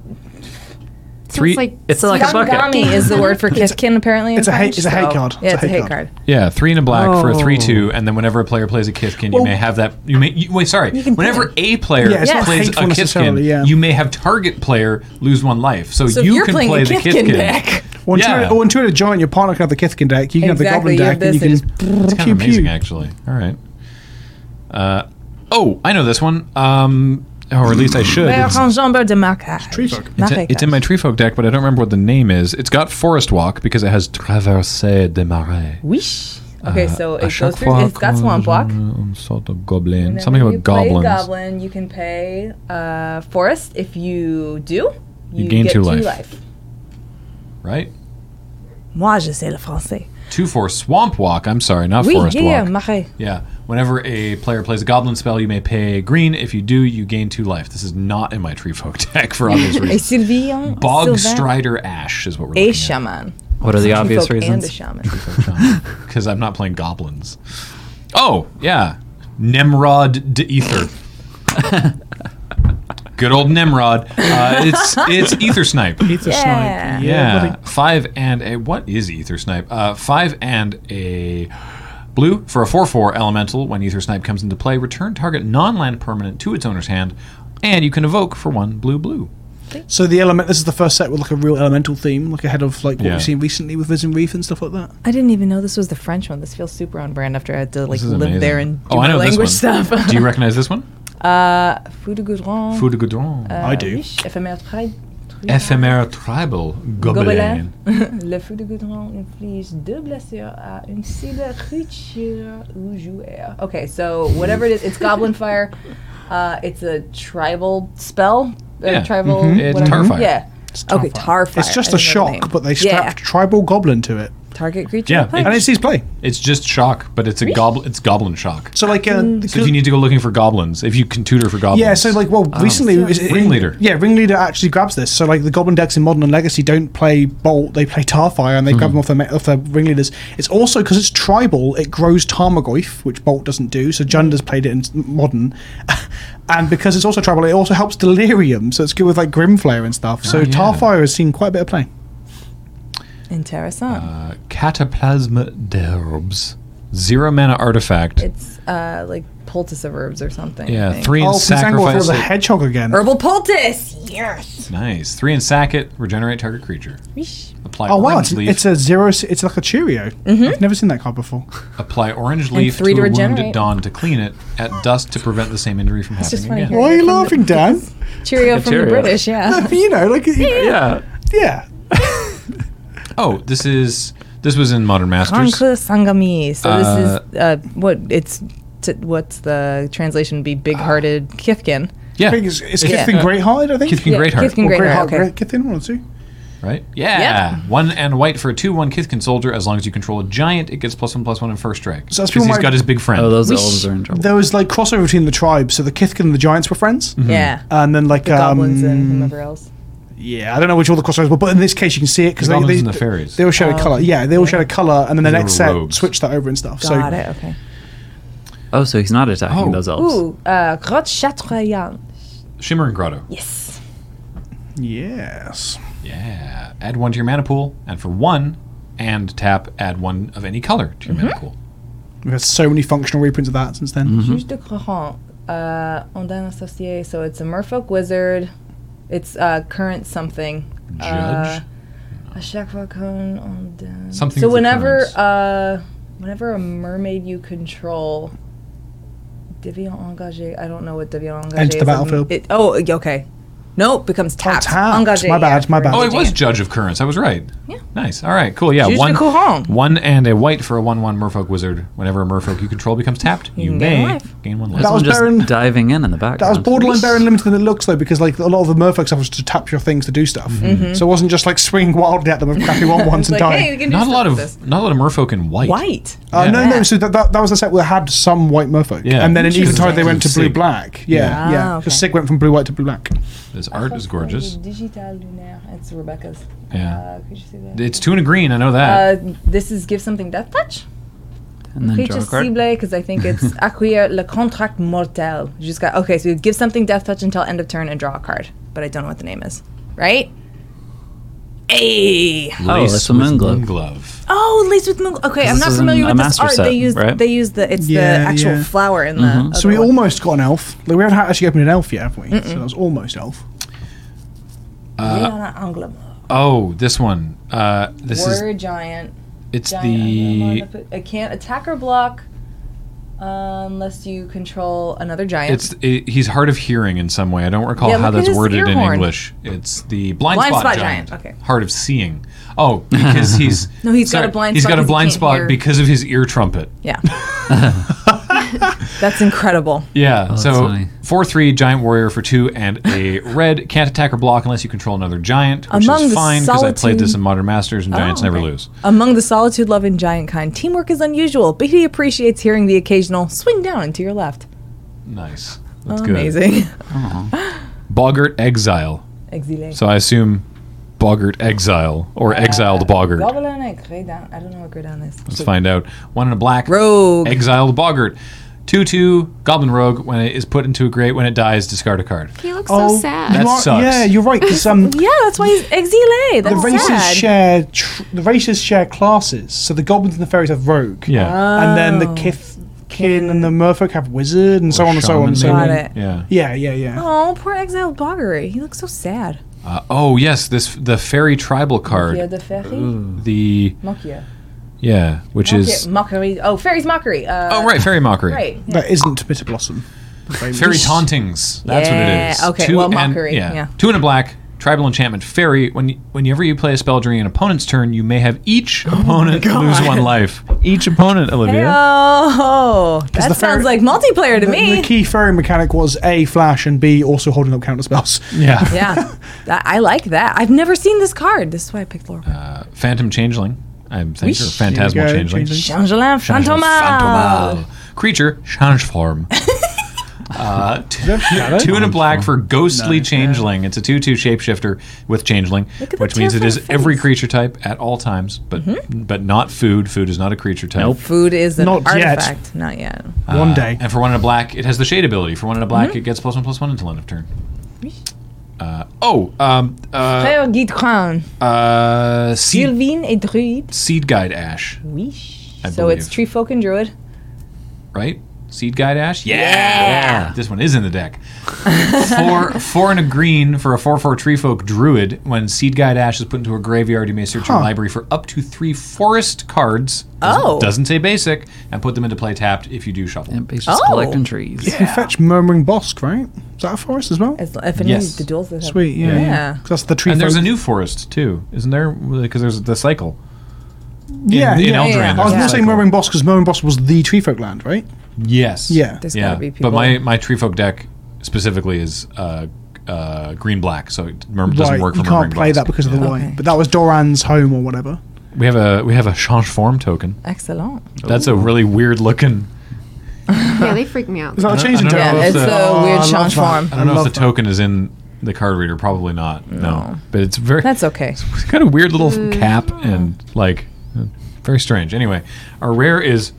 [SPEAKER 5] So
[SPEAKER 1] three-
[SPEAKER 5] It's like
[SPEAKER 3] It's like a bucket.
[SPEAKER 2] Yangami is the word for Kifkin apparently. in
[SPEAKER 4] it's a hate-
[SPEAKER 2] French,
[SPEAKER 4] it's a
[SPEAKER 2] so-
[SPEAKER 4] hate card.
[SPEAKER 2] Yeah, it's a hate card.
[SPEAKER 1] Yeah, three and a black for a
[SPEAKER 3] Oh.
[SPEAKER 1] three-two, and then whenever a player plays a Kithkin,
[SPEAKER 4] Well-
[SPEAKER 1] you may have that. You may you, wait. Sorry,
[SPEAKER 2] can
[SPEAKER 1] whenever a player
[SPEAKER 4] Yeah, it's
[SPEAKER 2] not
[SPEAKER 1] plays a
[SPEAKER 4] hateful necessarily,
[SPEAKER 1] Kithkin,
[SPEAKER 4] yeah.
[SPEAKER 1] you may have target player lose one life, so,
[SPEAKER 2] So if
[SPEAKER 1] you
[SPEAKER 2] you're
[SPEAKER 1] can
[SPEAKER 2] playing
[SPEAKER 1] play
[SPEAKER 2] a
[SPEAKER 1] the
[SPEAKER 2] Kithkin
[SPEAKER 1] Kithkin.
[SPEAKER 2] deck.
[SPEAKER 4] Or intuit,
[SPEAKER 1] Yeah.
[SPEAKER 4] or intuit a giant, your partner can have the Kithkin deck. You can have the
[SPEAKER 2] Exactly,
[SPEAKER 4] Goblin
[SPEAKER 2] you have
[SPEAKER 4] deck, and you can
[SPEAKER 2] this
[SPEAKER 4] just
[SPEAKER 1] It's kind
[SPEAKER 4] pew
[SPEAKER 1] of amazing, eh?
[SPEAKER 4] pew.
[SPEAKER 1] actually. All right. Uh, oh, I know this one. Um, or at least I should. It's,
[SPEAKER 2] Enjambre de marquage.
[SPEAKER 1] it's in- it's in my tree folk deck, but I don't remember what the name is. It's got Forest Walk because it has Traversée des Marais.
[SPEAKER 2] Wish. Okay, so
[SPEAKER 1] À
[SPEAKER 2] it
[SPEAKER 1] chaque
[SPEAKER 2] goes through. It's
[SPEAKER 1] fois
[SPEAKER 2] got
[SPEAKER 1] que
[SPEAKER 2] Swamp Walk.
[SPEAKER 1] Un sort of goblin. Something about
[SPEAKER 2] Play
[SPEAKER 1] goblins.
[SPEAKER 2] goblin, you can pay uh, forest. If you do,
[SPEAKER 1] You gain
[SPEAKER 2] get
[SPEAKER 1] two life. Right?
[SPEAKER 2] Moi, je sais le français.
[SPEAKER 1] Two for swamp walk. I'm sorry, not
[SPEAKER 2] Oui,
[SPEAKER 1] forest
[SPEAKER 2] yeah, yeah,
[SPEAKER 1] walk.
[SPEAKER 2] marais.
[SPEAKER 1] Yeah. Whenever a player plays a goblin spell, you may pay green. If you do, you gain two life. This is not in my tree folk deck for obvious
[SPEAKER 2] Et
[SPEAKER 1] reasons.
[SPEAKER 2] Sylvian,
[SPEAKER 1] Bog
[SPEAKER 2] Sylvain,
[SPEAKER 1] Strider Ash is what we're
[SPEAKER 2] et
[SPEAKER 1] looking at.
[SPEAKER 2] shaman.
[SPEAKER 3] What are the obvious
[SPEAKER 2] Folk And a
[SPEAKER 3] reasons?
[SPEAKER 2] shaman.
[SPEAKER 1] Because I'm not playing goblins. Oh yeah, Nemrod de Ether. Good old Nemrod. Uh, it's it's Ether Snipe.
[SPEAKER 4] Ether
[SPEAKER 2] Yeah.
[SPEAKER 4] Snipe.
[SPEAKER 1] Yeah, five and a what is Ether Snipe? Uh, five and a blue for a four-four elemental. When Ether Snipe comes into play, return target non-land permanent to its owner's hand, and you can evoke for one blue-blue.
[SPEAKER 4] So the element. This is the first set with like a real elemental theme, like ahead of like what
[SPEAKER 1] Yeah.
[SPEAKER 4] we've seen recently with Viz and Reef and stuff like that.
[SPEAKER 2] I didn't even know this was the French one. This feels super on brand after I had to like
[SPEAKER 1] This is
[SPEAKER 2] live
[SPEAKER 1] amazing.
[SPEAKER 2] there and do
[SPEAKER 1] oh, I
[SPEAKER 2] my
[SPEAKER 1] know
[SPEAKER 2] language
[SPEAKER 1] this one.
[SPEAKER 2] stuff.
[SPEAKER 1] Do you recognize this one?
[SPEAKER 2] uh, Fou de Goudron. uh,
[SPEAKER 1] Fou de Goudron.
[SPEAKER 4] I do.
[SPEAKER 2] Riche, éphémère tri- tri-
[SPEAKER 1] Ephemera tribal gobelin.
[SPEAKER 2] Gobelin. Le feu de goudron inflige deux blessures à une cible creature ou joueur. Okay, so whatever it is, it's Goblin Fire. Uh, it's a tribal spell. uh,
[SPEAKER 1] Yeah.
[SPEAKER 2] Tribal.
[SPEAKER 1] Mhm. It's
[SPEAKER 2] whatever.
[SPEAKER 1] tar fire.
[SPEAKER 2] Yeah. okay, tar fire.
[SPEAKER 4] It's just
[SPEAKER 2] I didn't know
[SPEAKER 4] a
[SPEAKER 2] the
[SPEAKER 4] shock,
[SPEAKER 2] name.
[SPEAKER 4] but they strapped tribal goblin to it,
[SPEAKER 2] Yeah. Target creature.
[SPEAKER 1] Yeah,
[SPEAKER 2] you play.
[SPEAKER 1] it-
[SPEAKER 4] and it sees play.
[SPEAKER 1] It's just shock, but it's a goblin. It's goblin shock.
[SPEAKER 4] So like, uh,
[SPEAKER 1] So if you need to go looking for goblins, if you can tutor for goblins.
[SPEAKER 4] yeah. So like, well, recently is it-
[SPEAKER 1] Ringleader.
[SPEAKER 4] Yeah, ringleader actually grabs this. So like, the goblin decks in modern and legacy don't play bolt; they play tarfire, and they grab them off their ma- off their ringleaders. It's also because it's tribal; it grows Tarmogoyf, which bolt doesn't do. So Junda's played it in s- modern, and because it's also tribal, it also helps delirium. So it's good with like Grimflare and stuff. So
[SPEAKER 1] Oh, yeah.
[SPEAKER 4] tarfire has seen quite a bit of play.
[SPEAKER 2] Interessant.
[SPEAKER 1] Uh, Cataplasma derbs, zero mana artifact.
[SPEAKER 2] it's uh, like poultice of herbs or something. I
[SPEAKER 1] yeah,
[SPEAKER 2] think.
[SPEAKER 1] three and
[SPEAKER 4] Oh, Fizangor
[SPEAKER 1] sacrifice.
[SPEAKER 4] throws a
[SPEAKER 1] it.
[SPEAKER 4] hedgehog again.
[SPEAKER 2] Herbal poultice. Yes.
[SPEAKER 1] Nice. Three and sack it. Regenerate target creature. Apply
[SPEAKER 4] Oh wow!
[SPEAKER 1] orange
[SPEAKER 4] It's,
[SPEAKER 1] leaf.
[SPEAKER 4] it's a zero. s- It's like a Cheerio. I've never seen that card before.
[SPEAKER 1] apply orange leaf
[SPEAKER 2] three
[SPEAKER 1] to
[SPEAKER 2] to
[SPEAKER 1] a wound at
[SPEAKER 2] regenerate.
[SPEAKER 1] dawn to clean it. At dusk to prevent the same injury from
[SPEAKER 2] just
[SPEAKER 1] happening
[SPEAKER 2] funny
[SPEAKER 1] again.
[SPEAKER 4] Why are you laughing, Dan?
[SPEAKER 2] Cheerio from the
[SPEAKER 3] Cheerio.
[SPEAKER 2] British. Yeah.
[SPEAKER 4] you know, like you-
[SPEAKER 3] Yeah.
[SPEAKER 4] yeah.
[SPEAKER 1] Oh, this is this was in Modern Masters.
[SPEAKER 2] Ancle Sangami. So
[SPEAKER 1] Uh,
[SPEAKER 2] this is uh, what it's t- what's the translation? Be big-hearted Kithkin.
[SPEAKER 1] Yeah,
[SPEAKER 4] I think it's, it's
[SPEAKER 2] Yeah.
[SPEAKER 4] Kithkin Greathearted, I think.
[SPEAKER 1] Ah. Kithkin
[SPEAKER 2] Yeah,
[SPEAKER 1] Greatheart.
[SPEAKER 2] Kithkin
[SPEAKER 4] Or
[SPEAKER 2] Greatheart,
[SPEAKER 4] Greatheart,
[SPEAKER 2] okay.
[SPEAKER 4] Great- Kithkin, one or two.
[SPEAKER 1] Right? Yeah. One and white for a 2 1 Kithkin soldier. As long as you control a giant, it gets plus 1 plus 1 in first strike.
[SPEAKER 4] So that's
[SPEAKER 1] Because
[SPEAKER 4] been
[SPEAKER 1] he's
[SPEAKER 4] my-
[SPEAKER 1] got his big friend.
[SPEAKER 3] Oh, those elves are in trouble.
[SPEAKER 4] There was like crossover
[SPEAKER 1] Mm. Hmm.
[SPEAKER 4] between the tribes, so the Kithkin and the Giants were friends,
[SPEAKER 2] Yeah.
[SPEAKER 4] and then like um,
[SPEAKER 2] Goblins and whomever else.
[SPEAKER 4] Yeah, I don't know which all the crossovers were, but in this case you can see it because
[SPEAKER 1] The
[SPEAKER 4] they,
[SPEAKER 1] goblins
[SPEAKER 4] they,
[SPEAKER 1] and the fairies.
[SPEAKER 4] they all
[SPEAKER 2] Oh,
[SPEAKER 4] showed a color. Yeah, they all showed a color, and then the
[SPEAKER 1] They
[SPEAKER 4] next
[SPEAKER 1] were
[SPEAKER 4] set
[SPEAKER 1] rogues.
[SPEAKER 4] switched that over and stuff.
[SPEAKER 2] Got
[SPEAKER 4] so
[SPEAKER 2] it. Okay.
[SPEAKER 3] Oh, so he's not attacking
[SPEAKER 1] Oh.
[SPEAKER 3] those elves.
[SPEAKER 2] Ooh, uh, Grotte Chatrayan.
[SPEAKER 1] Shimmer and Grotto.
[SPEAKER 2] Yes.
[SPEAKER 4] yes,
[SPEAKER 1] Yeah. Add one to your mana pool, and for one, and tap, add one of any color to your
[SPEAKER 2] Mm-hmm.
[SPEAKER 1] mana pool.
[SPEAKER 4] we've had so many functional reprints of that since
[SPEAKER 1] Mm.
[SPEAKER 4] then.
[SPEAKER 2] Juge
[SPEAKER 1] Mm-hmm.
[SPEAKER 2] de Coron, uh, Ondan Associé. So it's a merfolk wizard. It's uh, current something.
[SPEAKER 1] Judge.
[SPEAKER 2] Uh, à chaque fois qu'on ondan.
[SPEAKER 1] Something
[SPEAKER 2] So
[SPEAKER 1] with
[SPEAKER 2] whenever,
[SPEAKER 1] occurrence.
[SPEAKER 2] uh, whenever a mermaid you control. Devient engagé. I don't know what devient engagé
[SPEAKER 4] Enter
[SPEAKER 2] is.
[SPEAKER 4] the
[SPEAKER 2] Um,
[SPEAKER 4] battlefield.
[SPEAKER 2] It, oh, okay. Nope, becomes tapped.
[SPEAKER 4] tapped.
[SPEAKER 2] Engagé,
[SPEAKER 4] My bad,
[SPEAKER 2] yeah,
[SPEAKER 4] my
[SPEAKER 2] for
[SPEAKER 4] bad.
[SPEAKER 1] oh, it
[SPEAKER 2] engaging
[SPEAKER 1] was Judge of Currents. I was right.
[SPEAKER 2] Yeah.
[SPEAKER 1] Nice. All right. Cool. Yeah.
[SPEAKER 2] Juge de
[SPEAKER 1] one.
[SPEAKER 2] Coron.
[SPEAKER 1] One and a white for a one-one Merfolk Wizard. Whenever a Merfolk you control becomes tapped, you,
[SPEAKER 2] can gain
[SPEAKER 1] may
[SPEAKER 2] one life.
[SPEAKER 1] gain one
[SPEAKER 3] This
[SPEAKER 1] life.
[SPEAKER 4] That was
[SPEAKER 3] one just
[SPEAKER 4] Baron-
[SPEAKER 3] diving in in the background.
[SPEAKER 4] That was borderline Baron Limited than it looks though, because like a lot of the Merfolk stuff was to tap your things to do stuff.
[SPEAKER 1] Mm-hmm.
[SPEAKER 4] So it wasn't just like swinging wildly at them with crappy one ones
[SPEAKER 2] Mm-hmm. It's like,
[SPEAKER 4] and dying.
[SPEAKER 2] hey, we can do
[SPEAKER 1] Not a lot
[SPEAKER 2] stuff
[SPEAKER 1] of
[SPEAKER 2] with this.
[SPEAKER 1] not a lot of Merfolk in white.
[SPEAKER 2] white.
[SPEAKER 4] Uh,
[SPEAKER 1] Yeah.
[SPEAKER 4] No, no. So that, that, that was the set where it had some white Merfolk,
[SPEAKER 1] Yeah.
[SPEAKER 4] and then in even time they went to blue
[SPEAKER 1] Sig.
[SPEAKER 4] black. Yeah,
[SPEAKER 2] Yeah.
[SPEAKER 4] yeah.
[SPEAKER 2] Ah,
[SPEAKER 4] Because
[SPEAKER 2] okay.
[SPEAKER 4] Sig went from blue white to blue black.
[SPEAKER 1] This art is gorgeous.
[SPEAKER 2] Digital lunaire. It's Rebecca's.
[SPEAKER 1] Yeah.
[SPEAKER 2] Uh, could you see that?
[SPEAKER 1] It's two and a green. I know that.
[SPEAKER 2] Uh, this is give something death touch.
[SPEAKER 3] And then draw
[SPEAKER 2] Creature
[SPEAKER 3] a card.
[SPEAKER 2] cible, because I think it's acquire le contract mortel. You just got okay. So you give something death touch until end of turn and draw a card, but I don't know what the name is. Right? Hey.
[SPEAKER 3] oh,
[SPEAKER 1] Lace
[SPEAKER 3] that's a moon
[SPEAKER 1] with
[SPEAKER 3] glove.
[SPEAKER 1] glove.
[SPEAKER 2] Oh, Lace with Moon. Okay, I'm
[SPEAKER 3] this
[SPEAKER 2] not
[SPEAKER 3] is
[SPEAKER 2] familiar
[SPEAKER 3] in
[SPEAKER 2] with
[SPEAKER 3] a
[SPEAKER 2] this
[SPEAKER 3] master
[SPEAKER 2] art.
[SPEAKER 3] set,
[SPEAKER 2] they use
[SPEAKER 3] right?
[SPEAKER 2] they use the it's
[SPEAKER 4] Yeah,
[SPEAKER 2] the actual
[SPEAKER 4] yeah.
[SPEAKER 2] flower in the.
[SPEAKER 1] Mm-hmm.
[SPEAKER 2] other
[SPEAKER 4] So we
[SPEAKER 2] Oh, one.
[SPEAKER 4] almost got an elf. Like we haven't actually opened an elf yet, have we? So that was almost elf.
[SPEAKER 2] Leona Anglem.
[SPEAKER 1] Oh, this one. Uh, this is
[SPEAKER 2] Warrior giant.
[SPEAKER 1] it's
[SPEAKER 2] giant
[SPEAKER 1] the
[SPEAKER 2] Anglem. I can't attack or block uh, unless you control another giant.
[SPEAKER 1] It's it, he's hard of hearing in some way. I don't recall
[SPEAKER 2] Yeah,
[SPEAKER 1] how
[SPEAKER 2] look at
[SPEAKER 1] that's
[SPEAKER 2] his
[SPEAKER 1] worded
[SPEAKER 2] ear
[SPEAKER 1] in
[SPEAKER 2] horn.
[SPEAKER 1] English. It's the blind,
[SPEAKER 2] Blind
[SPEAKER 1] spot,
[SPEAKER 2] spot
[SPEAKER 1] giant.
[SPEAKER 2] giant, okay.
[SPEAKER 1] Hard of seeing. Oh, because he's
[SPEAKER 2] No, he's got a blind
[SPEAKER 1] He's
[SPEAKER 2] spot
[SPEAKER 1] got a
[SPEAKER 2] 'cause he
[SPEAKER 1] blind
[SPEAKER 2] can't
[SPEAKER 1] spot
[SPEAKER 2] hear.
[SPEAKER 1] because of his ear trumpet.
[SPEAKER 2] Yeah. That's incredible.
[SPEAKER 1] Yeah.
[SPEAKER 3] Oh, that's
[SPEAKER 1] so
[SPEAKER 3] funny.
[SPEAKER 1] four three giant warrior for two and a red can't attack or block unless you control another giant, which
[SPEAKER 2] Among
[SPEAKER 1] is
[SPEAKER 2] the Oh,
[SPEAKER 1] fine because I played this
[SPEAKER 2] solitude-
[SPEAKER 1] in Modern Masters and giants never lose.
[SPEAKER 2] Among the solitude loving giant kind, teamwork is unusual, but he appreciates hearing the occasional swing down and to your left.
[SPEAKER 1] Nice. That's good.
[SPEAKER 2] Oh, Amazing.
[SPEAKER 1] Boggart exile.
[SPEAKER 2] Exilé.
[SPEAKER 1] So I assume Boggart exile or exiled Boggart.
[SPEAKER 2] Goblin and Grédin. I don't know what Grédin is.
[SPEAKER 1] Let's find out. One in a black.
[SPEAKER 2] Rogue.
[SPEAKER 1] Exiled Boggart. 2 2 Goblin Rogue. When it is put into a grate, when it dies, discard a card.
[SPEAKER 5] He looks
[SPEAKER 4] Oh,
[SPEAKER 5] so sad.
[SPEAKER 1] That
[SPEAKER 4] you are,
[SPEAKER 1] sucks.
[SPEAKER 4] Yeah, you're right. Because um,
[SPEAKER 2] yeah, that's why he's exilé.
[SPEAKER 4] the
[SPEAKER 2] That's
[SPEAKER 4] races
[SPEAKER 2] sad.
[SPEAKER 4] share tr- the races share classes. So the goblins and the fairies have rogue.
[SPEAKER 2] Uh,
[SPEAKER 1] Yeah.
[SPEAKER 4] and then
[SPEAKER 2] Oh.
[SPEAKER 4] the kith kin and the merfolk have wizard and so on and so on and so
[SPEAKER 2] Got
[SPEAKER 4] on.
[SPEAKER 2] it.
[SPEAKER 1] Yeah.
[SPEAKER 4] Yeah, yeah, yeah.
[SPEAKER 2] Oh, poor exiled Boggary. He looks so sad.
[SPEAKER 1] Uh, oh yes, this the fairy tribal
[SPEAKER 2] Yeah,
[SPEAKER 1] card.
[SPEAKER 2] the fairy.
[SPEAKER 1] The
[SPEAKER 2] Mokia.
[SPEAKER 1] yeah, which is
[SPEAKER 2] Mockery. Oh, fairy's mockery. Uh,
[SPEAKER 1] oh right, fairy mockery.
[SPEAKER 2] Right.
[SPEAKER 4] That isn't Bitter Blossom.
[SPEAKER 1] Fairy tauntings. That's
[SPEAKER 2] Yeah,
[SPEAKER 1] what it is.
[SPEAKER 2] okay, well,
[SPEAKER 1] and-
[SPEAKER 2] mockery, yeah.
[SPEAKER 1] Two and a black. Tribal enchantment fairy. When y- whenever you play a spell during an opponent's turn, you may have each opponent lose one life. Each opponent,
[SPEAKER 2] uh,
[SPEAKER 1] Olivia.
[SPEAKER 2] Oh,
[SPEAKER 4] the
[SPEAKER 2] that
[SPEAKER 4] fairy-
[SPEAKER 2] sounds like multiplayer to
[SPEAKER 4] The,
[SPEAKER 2] me.
[SPEAKER 4] the key fairy mechanic was A, flash, and B, also holding up counter spells.
[SPEAKER 1] Yeah.
[SPEAKER 2] yeah, that, I like that. I've never seen this card. This is why I picked Laura.
[SPEAKER 1] Uh, Phantom changeling. I'm saying sure.
[SPEAKER 4] Here
[SPEAKER 1] Phantasmal
[SPEAKER 4] we go,
[SPEAKER 1] changeling.
[SPEAKER 4] changeling.
[SPEAKER 2] Changelin Fantomal.
[SPEAKER 1] Phantomal. Creature, change form. Uh, t-
[SPEAKER 4] shadow?
[SPEAKER 1] two and a black for ghostly changeling. It's a two-two shapeshifter with changeling,
[SPEAKER 2] Look at the
[SPEAKER 1] which means it is
[SPEAKER 2] terrifying
[SPEAKER 1] every
[SPEAKER 2] face. Mm-hmm.
[SPEAKER 1] creature type at all times, but but not food. Food is not a creature type.
[SPEAKER 3] Nope.
[SPEAKER 2] Food is an
[SPEAKER 4] Not yet.
[SPEAKER 2] artifact. Not yet.
[SPEAKER 1] Uh,
[SPEAKER 4] One day.
[SPEAKER 1] And for one in a black, it has the shade ability. For one in a black,
[SPEAKER 2] Mm-hmm.
[SPEAKER 1] it gets plus one plus one until end of turn. Uh, oh, um, uh,
[SPEAKER 2] Frère Guy Crown.
[SPEAKER 1] uh, seed,
[SPEAKER 2] Sylvine et Druide.
[SPEAKER 1] seed guide ash,
[SPEAKER 2] Weesh.
[SPEAKER 1] I
[SPEAKER 2] So it's
[SPEAKER 1] believe.
[SPEAKER 2] tree folk and druid.
[SPEAKER 1] right? Seed guide ash.
[SPEAKER 3] Yeah.
[SPEAKER 1] This one is in the deck. four, four and a green for a four-four treefolk druid. When seed guide ash is put into a graveyard, you may search your library for up to three forest cards. Doesn't-
[SPEAKER 2] Oh.
[SPEAKER 1] doesn't say basic, and put them into play tapped if you do shuffle.
[SPEAKER 3] And he's just
[SPEAKER 2] Oh.
[SPEAKER 3] collecting trees.
[SPEAKER 4] You fetch Murmuring Bosk, right? Is that a forest as well?
[SPEAKER 2] As if any
[SPEAKER 1] Yes.
[SPEAKER 2] of the duels that have-
[SPEAKER 4] Sweet, yeah.
[SPEAKER 2] Yeah.
[SPEAKER 4] 'Cause That's the tree.
[SPEAKER 1] And there's
[SPEAKER 4] folk.
[SPEAKER 1] a new forest too, isn't there? Because there's the cycle.
[SPEAKER 4] yeah,
[SPEAKER 1] in, in
[SPEAKER 4] yeah.
[SPEAKER 1] Eldraine,
[SPEAKER 2] yeah.
[SPEAKER 1] there's
[SPEAKER 4] I was
[SPEAKER 1] a
[SPEAKER 4] going to say
[SPEAKER 1] cycle.
[SPEAKER 4] Murmuring Bosk because Murmuring Bosk was the tree folk land, right?
[SPEAKER 1] Yes.
[SPEAKER 4] Yeah.
[SPEAKER 2] There's
[SPEAKER 1] yeah.
[SPEAKER 2] gotta be people.
[SPEAKER 1] But my my tree folk deck specifically is uh, uh, green black, so it murm- doesn't
[SPEAKER 4] right.
[SPEAKER 1] work for
[SPEAKER 4] you can't
[SPEAKER 1] murmuring
[SPEAKER 4] play
[SPEAKER 1] blast.
[SPEAKER 4] that because of the
[SPEAKER 2] Okay.
[SPEAKER 4] line. But that was Doran's home or whatever.
[SPEAKER 1] We have a we have a change form token.
[SPEAKER 2] Excellent.
[SPEAKER 1] That's a really weird looking.
[SPEAKER 5] yeah, they freak me out.
[SPEAKER 4] Is that a change in
[SPEAKER 1] I don't
[SPEAKER 4] token?
[SPEAKER 1] know
[SPEAKER 2] Yeah,
[SPEAKER 1] if
[SPEAKER 2] it's
[SPEAKER 1] the-
[SPEAKER 2] a
[SPEAKER 4] Oh, I
[SPEAKER 2] weird
[SPEAKER 4] love
[SPEAKER 2] change
[SPEAKER 4] that.
[SPEAKER 2] form.
[SPEAKER 1] I don't know if
[SPEAKER 4] love
[SPEAKER 1] the
[SPEAKER 4] that.
[SPEAKER 1] token is in The card reader, probably not. No, but it's very.
[SPEAKER 2] That's okay.
[SPEAKER 1] It's got a weird little cap and like, very strange. Anyway, our rare is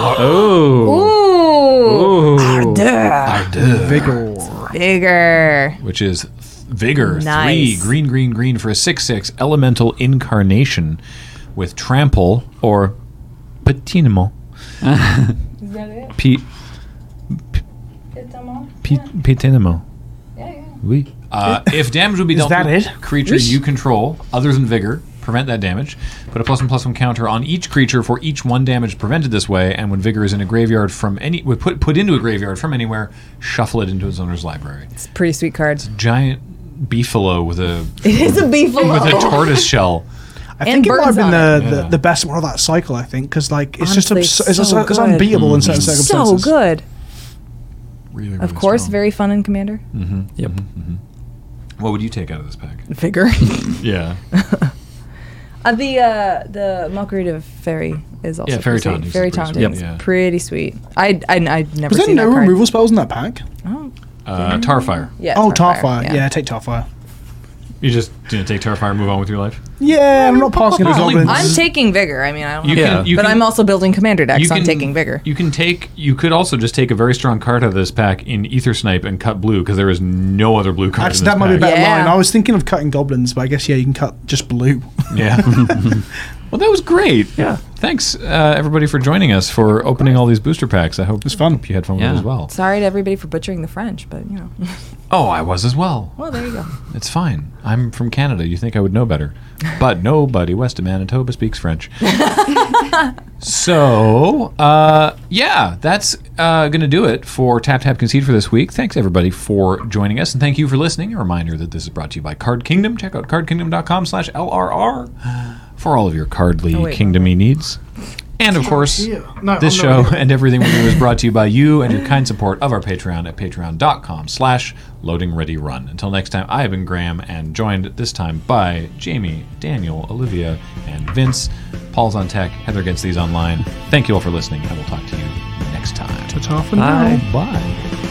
[SPEAKER 3] Oh.
[SPEAKER 2] Ooh,
[SPEAKER 3] Ooh.
[SPEAKER 4] Vigor.
[SPEAKER 2] bigger.
[SPEAKER 1] which is th- vigor
[SPEAKER 2] Nice.
[SPEAKER 1] three green green green for a six six elemental incarnation with trample or patinamo
[SPEAKER 2] Is that it?
[SPEAKER 1] p p patinamo
[SPEAKER 2] Yeah, yeah.
[SPEAKER 1] oui. uh, if damage would be
[SPEAKER 4] Is
[SPEAKER 1] dealt
[SPEAKER 4] that
[SPEAKER 1] to
[SPEAKER 4] it?
[SPEAKER 1] creatures you control other than vigor prevent that damage put a plus one plus one counter on each creature for each one damage prevented this way and when vigor is in a graveyard from any would put put into a graveyard from anywhere shuffle it into its owner's library
[SPEAKER 2] It's pretty sweet cards.
[SPEAKER 1] giant beefalo with a
[SPEAKER 2] It is a beefalo.
[SPEAKER 1] with a tortoise shell
[SPEAKER 4] I think it might have
[SPEAKER 2] birds
[SPEAKER 4] been
[SPEAKER 2] on
[SPEAKER 4] the, the, the best one of that cycle. I think because like it's
[SPEAKER 2] Honestly,
[SPEAKER 4] just abs- it's,
[SPEAKER 2] so
[SPEAKER 4] it's
[SPEAKER 2] good.
[SPEAKER 4] unbeatable
[SPEAKER 1] Mm.
[SPEAKER 4] in certain
[SPEAKER 2] So
[SPEAKER 4] circumstances.
[SPEAKER 2] good.
[SPEAKER 1] Really,
[SPEAKER 2] Of
[SPEAKER 1] really
[SPEAKER 2] course,
[SPEAKER 1] strong.
[SPEAKER 2] very fun in Commander.
[SPEAKER 3] Yep.
[SPEAKER 1] What would you take out of this pack?
[SPEAKER 2] Vigor.
[SPEAKER 1] Yeah,
[SPEAKER 2] Uh, the uh, the Margarita Fairy is also
[SPEAKER 1] Yeah, Fairy
[SPEAKER 2] pretty
[SPEAKER 1] Tonic
[SPEAKER 2] sweet.
[SPEAKER 1] is
[SPEAKER 2] Fairy
[SPEAKER 1] pretty
[SPEAKER 2] Tonic
[SPEAKER 1] sweet,
[SPEAKER 2] is
[SPEAKER 1] yeah.
[SPEAKER 2] pretty sweet. I I I've never
[SPEAKER 4] Was there
[SPEAKER 2] seen
[SPEAKER 4] no
[SPEAKER 2] that card.
[SPEAKER 4] removal spells in that pack?
[SPEAKER 2] Oh,
[SPEAKER 1] uh, Tarfire.
[SPEAKER 2] yeah.
[SPEAKER 4] oh,
[SPEAKER 2] Tarfire,
[SPEAKER 4] Tarfire. Yeah. take Tarfire.
[SPEAKER 1] You just you know, take Tarfire and move on with your life.
[SPEAKER 4] Yeah, I'm not passing it to
[SPEAKER 1] There's only-
[SPEAKER 4] goblins.
[SPEAKER 2] I'm taking vigor. I mean, I don't.
[SPEAKER 1] You
[SPEAKER 2] know.
[SPEAKER 1] can, you
[SPEAKER 2] but
[SPEAKER 1] can,
[SPEAKER 2] I'm also building commander decks.
[SPEAKER 1] you
[SPEAKER 2] so I'm
[SPEAKER 1] can-
[SPEAKER 2] taking vigor.
[SPEAKER 1] You can take. You could also just take a very strong card out of this pack in Ether Snipe and cut blue because there is no other blue card.
[SPEAKER 4] That's,
[SPEAKER 1] in this
[SPEAKER 4] that might be a
[SPEAKER 1] pack.
[SPEAKER 4] better
[SPEAKER 2] Yeah.
[SPEAKER 4] line. I was thinking of cutting goblins, but I guess yeah, you can cut just blue.
[SPEAKER 1] Yeah. well, that was great. Yeah. Thanks uh, everybody for joining us for opening all these booster packs. I hope it's
[SPEAKER 4] fun.
[SPEAKER 1] Hope you had fun
[SPEAKER 3] Yeah.
[SPEAKER 1] with it as well.
[SPEAKER 2] Sorry to everybody for butchering the French, but you know.
[SPEAKER 1] Oh, I was as well.
[SPEAKER 2] Well, there you go.
[SPEAKER 1] It's fine. I'm from Canada. You think I would know better. But nobody west of Manitoba speaks French. so, uh, yeah, that's uh, going to do it for Tap Tap Concede for this week. Thanks, everybody, for joining us. And thank you for listening. A reminder that this is brought to you by Card Kingdom. Check out cardkingdom.com slash LRR for all of your cardly
[SPEAKER 2] Oh, wait.
[SPEAKER 1] kingdomy needs. And of course,
[SPEAKER 4] Yeah. No,
[SPEAKER 1] this
[SPEAKER 4] I'm
[SPEAKER 1] show
[SPEAKER 4] not ready.
[SPEAKER 1] and everything we do is brought to you by you and your kind support of our Patreon at patreon.com slash loading ready run. Until next time, I have been Graham and joined this time by Jamie, Daniel, Olivia, and Vince. Paul's on tech, Heather gets these online. Thank you all for listening. I will talk to you next time.
[SPEAKER 4] It's half an
[SPEAKER 3] Bye.
[SPEAKER 1] Bye.